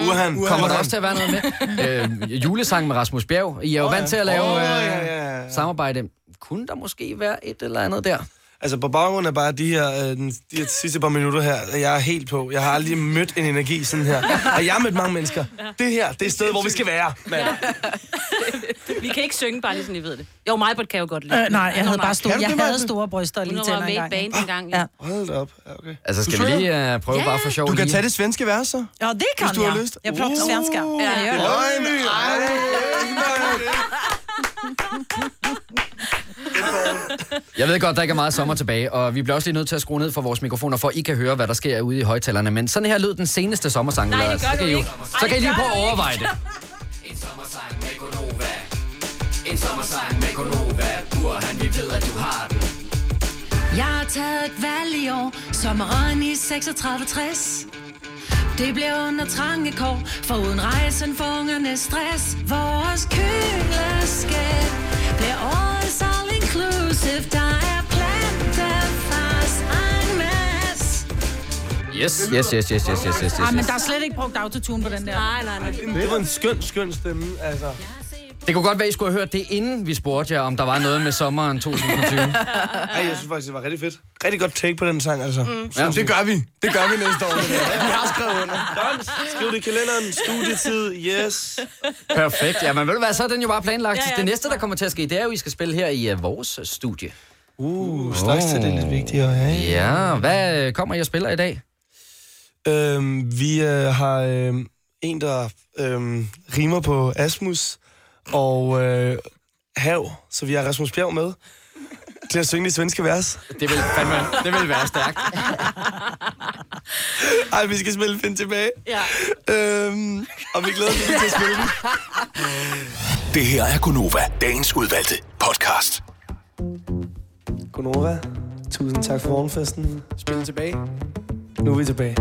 [SPEAKER 19] Urhan.
[SPEAKER 1] Kommer der
[SPEAKER 19] Urhan.
[SPEAKER 1] også til at være noget med? øh, julesang med Rasmus Bjerg. I er jo
[SPEAKER 19] Åh,
[SPEAKER 1] vant til at
[SPEAKER 19] ja.
[SPEAKER 1] lave
[SPEAKER 19] Åh,
[SPEAKER 1] øh,
[SPEAKER 19] ja, ja, ja.
[SPEAKER 1] samarbejde. Kunne der måske være et eller andet der?
[SPEAKER 19] Altså, på baggrund af bare de her, øh, den- de her sidste par minutter her, jeg er helt på. Jeg har aldrig mødt en energi sådan her. Og jeg har mødt mange mennesker. Det her, det er et sted, hvor vi skal være, mand.
[SPEAKER 3] Vi kan ikke synge, bare lige sådan, I ved det. Jo, mig kan jo godt lide.
[SPEAKER 2] Øh, nej, jeg havde bare store,
[SPEAKER 3] Kan du
[SPEAKER 2] jeg
[SPEAKER 3] det,
[SPEAKER 2] havde
[SPEAKER 3] Maj-Brit?
[SPEAKER 2] store bryster og
[SPEAKER 3] Hun
[SPEAKER 2] lige
[SPEAKER 3] var
[SPEAKER 2] tænder
[SPEAKER 3] med i
[SPEAKER 2] engang.
[SPEAKER 3] band engang,
[SPEAKER 2] Ja.
[SPEAKER 19] Hold da op. Ja, okay.
[SPEAKER 1] Altså, skal
[SPEAKER 19] Du
[SPEAKER 1] vi
[SPEAKER 19] synger?
[SPEAKER 1] lige uh, prøve
[SPEAKER 19] Ja.
[SPEAKER 1] bare for sjov
[SPEAKER 19] Du kan
[SPEAKER 1] lige?
[SPEAKER 19] tage det svenske vers, så.
[SPEAKER 2] Ja, det kan
[SPEAKER 19] Hvis du
[SPEAKER 2] jeg.
[SPEAKER 19] har lyst. Uh.
[SPEAKER 2] Jeg plukker svensker. Ja, jeg gør det.
[SPEAKER 19] Løgn, ej,
[SPEAKER 1] Jeg ved godt, der ikke er meget sommer tilbage, og vi bliver også lige nødt til at skrue ned for vores mikrofoner, for I kan høre, hvad der sker ude i højtalerne. Men sådan her lød den seneste sommersang.
[SPEAKER 3] Nej, det
[SPEAKER 1] Lars.
[SPEAKER 3] gør
[SPEAKER 1] så
[SPEAKER 3] du
[SPEAKER 1] kan I jo-
[SPEAKER 3] ikke.
[SPEAKER 1] Så
[SPEAKER 3] Ej,
[SPEAKER 1] kan I lige
[SPEAKER 3] det
[SPEAKER 1] prøve
[SPEAKER 3] gør
[SPEAKER 1] at
[SPEAKER 3] du ikke.
[SPEAKER 1] overveje det.
[SPEAKER 20] En sommersang med Gonova Bur han, vi ved, at du har den
[SPEAKER 21] Jeg har taget et valg i år, sommeren i 3660. Det blev under trange kår, for uden rejsen for ungerne stress. Vores køleskab bliver årets all inclusive. Der er plantefars en masse.
[SPEAKER 1] Yes, yes, yes, yes, yes, yes, yes, yes.
[SPEAKER 2] Ah, men der er slet ikke brugt autotune på den der. Nej,
[SPEAKER 3] nej,
[SPEAKER 1] nej.
[SPEAKER 19] Det var en skøn, skøn stemme, altså.
[SPEAKER 1] Det kunne godt være, I skulle have hørt det, inden vi spurgte jer, om der var noget med sommeren 2020.
[SPEAKER 19] Ej, jeg synes faktisk, det var rigtig fedt. Rigtig godt take på den sang, altså. Mm.
[SPEAKER 1] Ja.
[SPEAKER 19] Ja. Det gør vi. Det gør vi næste år. det der. Vi har skrevet under. Dans, skriv det i kalenderen. Studietid, yes.
[SPEAKER 1] Perfekt. Ja, men ved du hvad, så er den jo bare planlagt. Ja, ja. Det næste, der kommer til at ske, det er jo, I skal spille her i uh, vores studie.
[SPEAKER 19] Uh, straks til det er lidt vigtigere. Ja,
[SPEAKER 1] Ja, hvad øh, kommer I og spiller i dag?
[SPEAKER 19] Øhm, vi øh, har øh, en, der øh, rimer på Asmus og øh, Hav, så vi har Rasmus Bjerg med til at synge det svenske vers.
[SPEAKER 1] Det vil, fandme, det vil være stærkt.
[SPEAKER 19] Ej, vi skal spille Find tilbage.
[SPEAKER 3] Ja.
[SPEAKER 19] Øhm, og vi glæder os virkelig til at spille den.
[SPEAKER 16] Det her er Gonova, dagens udvalgte podcast.
[SPEAKER 19] Gunova, tusind tak for morgenfesten. Spil den tilbage. Nu er vi tilbage.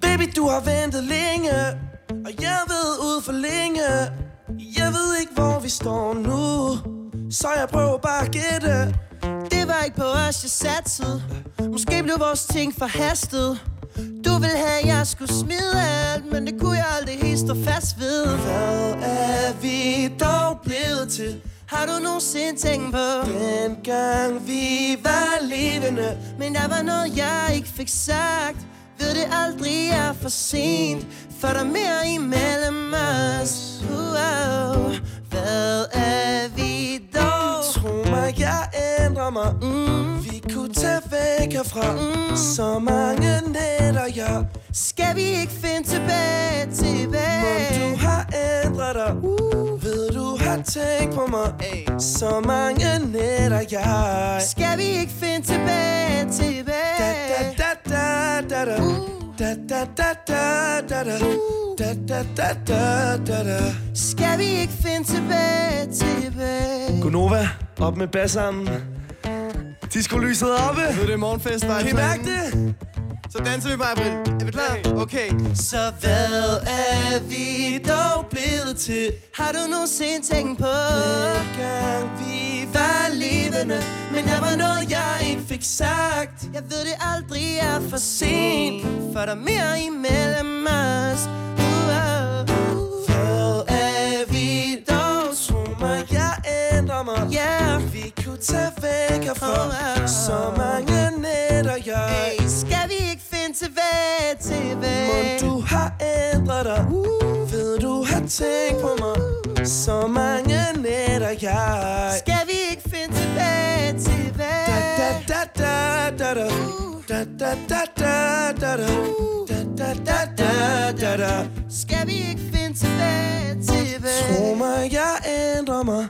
[SPEAKER 22] Baby, du har ventet længe, og jeg ved ud for længe. Jeg ved ikke, hvor vi står nu, så jeg prøver bare at gætte.
[SPEAKER 23] Det var ikke på os, jeg satsede Måske blev vores ting forhastet Du ville have, at jeg skulle smide alt Men det kunne jeg aldrig helt stå fast ved Hvad er vi dog blevet til? Har du nogensinde tænkt på Dengang vi var levende Men der var noget, jeg ikke fik sagt Ved det aldrig er for sent For der er mere imellem os wow. Hvad er vi dog?
[SPEAKER 22] Tro mig, jeg ændrer mig. Mm. Vi kunne tage væk herfra. Mm. Så mange nætter, jeg
[SPEAKER 23] Skal vi ikke finde tilbage,
[SPEAKER 22] Mon
[SPEAKER 23] tilbage?
[SPEAKER 22] du har ændret dig uh. Ved du har tænkt på mig Så mange nætter jeg
[SPEAKER 23] Skal vi ikke finde tilbage, tilbage?
[SPEAKER 22] Da da da da da da Da da da da da da Da da da da da da
[SPEAKER 23] Skal vi ikke finde tilbage, tilbage?
[SPEAKER 19] Gunova, op med bassarmen. Disco-lyset er oppe. Nu er det morgenfest, der
[SPEAKER 22] Kan I mærke det?
[SPEAKER 19] Så danser vi bare, Britt. Er vi klar? Okay.
[SPEAKER 23] Så hvad er vi dog blevet til? Har du nogensinde tænkt på? Dengang vi var levende Men der var noget, jeg ikke fik sagt Jeg ved det aldrig er for sent For der er mere imellem os Uh, uh-oh.
[SPEAKER 22] Hvad er vi dog? Tro mig, jeg ændrer mig
[SPEAKER 23] Yeah.
[SPEAKER 22] Vi kunne tage væk herfra Så mange nætter jeg
[SPEAKER 23] Hey, Skal vi ikke finde tilbage, tilbage?
[SPEAKER 22] Mon du har ændret dig uh. Ved du har tænkt på mig Så mange nætter jeg
[SPEAKER 23] Skal vi ikke finde tilbage, tilbage?
[SPEAKER 22] Da da da da da
[SPEAKER 23] Uh.
[SPEAKER 22] Da da da da da da Da da da da da da
[SPEAKER 23] Skal vi ikke finde tilbage, tilbage?
[SPEAKER 22] Tro mig, jeg ændrer mig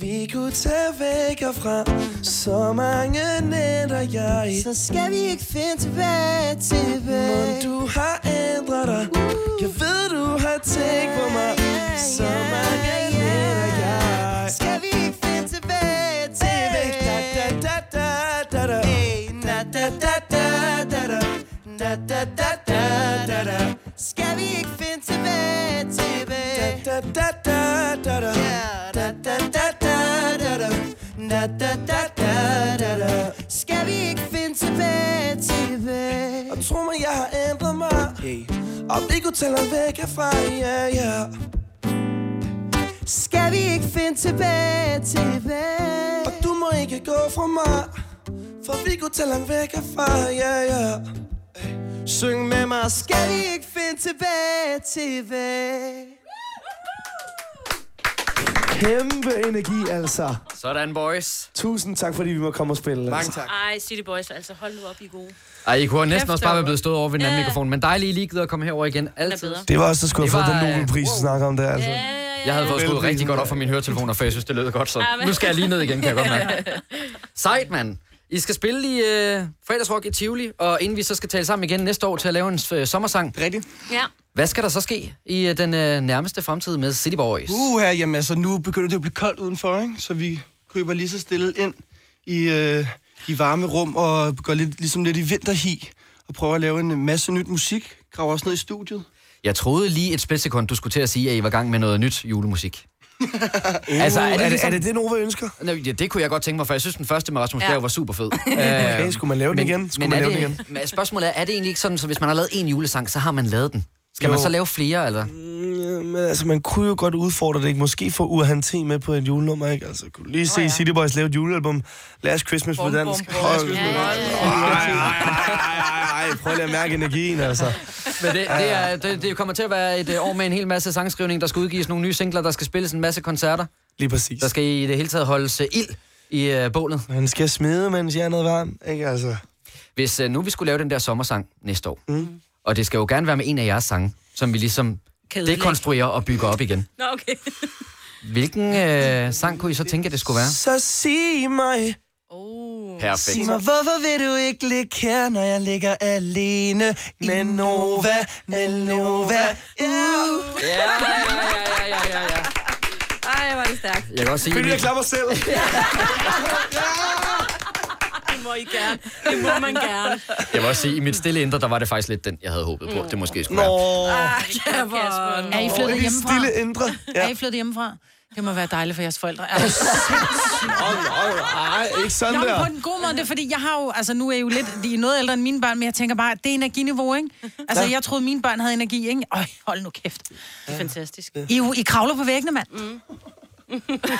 [SPEAKER 22] Vi kunne tage væk herfra Så mange nætter jeg i
[SPEAKER 23] Så skal vi ikke finde tilbage,
[SPEAKER 22] Mon
[SPEAKER 23] tilbage
[SPEAKER 22] du har ændret dig Jeg ved, du har tænkt på mig Så mange nætter jeg
[SPEAKER 23] Skal vi ikke finde tilbage, tilbage?
[SPEAKER 22] Da da da da da
[SPEAKER 23] Hey, na, da, da, da, da, da. Da, da, da, da, da, da. Skal vi ikke finde tilbage, tilbage?
[SPEAKER 22] Da da da da da
[SPEAKER 23] Yeah, da, da, da, da, da, da. Da, da, da, da, da, da. Skal vi ikke finde tilbage, tilbage?
[SPEAKER 22] Og tro mig, jeg har ændret mig hey. Og vi kunne tælle væk herfra, ja, yeah, ja yeah.
[SPEAKER 23] Skal kan vi ikke finde tilbage, tilbage.
[SPEAKER 22] Og du må ikke gå fra mig For vi går til langt væk herfra, ja, ja Syng med mig,
[SPEAKER 23] Kan vi ikke finde tilbage, tilbage.
[SPEAKER 4] Kæmpe energi, altså.
[SPEAKER 1] Sådan, boys.
[SPEAKER 4] Tusind tak, fordi vi må komme og spille.
[SPEAKER 1] Mange tak.
[SPEAKER 3] Ej, City Boys, altså hold nu op, I er gode.
[SPEAKER 1] Ej, I kunne have næsten
[SPEAKER 3] Kæft,
[SPEAKER 1] også bare være
[SPEAKER 3] det var-
[SPEAKER 1] blevet stået over ved den anden mikrofon, men dejligt, I lige gider at komme herover igen. Altid.
[SPEAKER 4] Det var også der skulle have fået
[SPEAKER 1] var,
[SPEAKER 4] den
[SPEAKER 1] øh,
[SPEAKER 4] Nobelpris, du snakker om der, altså.
[SPEAKER 1] Jeg havde fået skruet rigtig godt op for mine høretelefoner, for jeg synes, det lød godt, så nu skal jeg lige ned igen, kan jeg godt mærke. Sejt, mand. I skal spille i øh, fredagsrock i Tivoli, og inden vi så skal tale sammen igen næste år til at lave en øh, sommersang.
[SPEAKER 19] Rigtigt.
[SPEAKER 3] Ja.
[SPEAKER 1] Hvad skal der så ske i øh, den øh, nærmeste fremtid med City Boys?
[SPEAKER 19] Uh, her, jamen altså, nu begynder det at blive koldt udenfor, ikke? Så vi kryber lige så stille ind i, øh, i varme rum og går lidt, ligesom lidt i vinterhi og prøver at lave en masse nyt musik. Graver os ned i studiet.
[SPEAKER 1] Jeg troede lige et splitsekund, du skulle til at sige, at I var i gang med noget nyt julemusik. Altså,
[SPEAKER 4] Uh, er det-
[SPEAKER 1] ligesom-
[SPEAKER 4] er det
[SPEAKER 1] Nova ønsker? Nå, ja, det kunne jeg godt tænke mig, for jeg synes, den første med Rasmus
[SPEAKER 4] Ja.
[SPEAKER 1] Bjerg var super fed.
[SPEAKER 4] Okay,
[SPEAKER 1] Øh,
[SPEAKER 4] skulle man lave den igen? Skulle
[SPEAKER 1] men
[SPEAKER 4] man
[SPEAKER 1] er
[SPEAKER 4] lave
[SPEAKER 1] det,
[SPEAKER 4] den
[SPEAKER 1] igen? Men spørgsmålet er, er det egentlig ikke sådan, så hvis man har lavet en julesang, så har man lavet den? Skal jo. man
[SPEAKER 4] Jo.
[SPEAKER 1] så lave flere, eller?
[SPEAKER 4] Mm, Men altså, man kunne jo godt udfordre det, ikke? Måske få Urhan T med på et julenummer, ikke? Altså, kunne du lige se City Boys lave et julealbum? Last Christmas på dansk. Hold- Ej, prøv lige at mærke energien, altså.
[SPEAKER 1] Men det, det, er, det, det kommer til at være et øh, år med en hel masse sangskrivning, der skal udgives nogle nye singler, der skal spilles en masse koncerter.
[SPEAKER 4] Lige præcis.
[SPEAKER 1] Der skal i det hele taget holdes øh, ild i øh, bålet.
[SPEAKER 4] Man skal smide, mens jeg er noget varm, ikke? Altså.
[SPEAKER 1] Hvis øh, nu vi skulle lave den der sommersang næste år, mm. og det skal jo gerne være med en af jeres sange, som vi ligesom
[SPEAKER 3] Kan ødelægge.
[SPEAKER 1] dekonstruerer og bygger op igen.
[SPEAKER 3] Nå, okay.
[SPEAKER 1] Hvilken øh, sang kunne I så tænke, at det skulle være?
[SPEAKER 22] så sig mig.
[SPEAKER 1] Perfekt.
[SPEAKER 22] Sig mig, hvorfor vil du ikke ligge her, når jeg ligger alene? Men Nova, men Nova,
[SPEAKER 3] Ja, ja, ja, ja, ja, ja. Ej, hvor er det stærkt.
[SPEAKER 1] Jeg kan også sige...
[SPEAKER 4] Fordi jeg klapper selv.
[SPEAKER 3] Det må I gerne. Det må man gerne.
[SPEAKER 1] Jeg vil også sige, i mit stille indre, der var det faktisk lidt den, jeg havde håbet på. Det måske skulle være.
[SPEAKER 3] Ah,
[SPEAKER 2] Er I flyttet hjemmefra?
[SPEAKER 4] Stille indre.
[SPEAKER 2] Ja. Er I flyttet hjemmefra? Det må være dejligt for jeres forældre. Er du sindssyg?
[SPEAKER 4] Ej, ikke sådan
[SPEAKER 2] Nå, men
[SPEAKER 4] der.
[SPEAKER 2] på den gode måde, det er fordi, jeg har jo, altså nu er jeg jo lidt, de er noget ældre end mine børn, men jeg tænker bare, at det er energiniveau, ikke? Altså,
[SPEAKER 3] Ja.
[SPEAKER 2] jeg troede, mine børn havde energi, ikke? Øj, hold nu kæft.
[SPEAKER 3] Det er fantastisk.
[SPEAKER 2] I, er jo- I kravler på væggene, mand.
[SPEAKER 3] Mm.
[SPEAKER 2] Nå,
[SPEAKER 3] Ja,
[SPEAKER 2] på den
[SPEAKER 3] kravler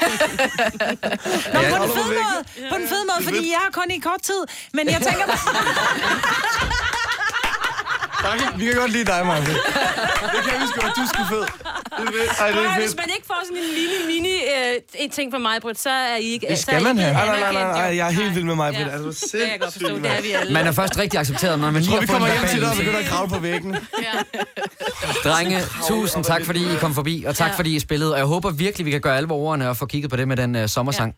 [SPEAKER 3] på
[SPEAKER 2] fede
[SPEAKER 3] væggene.
[SPEAKER 2] måde, på den fede måde, fordi jeg er kun i kort tid, men jeg tænker bare...
[SPEAKER 4] Tak, vi kan godt lide dig, Martin. Det kan vi sgu, at du skal fed. Det er fedt. Ej, det er
[SPEAKER 3] Nej, hvis
[SPEAKER 4] fedt.
[SPEAKER 3] man ikke får sådan en lille mini øh, en ting fra mig, Britt, så er I ikke... altså,
[SPEAKER 4] Det
[SPEAKER 3] så
[SPEAKER 4] skal
[SPEAKER 3] I
[SPEAKER 4] man
[SPEAKER 3] ikke
[SPEAKER 4] have. Nej, nej, nej, nej,
[SPEAKER 3] anerkendt, jo.
[SPEAKER 4] nej, jeg er helt vild med mig, Britt.
[SPEAKER 3] Ja.
[SPEAKER 4] Er du
[SPEAKER 3] Det kan jeg godt forstå,
[SPEAKER 4] sindssyg,
[SPEAKER 3] det er vi alle.
[SPEAKER 1] Man er først rigtig accepteret, når man lige
[SPEAKER 4] tror,
[SPEAKER 1] har
[SPEAKER 4] vi
[SPEAKER 1] fået en
[SPEAKER 4] kommer hjem til dig og
[SPEAKER 1] verbal-
[SPEAKER 4] begynder at kravle på væggene.
[SPEAKER 1] Drenge, tusind tak, fordi I kom forbi, og tak,
[SPEAKER 4] Ja.
[SPEAKER 1] fordi I spillede. Og jeg håber virkelig, vi kan gøre alvor ordene og få kigget på det med den øh, sommersang.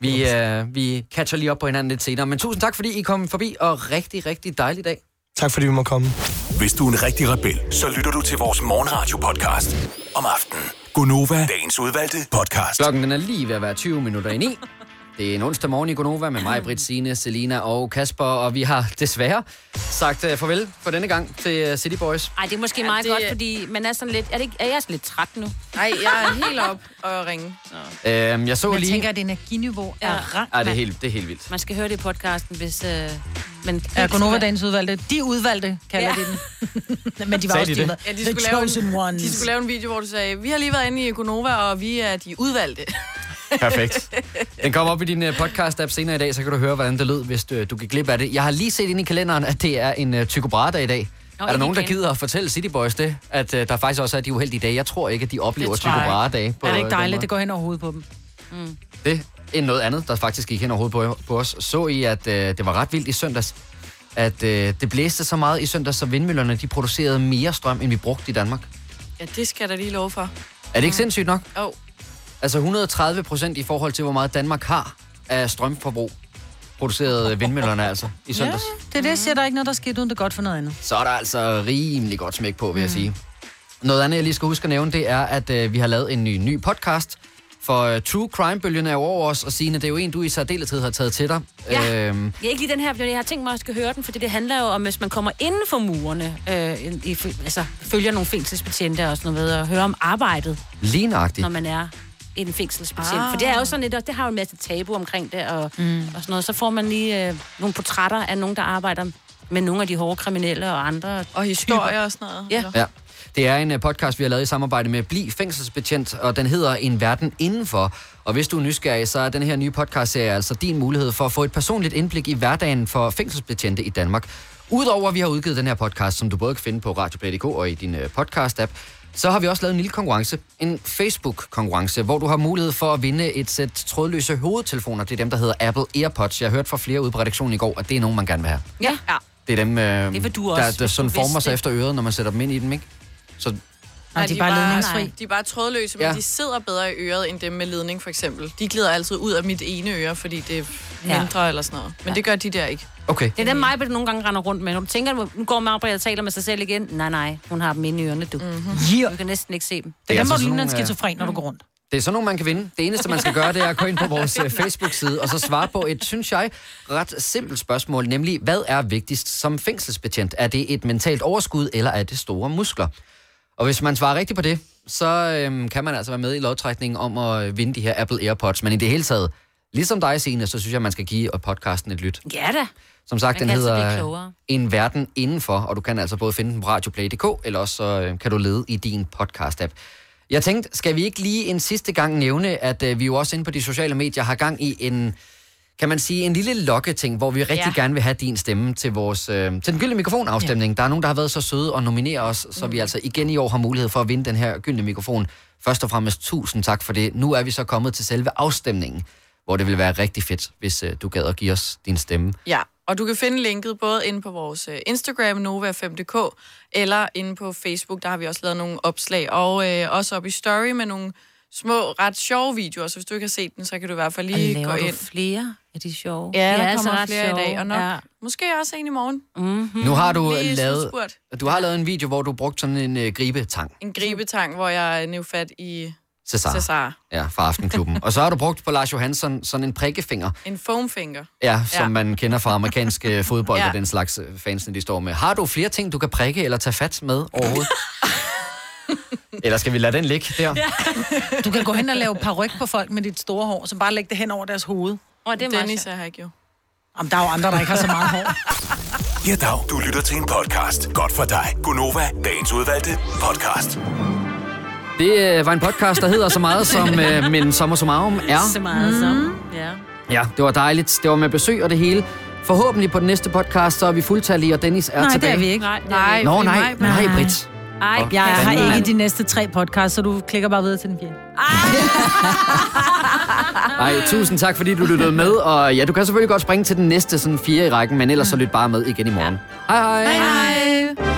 [SPEAKER 1] Vi, øh, vi catcher lige op på hinanden lidt senere. Men tusind tak, fordi I kom forbi, og rigtig, rigtig dejlig dag.
[SPEAKER 4] Tak fordi vi må komme.
[SPEAKER 8] Hvis du er en rigtig rebel, så lytter du til vores morgenradio-podcast om aftenen. Gunova, dagens udvalgte podcast.
[SPEAKER 1] Klokken den er lige ved at være 20 minutter i 9. Det er en onsdag morgen i Gonova med mig, Britt, Signe, Selina og Kasper, og vi har desværre sagt øh, farvel for denne gang til øh, City Boys.
[SPEAKER 3] Ej, det er måske
[SPEAKER 5] Ja,
[SPEAKER 3] meget
[SPEAKER 5] det-
[SPEAKER 3] godt, fordi man er sådan lidt... Er, det ikke, er jeg sådan lidt træt nu?
[SPEAKER 5] Nej, jeg er helt op og ringe.
[SPEAKER 4] Øh,
[SPEAKER 1] Øhm, jeg så
[SPEAKER 2] Jeg
[SPEAKER 1] lige...
[SPEAKER 2] tænker, at energiniveau
[SPEAKER 3] Ja.
[SPEAKER 2] er rang.
[SPEAKER 1] Ej, det er helt, det er helt vildt.
[SPEAKER 3] Man skal høre det i podcasten, hvis... Øh, man
[SPEAKER 2] Ja, Gonova dagens udvalgte. De udvalgte, kalder
[SPEAKER 3] Ja.
[SPEAKER 2] ja. de den. Men de var
[SPEAKER 1] Sagde
[SPEAKER 2] også
[SPEAKER 1] de det?
[SPEAKER 2] de,
[SPEAKER 5] Ja, de
[SPEAKER 2] The
[SPEAKER 5] skulle, lave
[SPEAKER 2] chosen
[SPEAKER 5] en,
[SPEAKER 2] ones.
[SPEAKER 5] de skulle lave en video, hvor du sagde, vi har lige været inde i Gonova, og vi er de udvalgte.
[SPEAKER 1] Perfekt. Den kommer op i din øh, podcast-app senere i dag, så kan du høre, hvordan det lød, hvis øh, du, du gik glip af det. Jeg har lige set ind i kalenderen, at det er en uh, Tycho Brahe-dag i dag.
[SPEAKER 3] Nå,
[SPEAKER 1] Nå, er der
[SPEAKER 3] ikke
[SPEAKER 1] nogen, der
[SPEAKER 3] igen.
[SPEAKER 1] gider at fortælle City Boys det, at uh, der faktisk også er de uheldige dage? Jeg tror ikke, at de oplever
[SPEAKER 2] Det
[SPEAKER 1] Tycho
[SPEAKER 2] tror jeg ikke.
[SPEAKER 1] Brahe-dage. på,
[SPEAKER 2] Er det
[SPEAKER 1] øh,
[SPEAKER 2] ikke
[SPEAKER 1] den
[SPEAKER 2] dejligt?
[SPEAKER 1] måde.
[SPEAKER 2] Det går hen over hovedet på dem. Mm.
[SPEAKER 1] Det end noget andet, der faktisk gik hen overhovedet på, på os. Så I, at øh, det var ret vildt i søndags, at øh, det blæste så meget i søndags, så vindmøllerne de producerede mere strøm, end vi brugte i Danmark.
[SPEAKER 5] Ja, det skal jeg da lige love for.
[SPEAKER 1] Er det ikke sindssygt nok?
[SPEAKER 5] Åh, oh,
[SPEAKER 1] Altså 130 procent i forhold til, hvor meget Danmark har af strømforbrug, producerede vindmøllerne altså i søndags.
[SPEAKER 2] Det er det, jeg siger, der er ikke noget, der er sket uden det er godt for noget andet.
[SPEAKER 1] så er der altså rimelig godt smæk på, vil jeg sige. Noget andet, jeg lige skal huske at nævne, det er, at øh, vi har lavet en ny, ny podcast. For øh, True Crime-bølgen er jo over os, og Signe, det er jo en, du i særdeleshed har taget til dig.
[SPEAKER 3] Ja.
[SPEAKER 1] Øhm,
[SPEAKER 3] Ja, ikke lige den her, fordi jeg har tænkt mig, at jeg skal høre den, for det handler jo om, hvis man kommer inden for murene, øh, i, altså følger nogle fængselsbetjente og sådan noget, ved, og hører om arbejdet,
[SPEAKER 1] lige nøjagtigt.
[SPEAKER 3] når man er en fængselsbetjent.
[SPEAKER 5] Ah.
[SPEAKER 3] Ah. For det er jo sådan lidt, og det har jo en masse tabu omkring det, og, mm. og sådan noget. Så får man lige øh, nogle portrætter af nogen, der arbejder med nogle af de hårde kriminelle og andre
[SPEAKER 5] Og historier og sådan noget.
[SPEAKER 3] Ja.
[SPEAKER 5] eller?
[SPEAKER 1] Ja. Det er en øh, podcast, vi har lavet i samarbejde med Bli Fængselsbetjent, og den hedder En Verden Indenfor. Og hvis du er nysgerrig, så er den her nye podcastserie altså din mulighed for at få et personligt indblik i hverdagen for fængselsbetjente i Danmark. Udover at vi har udgivet den her podcast, som du både kan finde på radioplay.dk og i din øh, podcast-app, så har vi også lavet en lille konkurrence, en Facebook-konkurrence, hvor du har mulighed for at vinde et sæt trådløse hovedtelefoner. Det er dem, der hedder Apple Airpods. Jeg hørte fra flere ude på redaktionen i går, at det er nogen, man gerne vil have.
[SPEAKER 3] Ja. ja.
[SPEAKER 1] Det er dem, øh, det
[SPEAKER 3] vil du
[SPEAKER 1] der,
[SPEAKER 3] også,
[SPEAKER 1] der
[SPEAKER 3] hvis
[SPEAKER 1] sådan
[SPEAKER 3] du
[SPEAKER 1] former
[SPEAKER 3] vidste
[SPEAKER 1] sig
[SPEAKER 3] det.
[SPEAKER 1] efter øret, når man sætter dem ind i dem, ikke? Så
[SPEAKER 5] Nej,
[SPEAKER 1] de
[SPEAKER 5] de
[SPEAKER 1] er
[SPEAKER 5] er
[SPEAKER 1] bare
[SPEAKER 5] bare,
[SPEAKER 1] ledningsfri.
[SPEAKER 5] de er bare trådløse, men
[SPEAKER 1] Ja.
[SPEAKER 5] ja. de sidder bedre i øret end dem med ledning, for eksempel. De glider altid ud af mit ene øre, fordi det er
[SPEAKER 3] Ja.
[SPEAKER 5] mindre ja. eller sådan noget. Men ja. det gør de der ikke.
[SPEAKER 1] Okay.
[SPEAKER 3] Det er den mig, der nogle gange render rundt med. Når du tænker, at nu går Marbra og taler med sig selv igen. Nej, nej, hun har dem inde i ørerne, du. Mm-hmm. Du kan næsten ikke se dem.
[SPEAKER 1] Det er
[SPEAKER 3] dem,
[SPEAKER 1] altså
[SPEAKER 3] hvor
[SPEAKER 1] sådan
[SPEAKER 3] du ligner en
[SPEAKER 1] nogle, øh,
[SPEAKER 3] skizofren, når du går rundt.
[SPEAKER 1] Det er sådan nogle, man kan vinde. Det eneste, man skal gøre, det er at gå ind på vores øh, Facebook-side og så svare på et, synes jeg, ret simpelt spørgsmål, nemlig, hvad er vigtigst som fængselsbetjent? Er det et mentalt overskud, eller er det store muskler? Og hvis man svarer rigtigt på det, så øhm, kan man altså være med i lodtrækningen om at øh, vinde de her Apple Airpods. Men i det hele taget, ligesom dig, Signe, så synes jeg, man skal give øh, podcasten et lyt.
[SPEAKER 3] Ja da.
[SPEAKER 1] Som sagt,
[SPEAKER 3] Man
[SPEAKER 1] den
[SPEAKER 3] kan altid blive
[SPEAKER 1] hedder
[SPEAKER 3] klogere.
[SPEAKER 1] En Verden Indenfor, og du kan altså både finde den på radioplay.dk, eller også så øh, kan du lede i din podcast-app. Jeg tænkte, skal vi ikke lige en sidste gang nævne, at øh, vi jo også inde på de sociale medier har gang i en, kan man sige, en lille lokketing, hvor vi rigtig
[SPEAKER 7] Ja.
[SPEAKER 1] gerne vil have din stemme til vores øh, til den gyldne mikrofonafstemning. Der er nogen, der har været så søde og nominere os, så
[SPEAKER 3] Mm.
[SPEAKER 1] vi altså igen i år har mulighed for at vinde den her gyldne mikrofon. Først og fremmest tusind tak for det. Nu er vi så kommet til selve afstemningen, hvor det vil være rigtig fedt, hvis øh, du gad at give os din stemme.
[SPEAKER 5] Ja, og du kan finde linket både inde på vores øh, Instagram, Nova5.dk, eller inde på Facebook, der har vi også lavet nogle opslag, og øh, også op i Story med nogle små, ret sjove videoer, så hvis du ikke har set den, så kan du i hvert fald
[SPEAKER 3] Og
[SPEAKER 5] lige
[SPEAKER 3] laver
[SPEAKER 5] gå
[SPEAKER 3] du
[SPEAKER 5] ind.
[SPEAKER 3] flere af de sjove?
[SPEAKER 5] Ja, der
[SPEAKER 3] De er
[SPEAKER 5] kommer
[SPEAKER 3] altså ret
[SPEAKER 5] flere
[SPEAKER 3] sjove.
[SPEAKER 5] i dag, og nok,
[SPEAKER 3] Ja.
[SPEAKER 5] ja. måske også en i morgen.
[SPEAKER 3] Mm-hmm.
[SPEAKER 1] Nu har du
[SPEAKER 5] Lige
[SPEAKER 1] lavet,
[SPEAKER 5] slutspurt.
[SPEAKER 1] du har lavet en video, hvor du brugte sådan en øh, gribetang,
[SPEAKER 5] En gribetang, hvor jeg er fat i
[SPEAKER 1] Cesar.
[SPEAKER 5] Cesar.
[SPEAKER 1] ja, fra Aftenklubben. og så har du brugt på Lars Johansson sådan en prikkefinger,
[SPEAKER 5] En foamfinger.
[SPEAKER 1] ja, som
[SPEAKER 5] Ja.
[SPEAKER 1] man kender fra amerikansk øh, fodbold ja.
[SPEAKER 5] Ja.
[SPEAKER 1] og den slags øh, fansene, de står med. Har du flere ting, du kan prikke eller tage fat med overhovedet? eller skal vi lade den ligge der? Ja.
[SPEAKER 2] Du kan gå hen og lave paryk på folk med dit store hår, så bare læg det hen over deres hoved.
[SPEAKER 5] Og det er Dennis er her ikke jo.
[SPEAKER 2] Jamen, der er jo andre, der ikke har så meget hår.
[SPEAKER 8] Ja, dag. Du lytter til en podcast. Godt for dig. Gunova, dagens udvalgte podcast.
[SPEAKER 1] Det øh, var en podcast, der hedder så meget som øh, Men Sommer som Arum er.
[SPEAKER 3] Så meget som. Ja.
[SPEAKER 1] Ja, det var dejligt. Det var med besøg og det hele. Forhåbentlig på den næste podcast, så er vi fuldtallige, og Dennis er
[SPEAKER 2] Nej, det
[SPEAKER 1] tilbage.
[SPEAKER 2] er vi ikke.
[SPEAKER 3] Nej,
[SPEAKER 2] nej.
[SPEAKER 1] Nå, nej, nej, Britt.
[SPEAKER 3] Ej,
[SPEAKER 2] Jeg har
[SPEAKER 1] Fanden,
[SPEAKER 2] ikke
[SPEAKER 1] mand.
[SPEAKER 2] de næste tre podcasts, så du klikker bare videre til den fjerde.
[SPEAKER 1] Ej, tusind tak, fordi du lyttede med. Og ja, du kan selvfølgelig godt springe til den næste sådan fire i rækken, men ellers så lyt bare med igen i morgen. Hej hej.
[SPEAKER 5] Hej.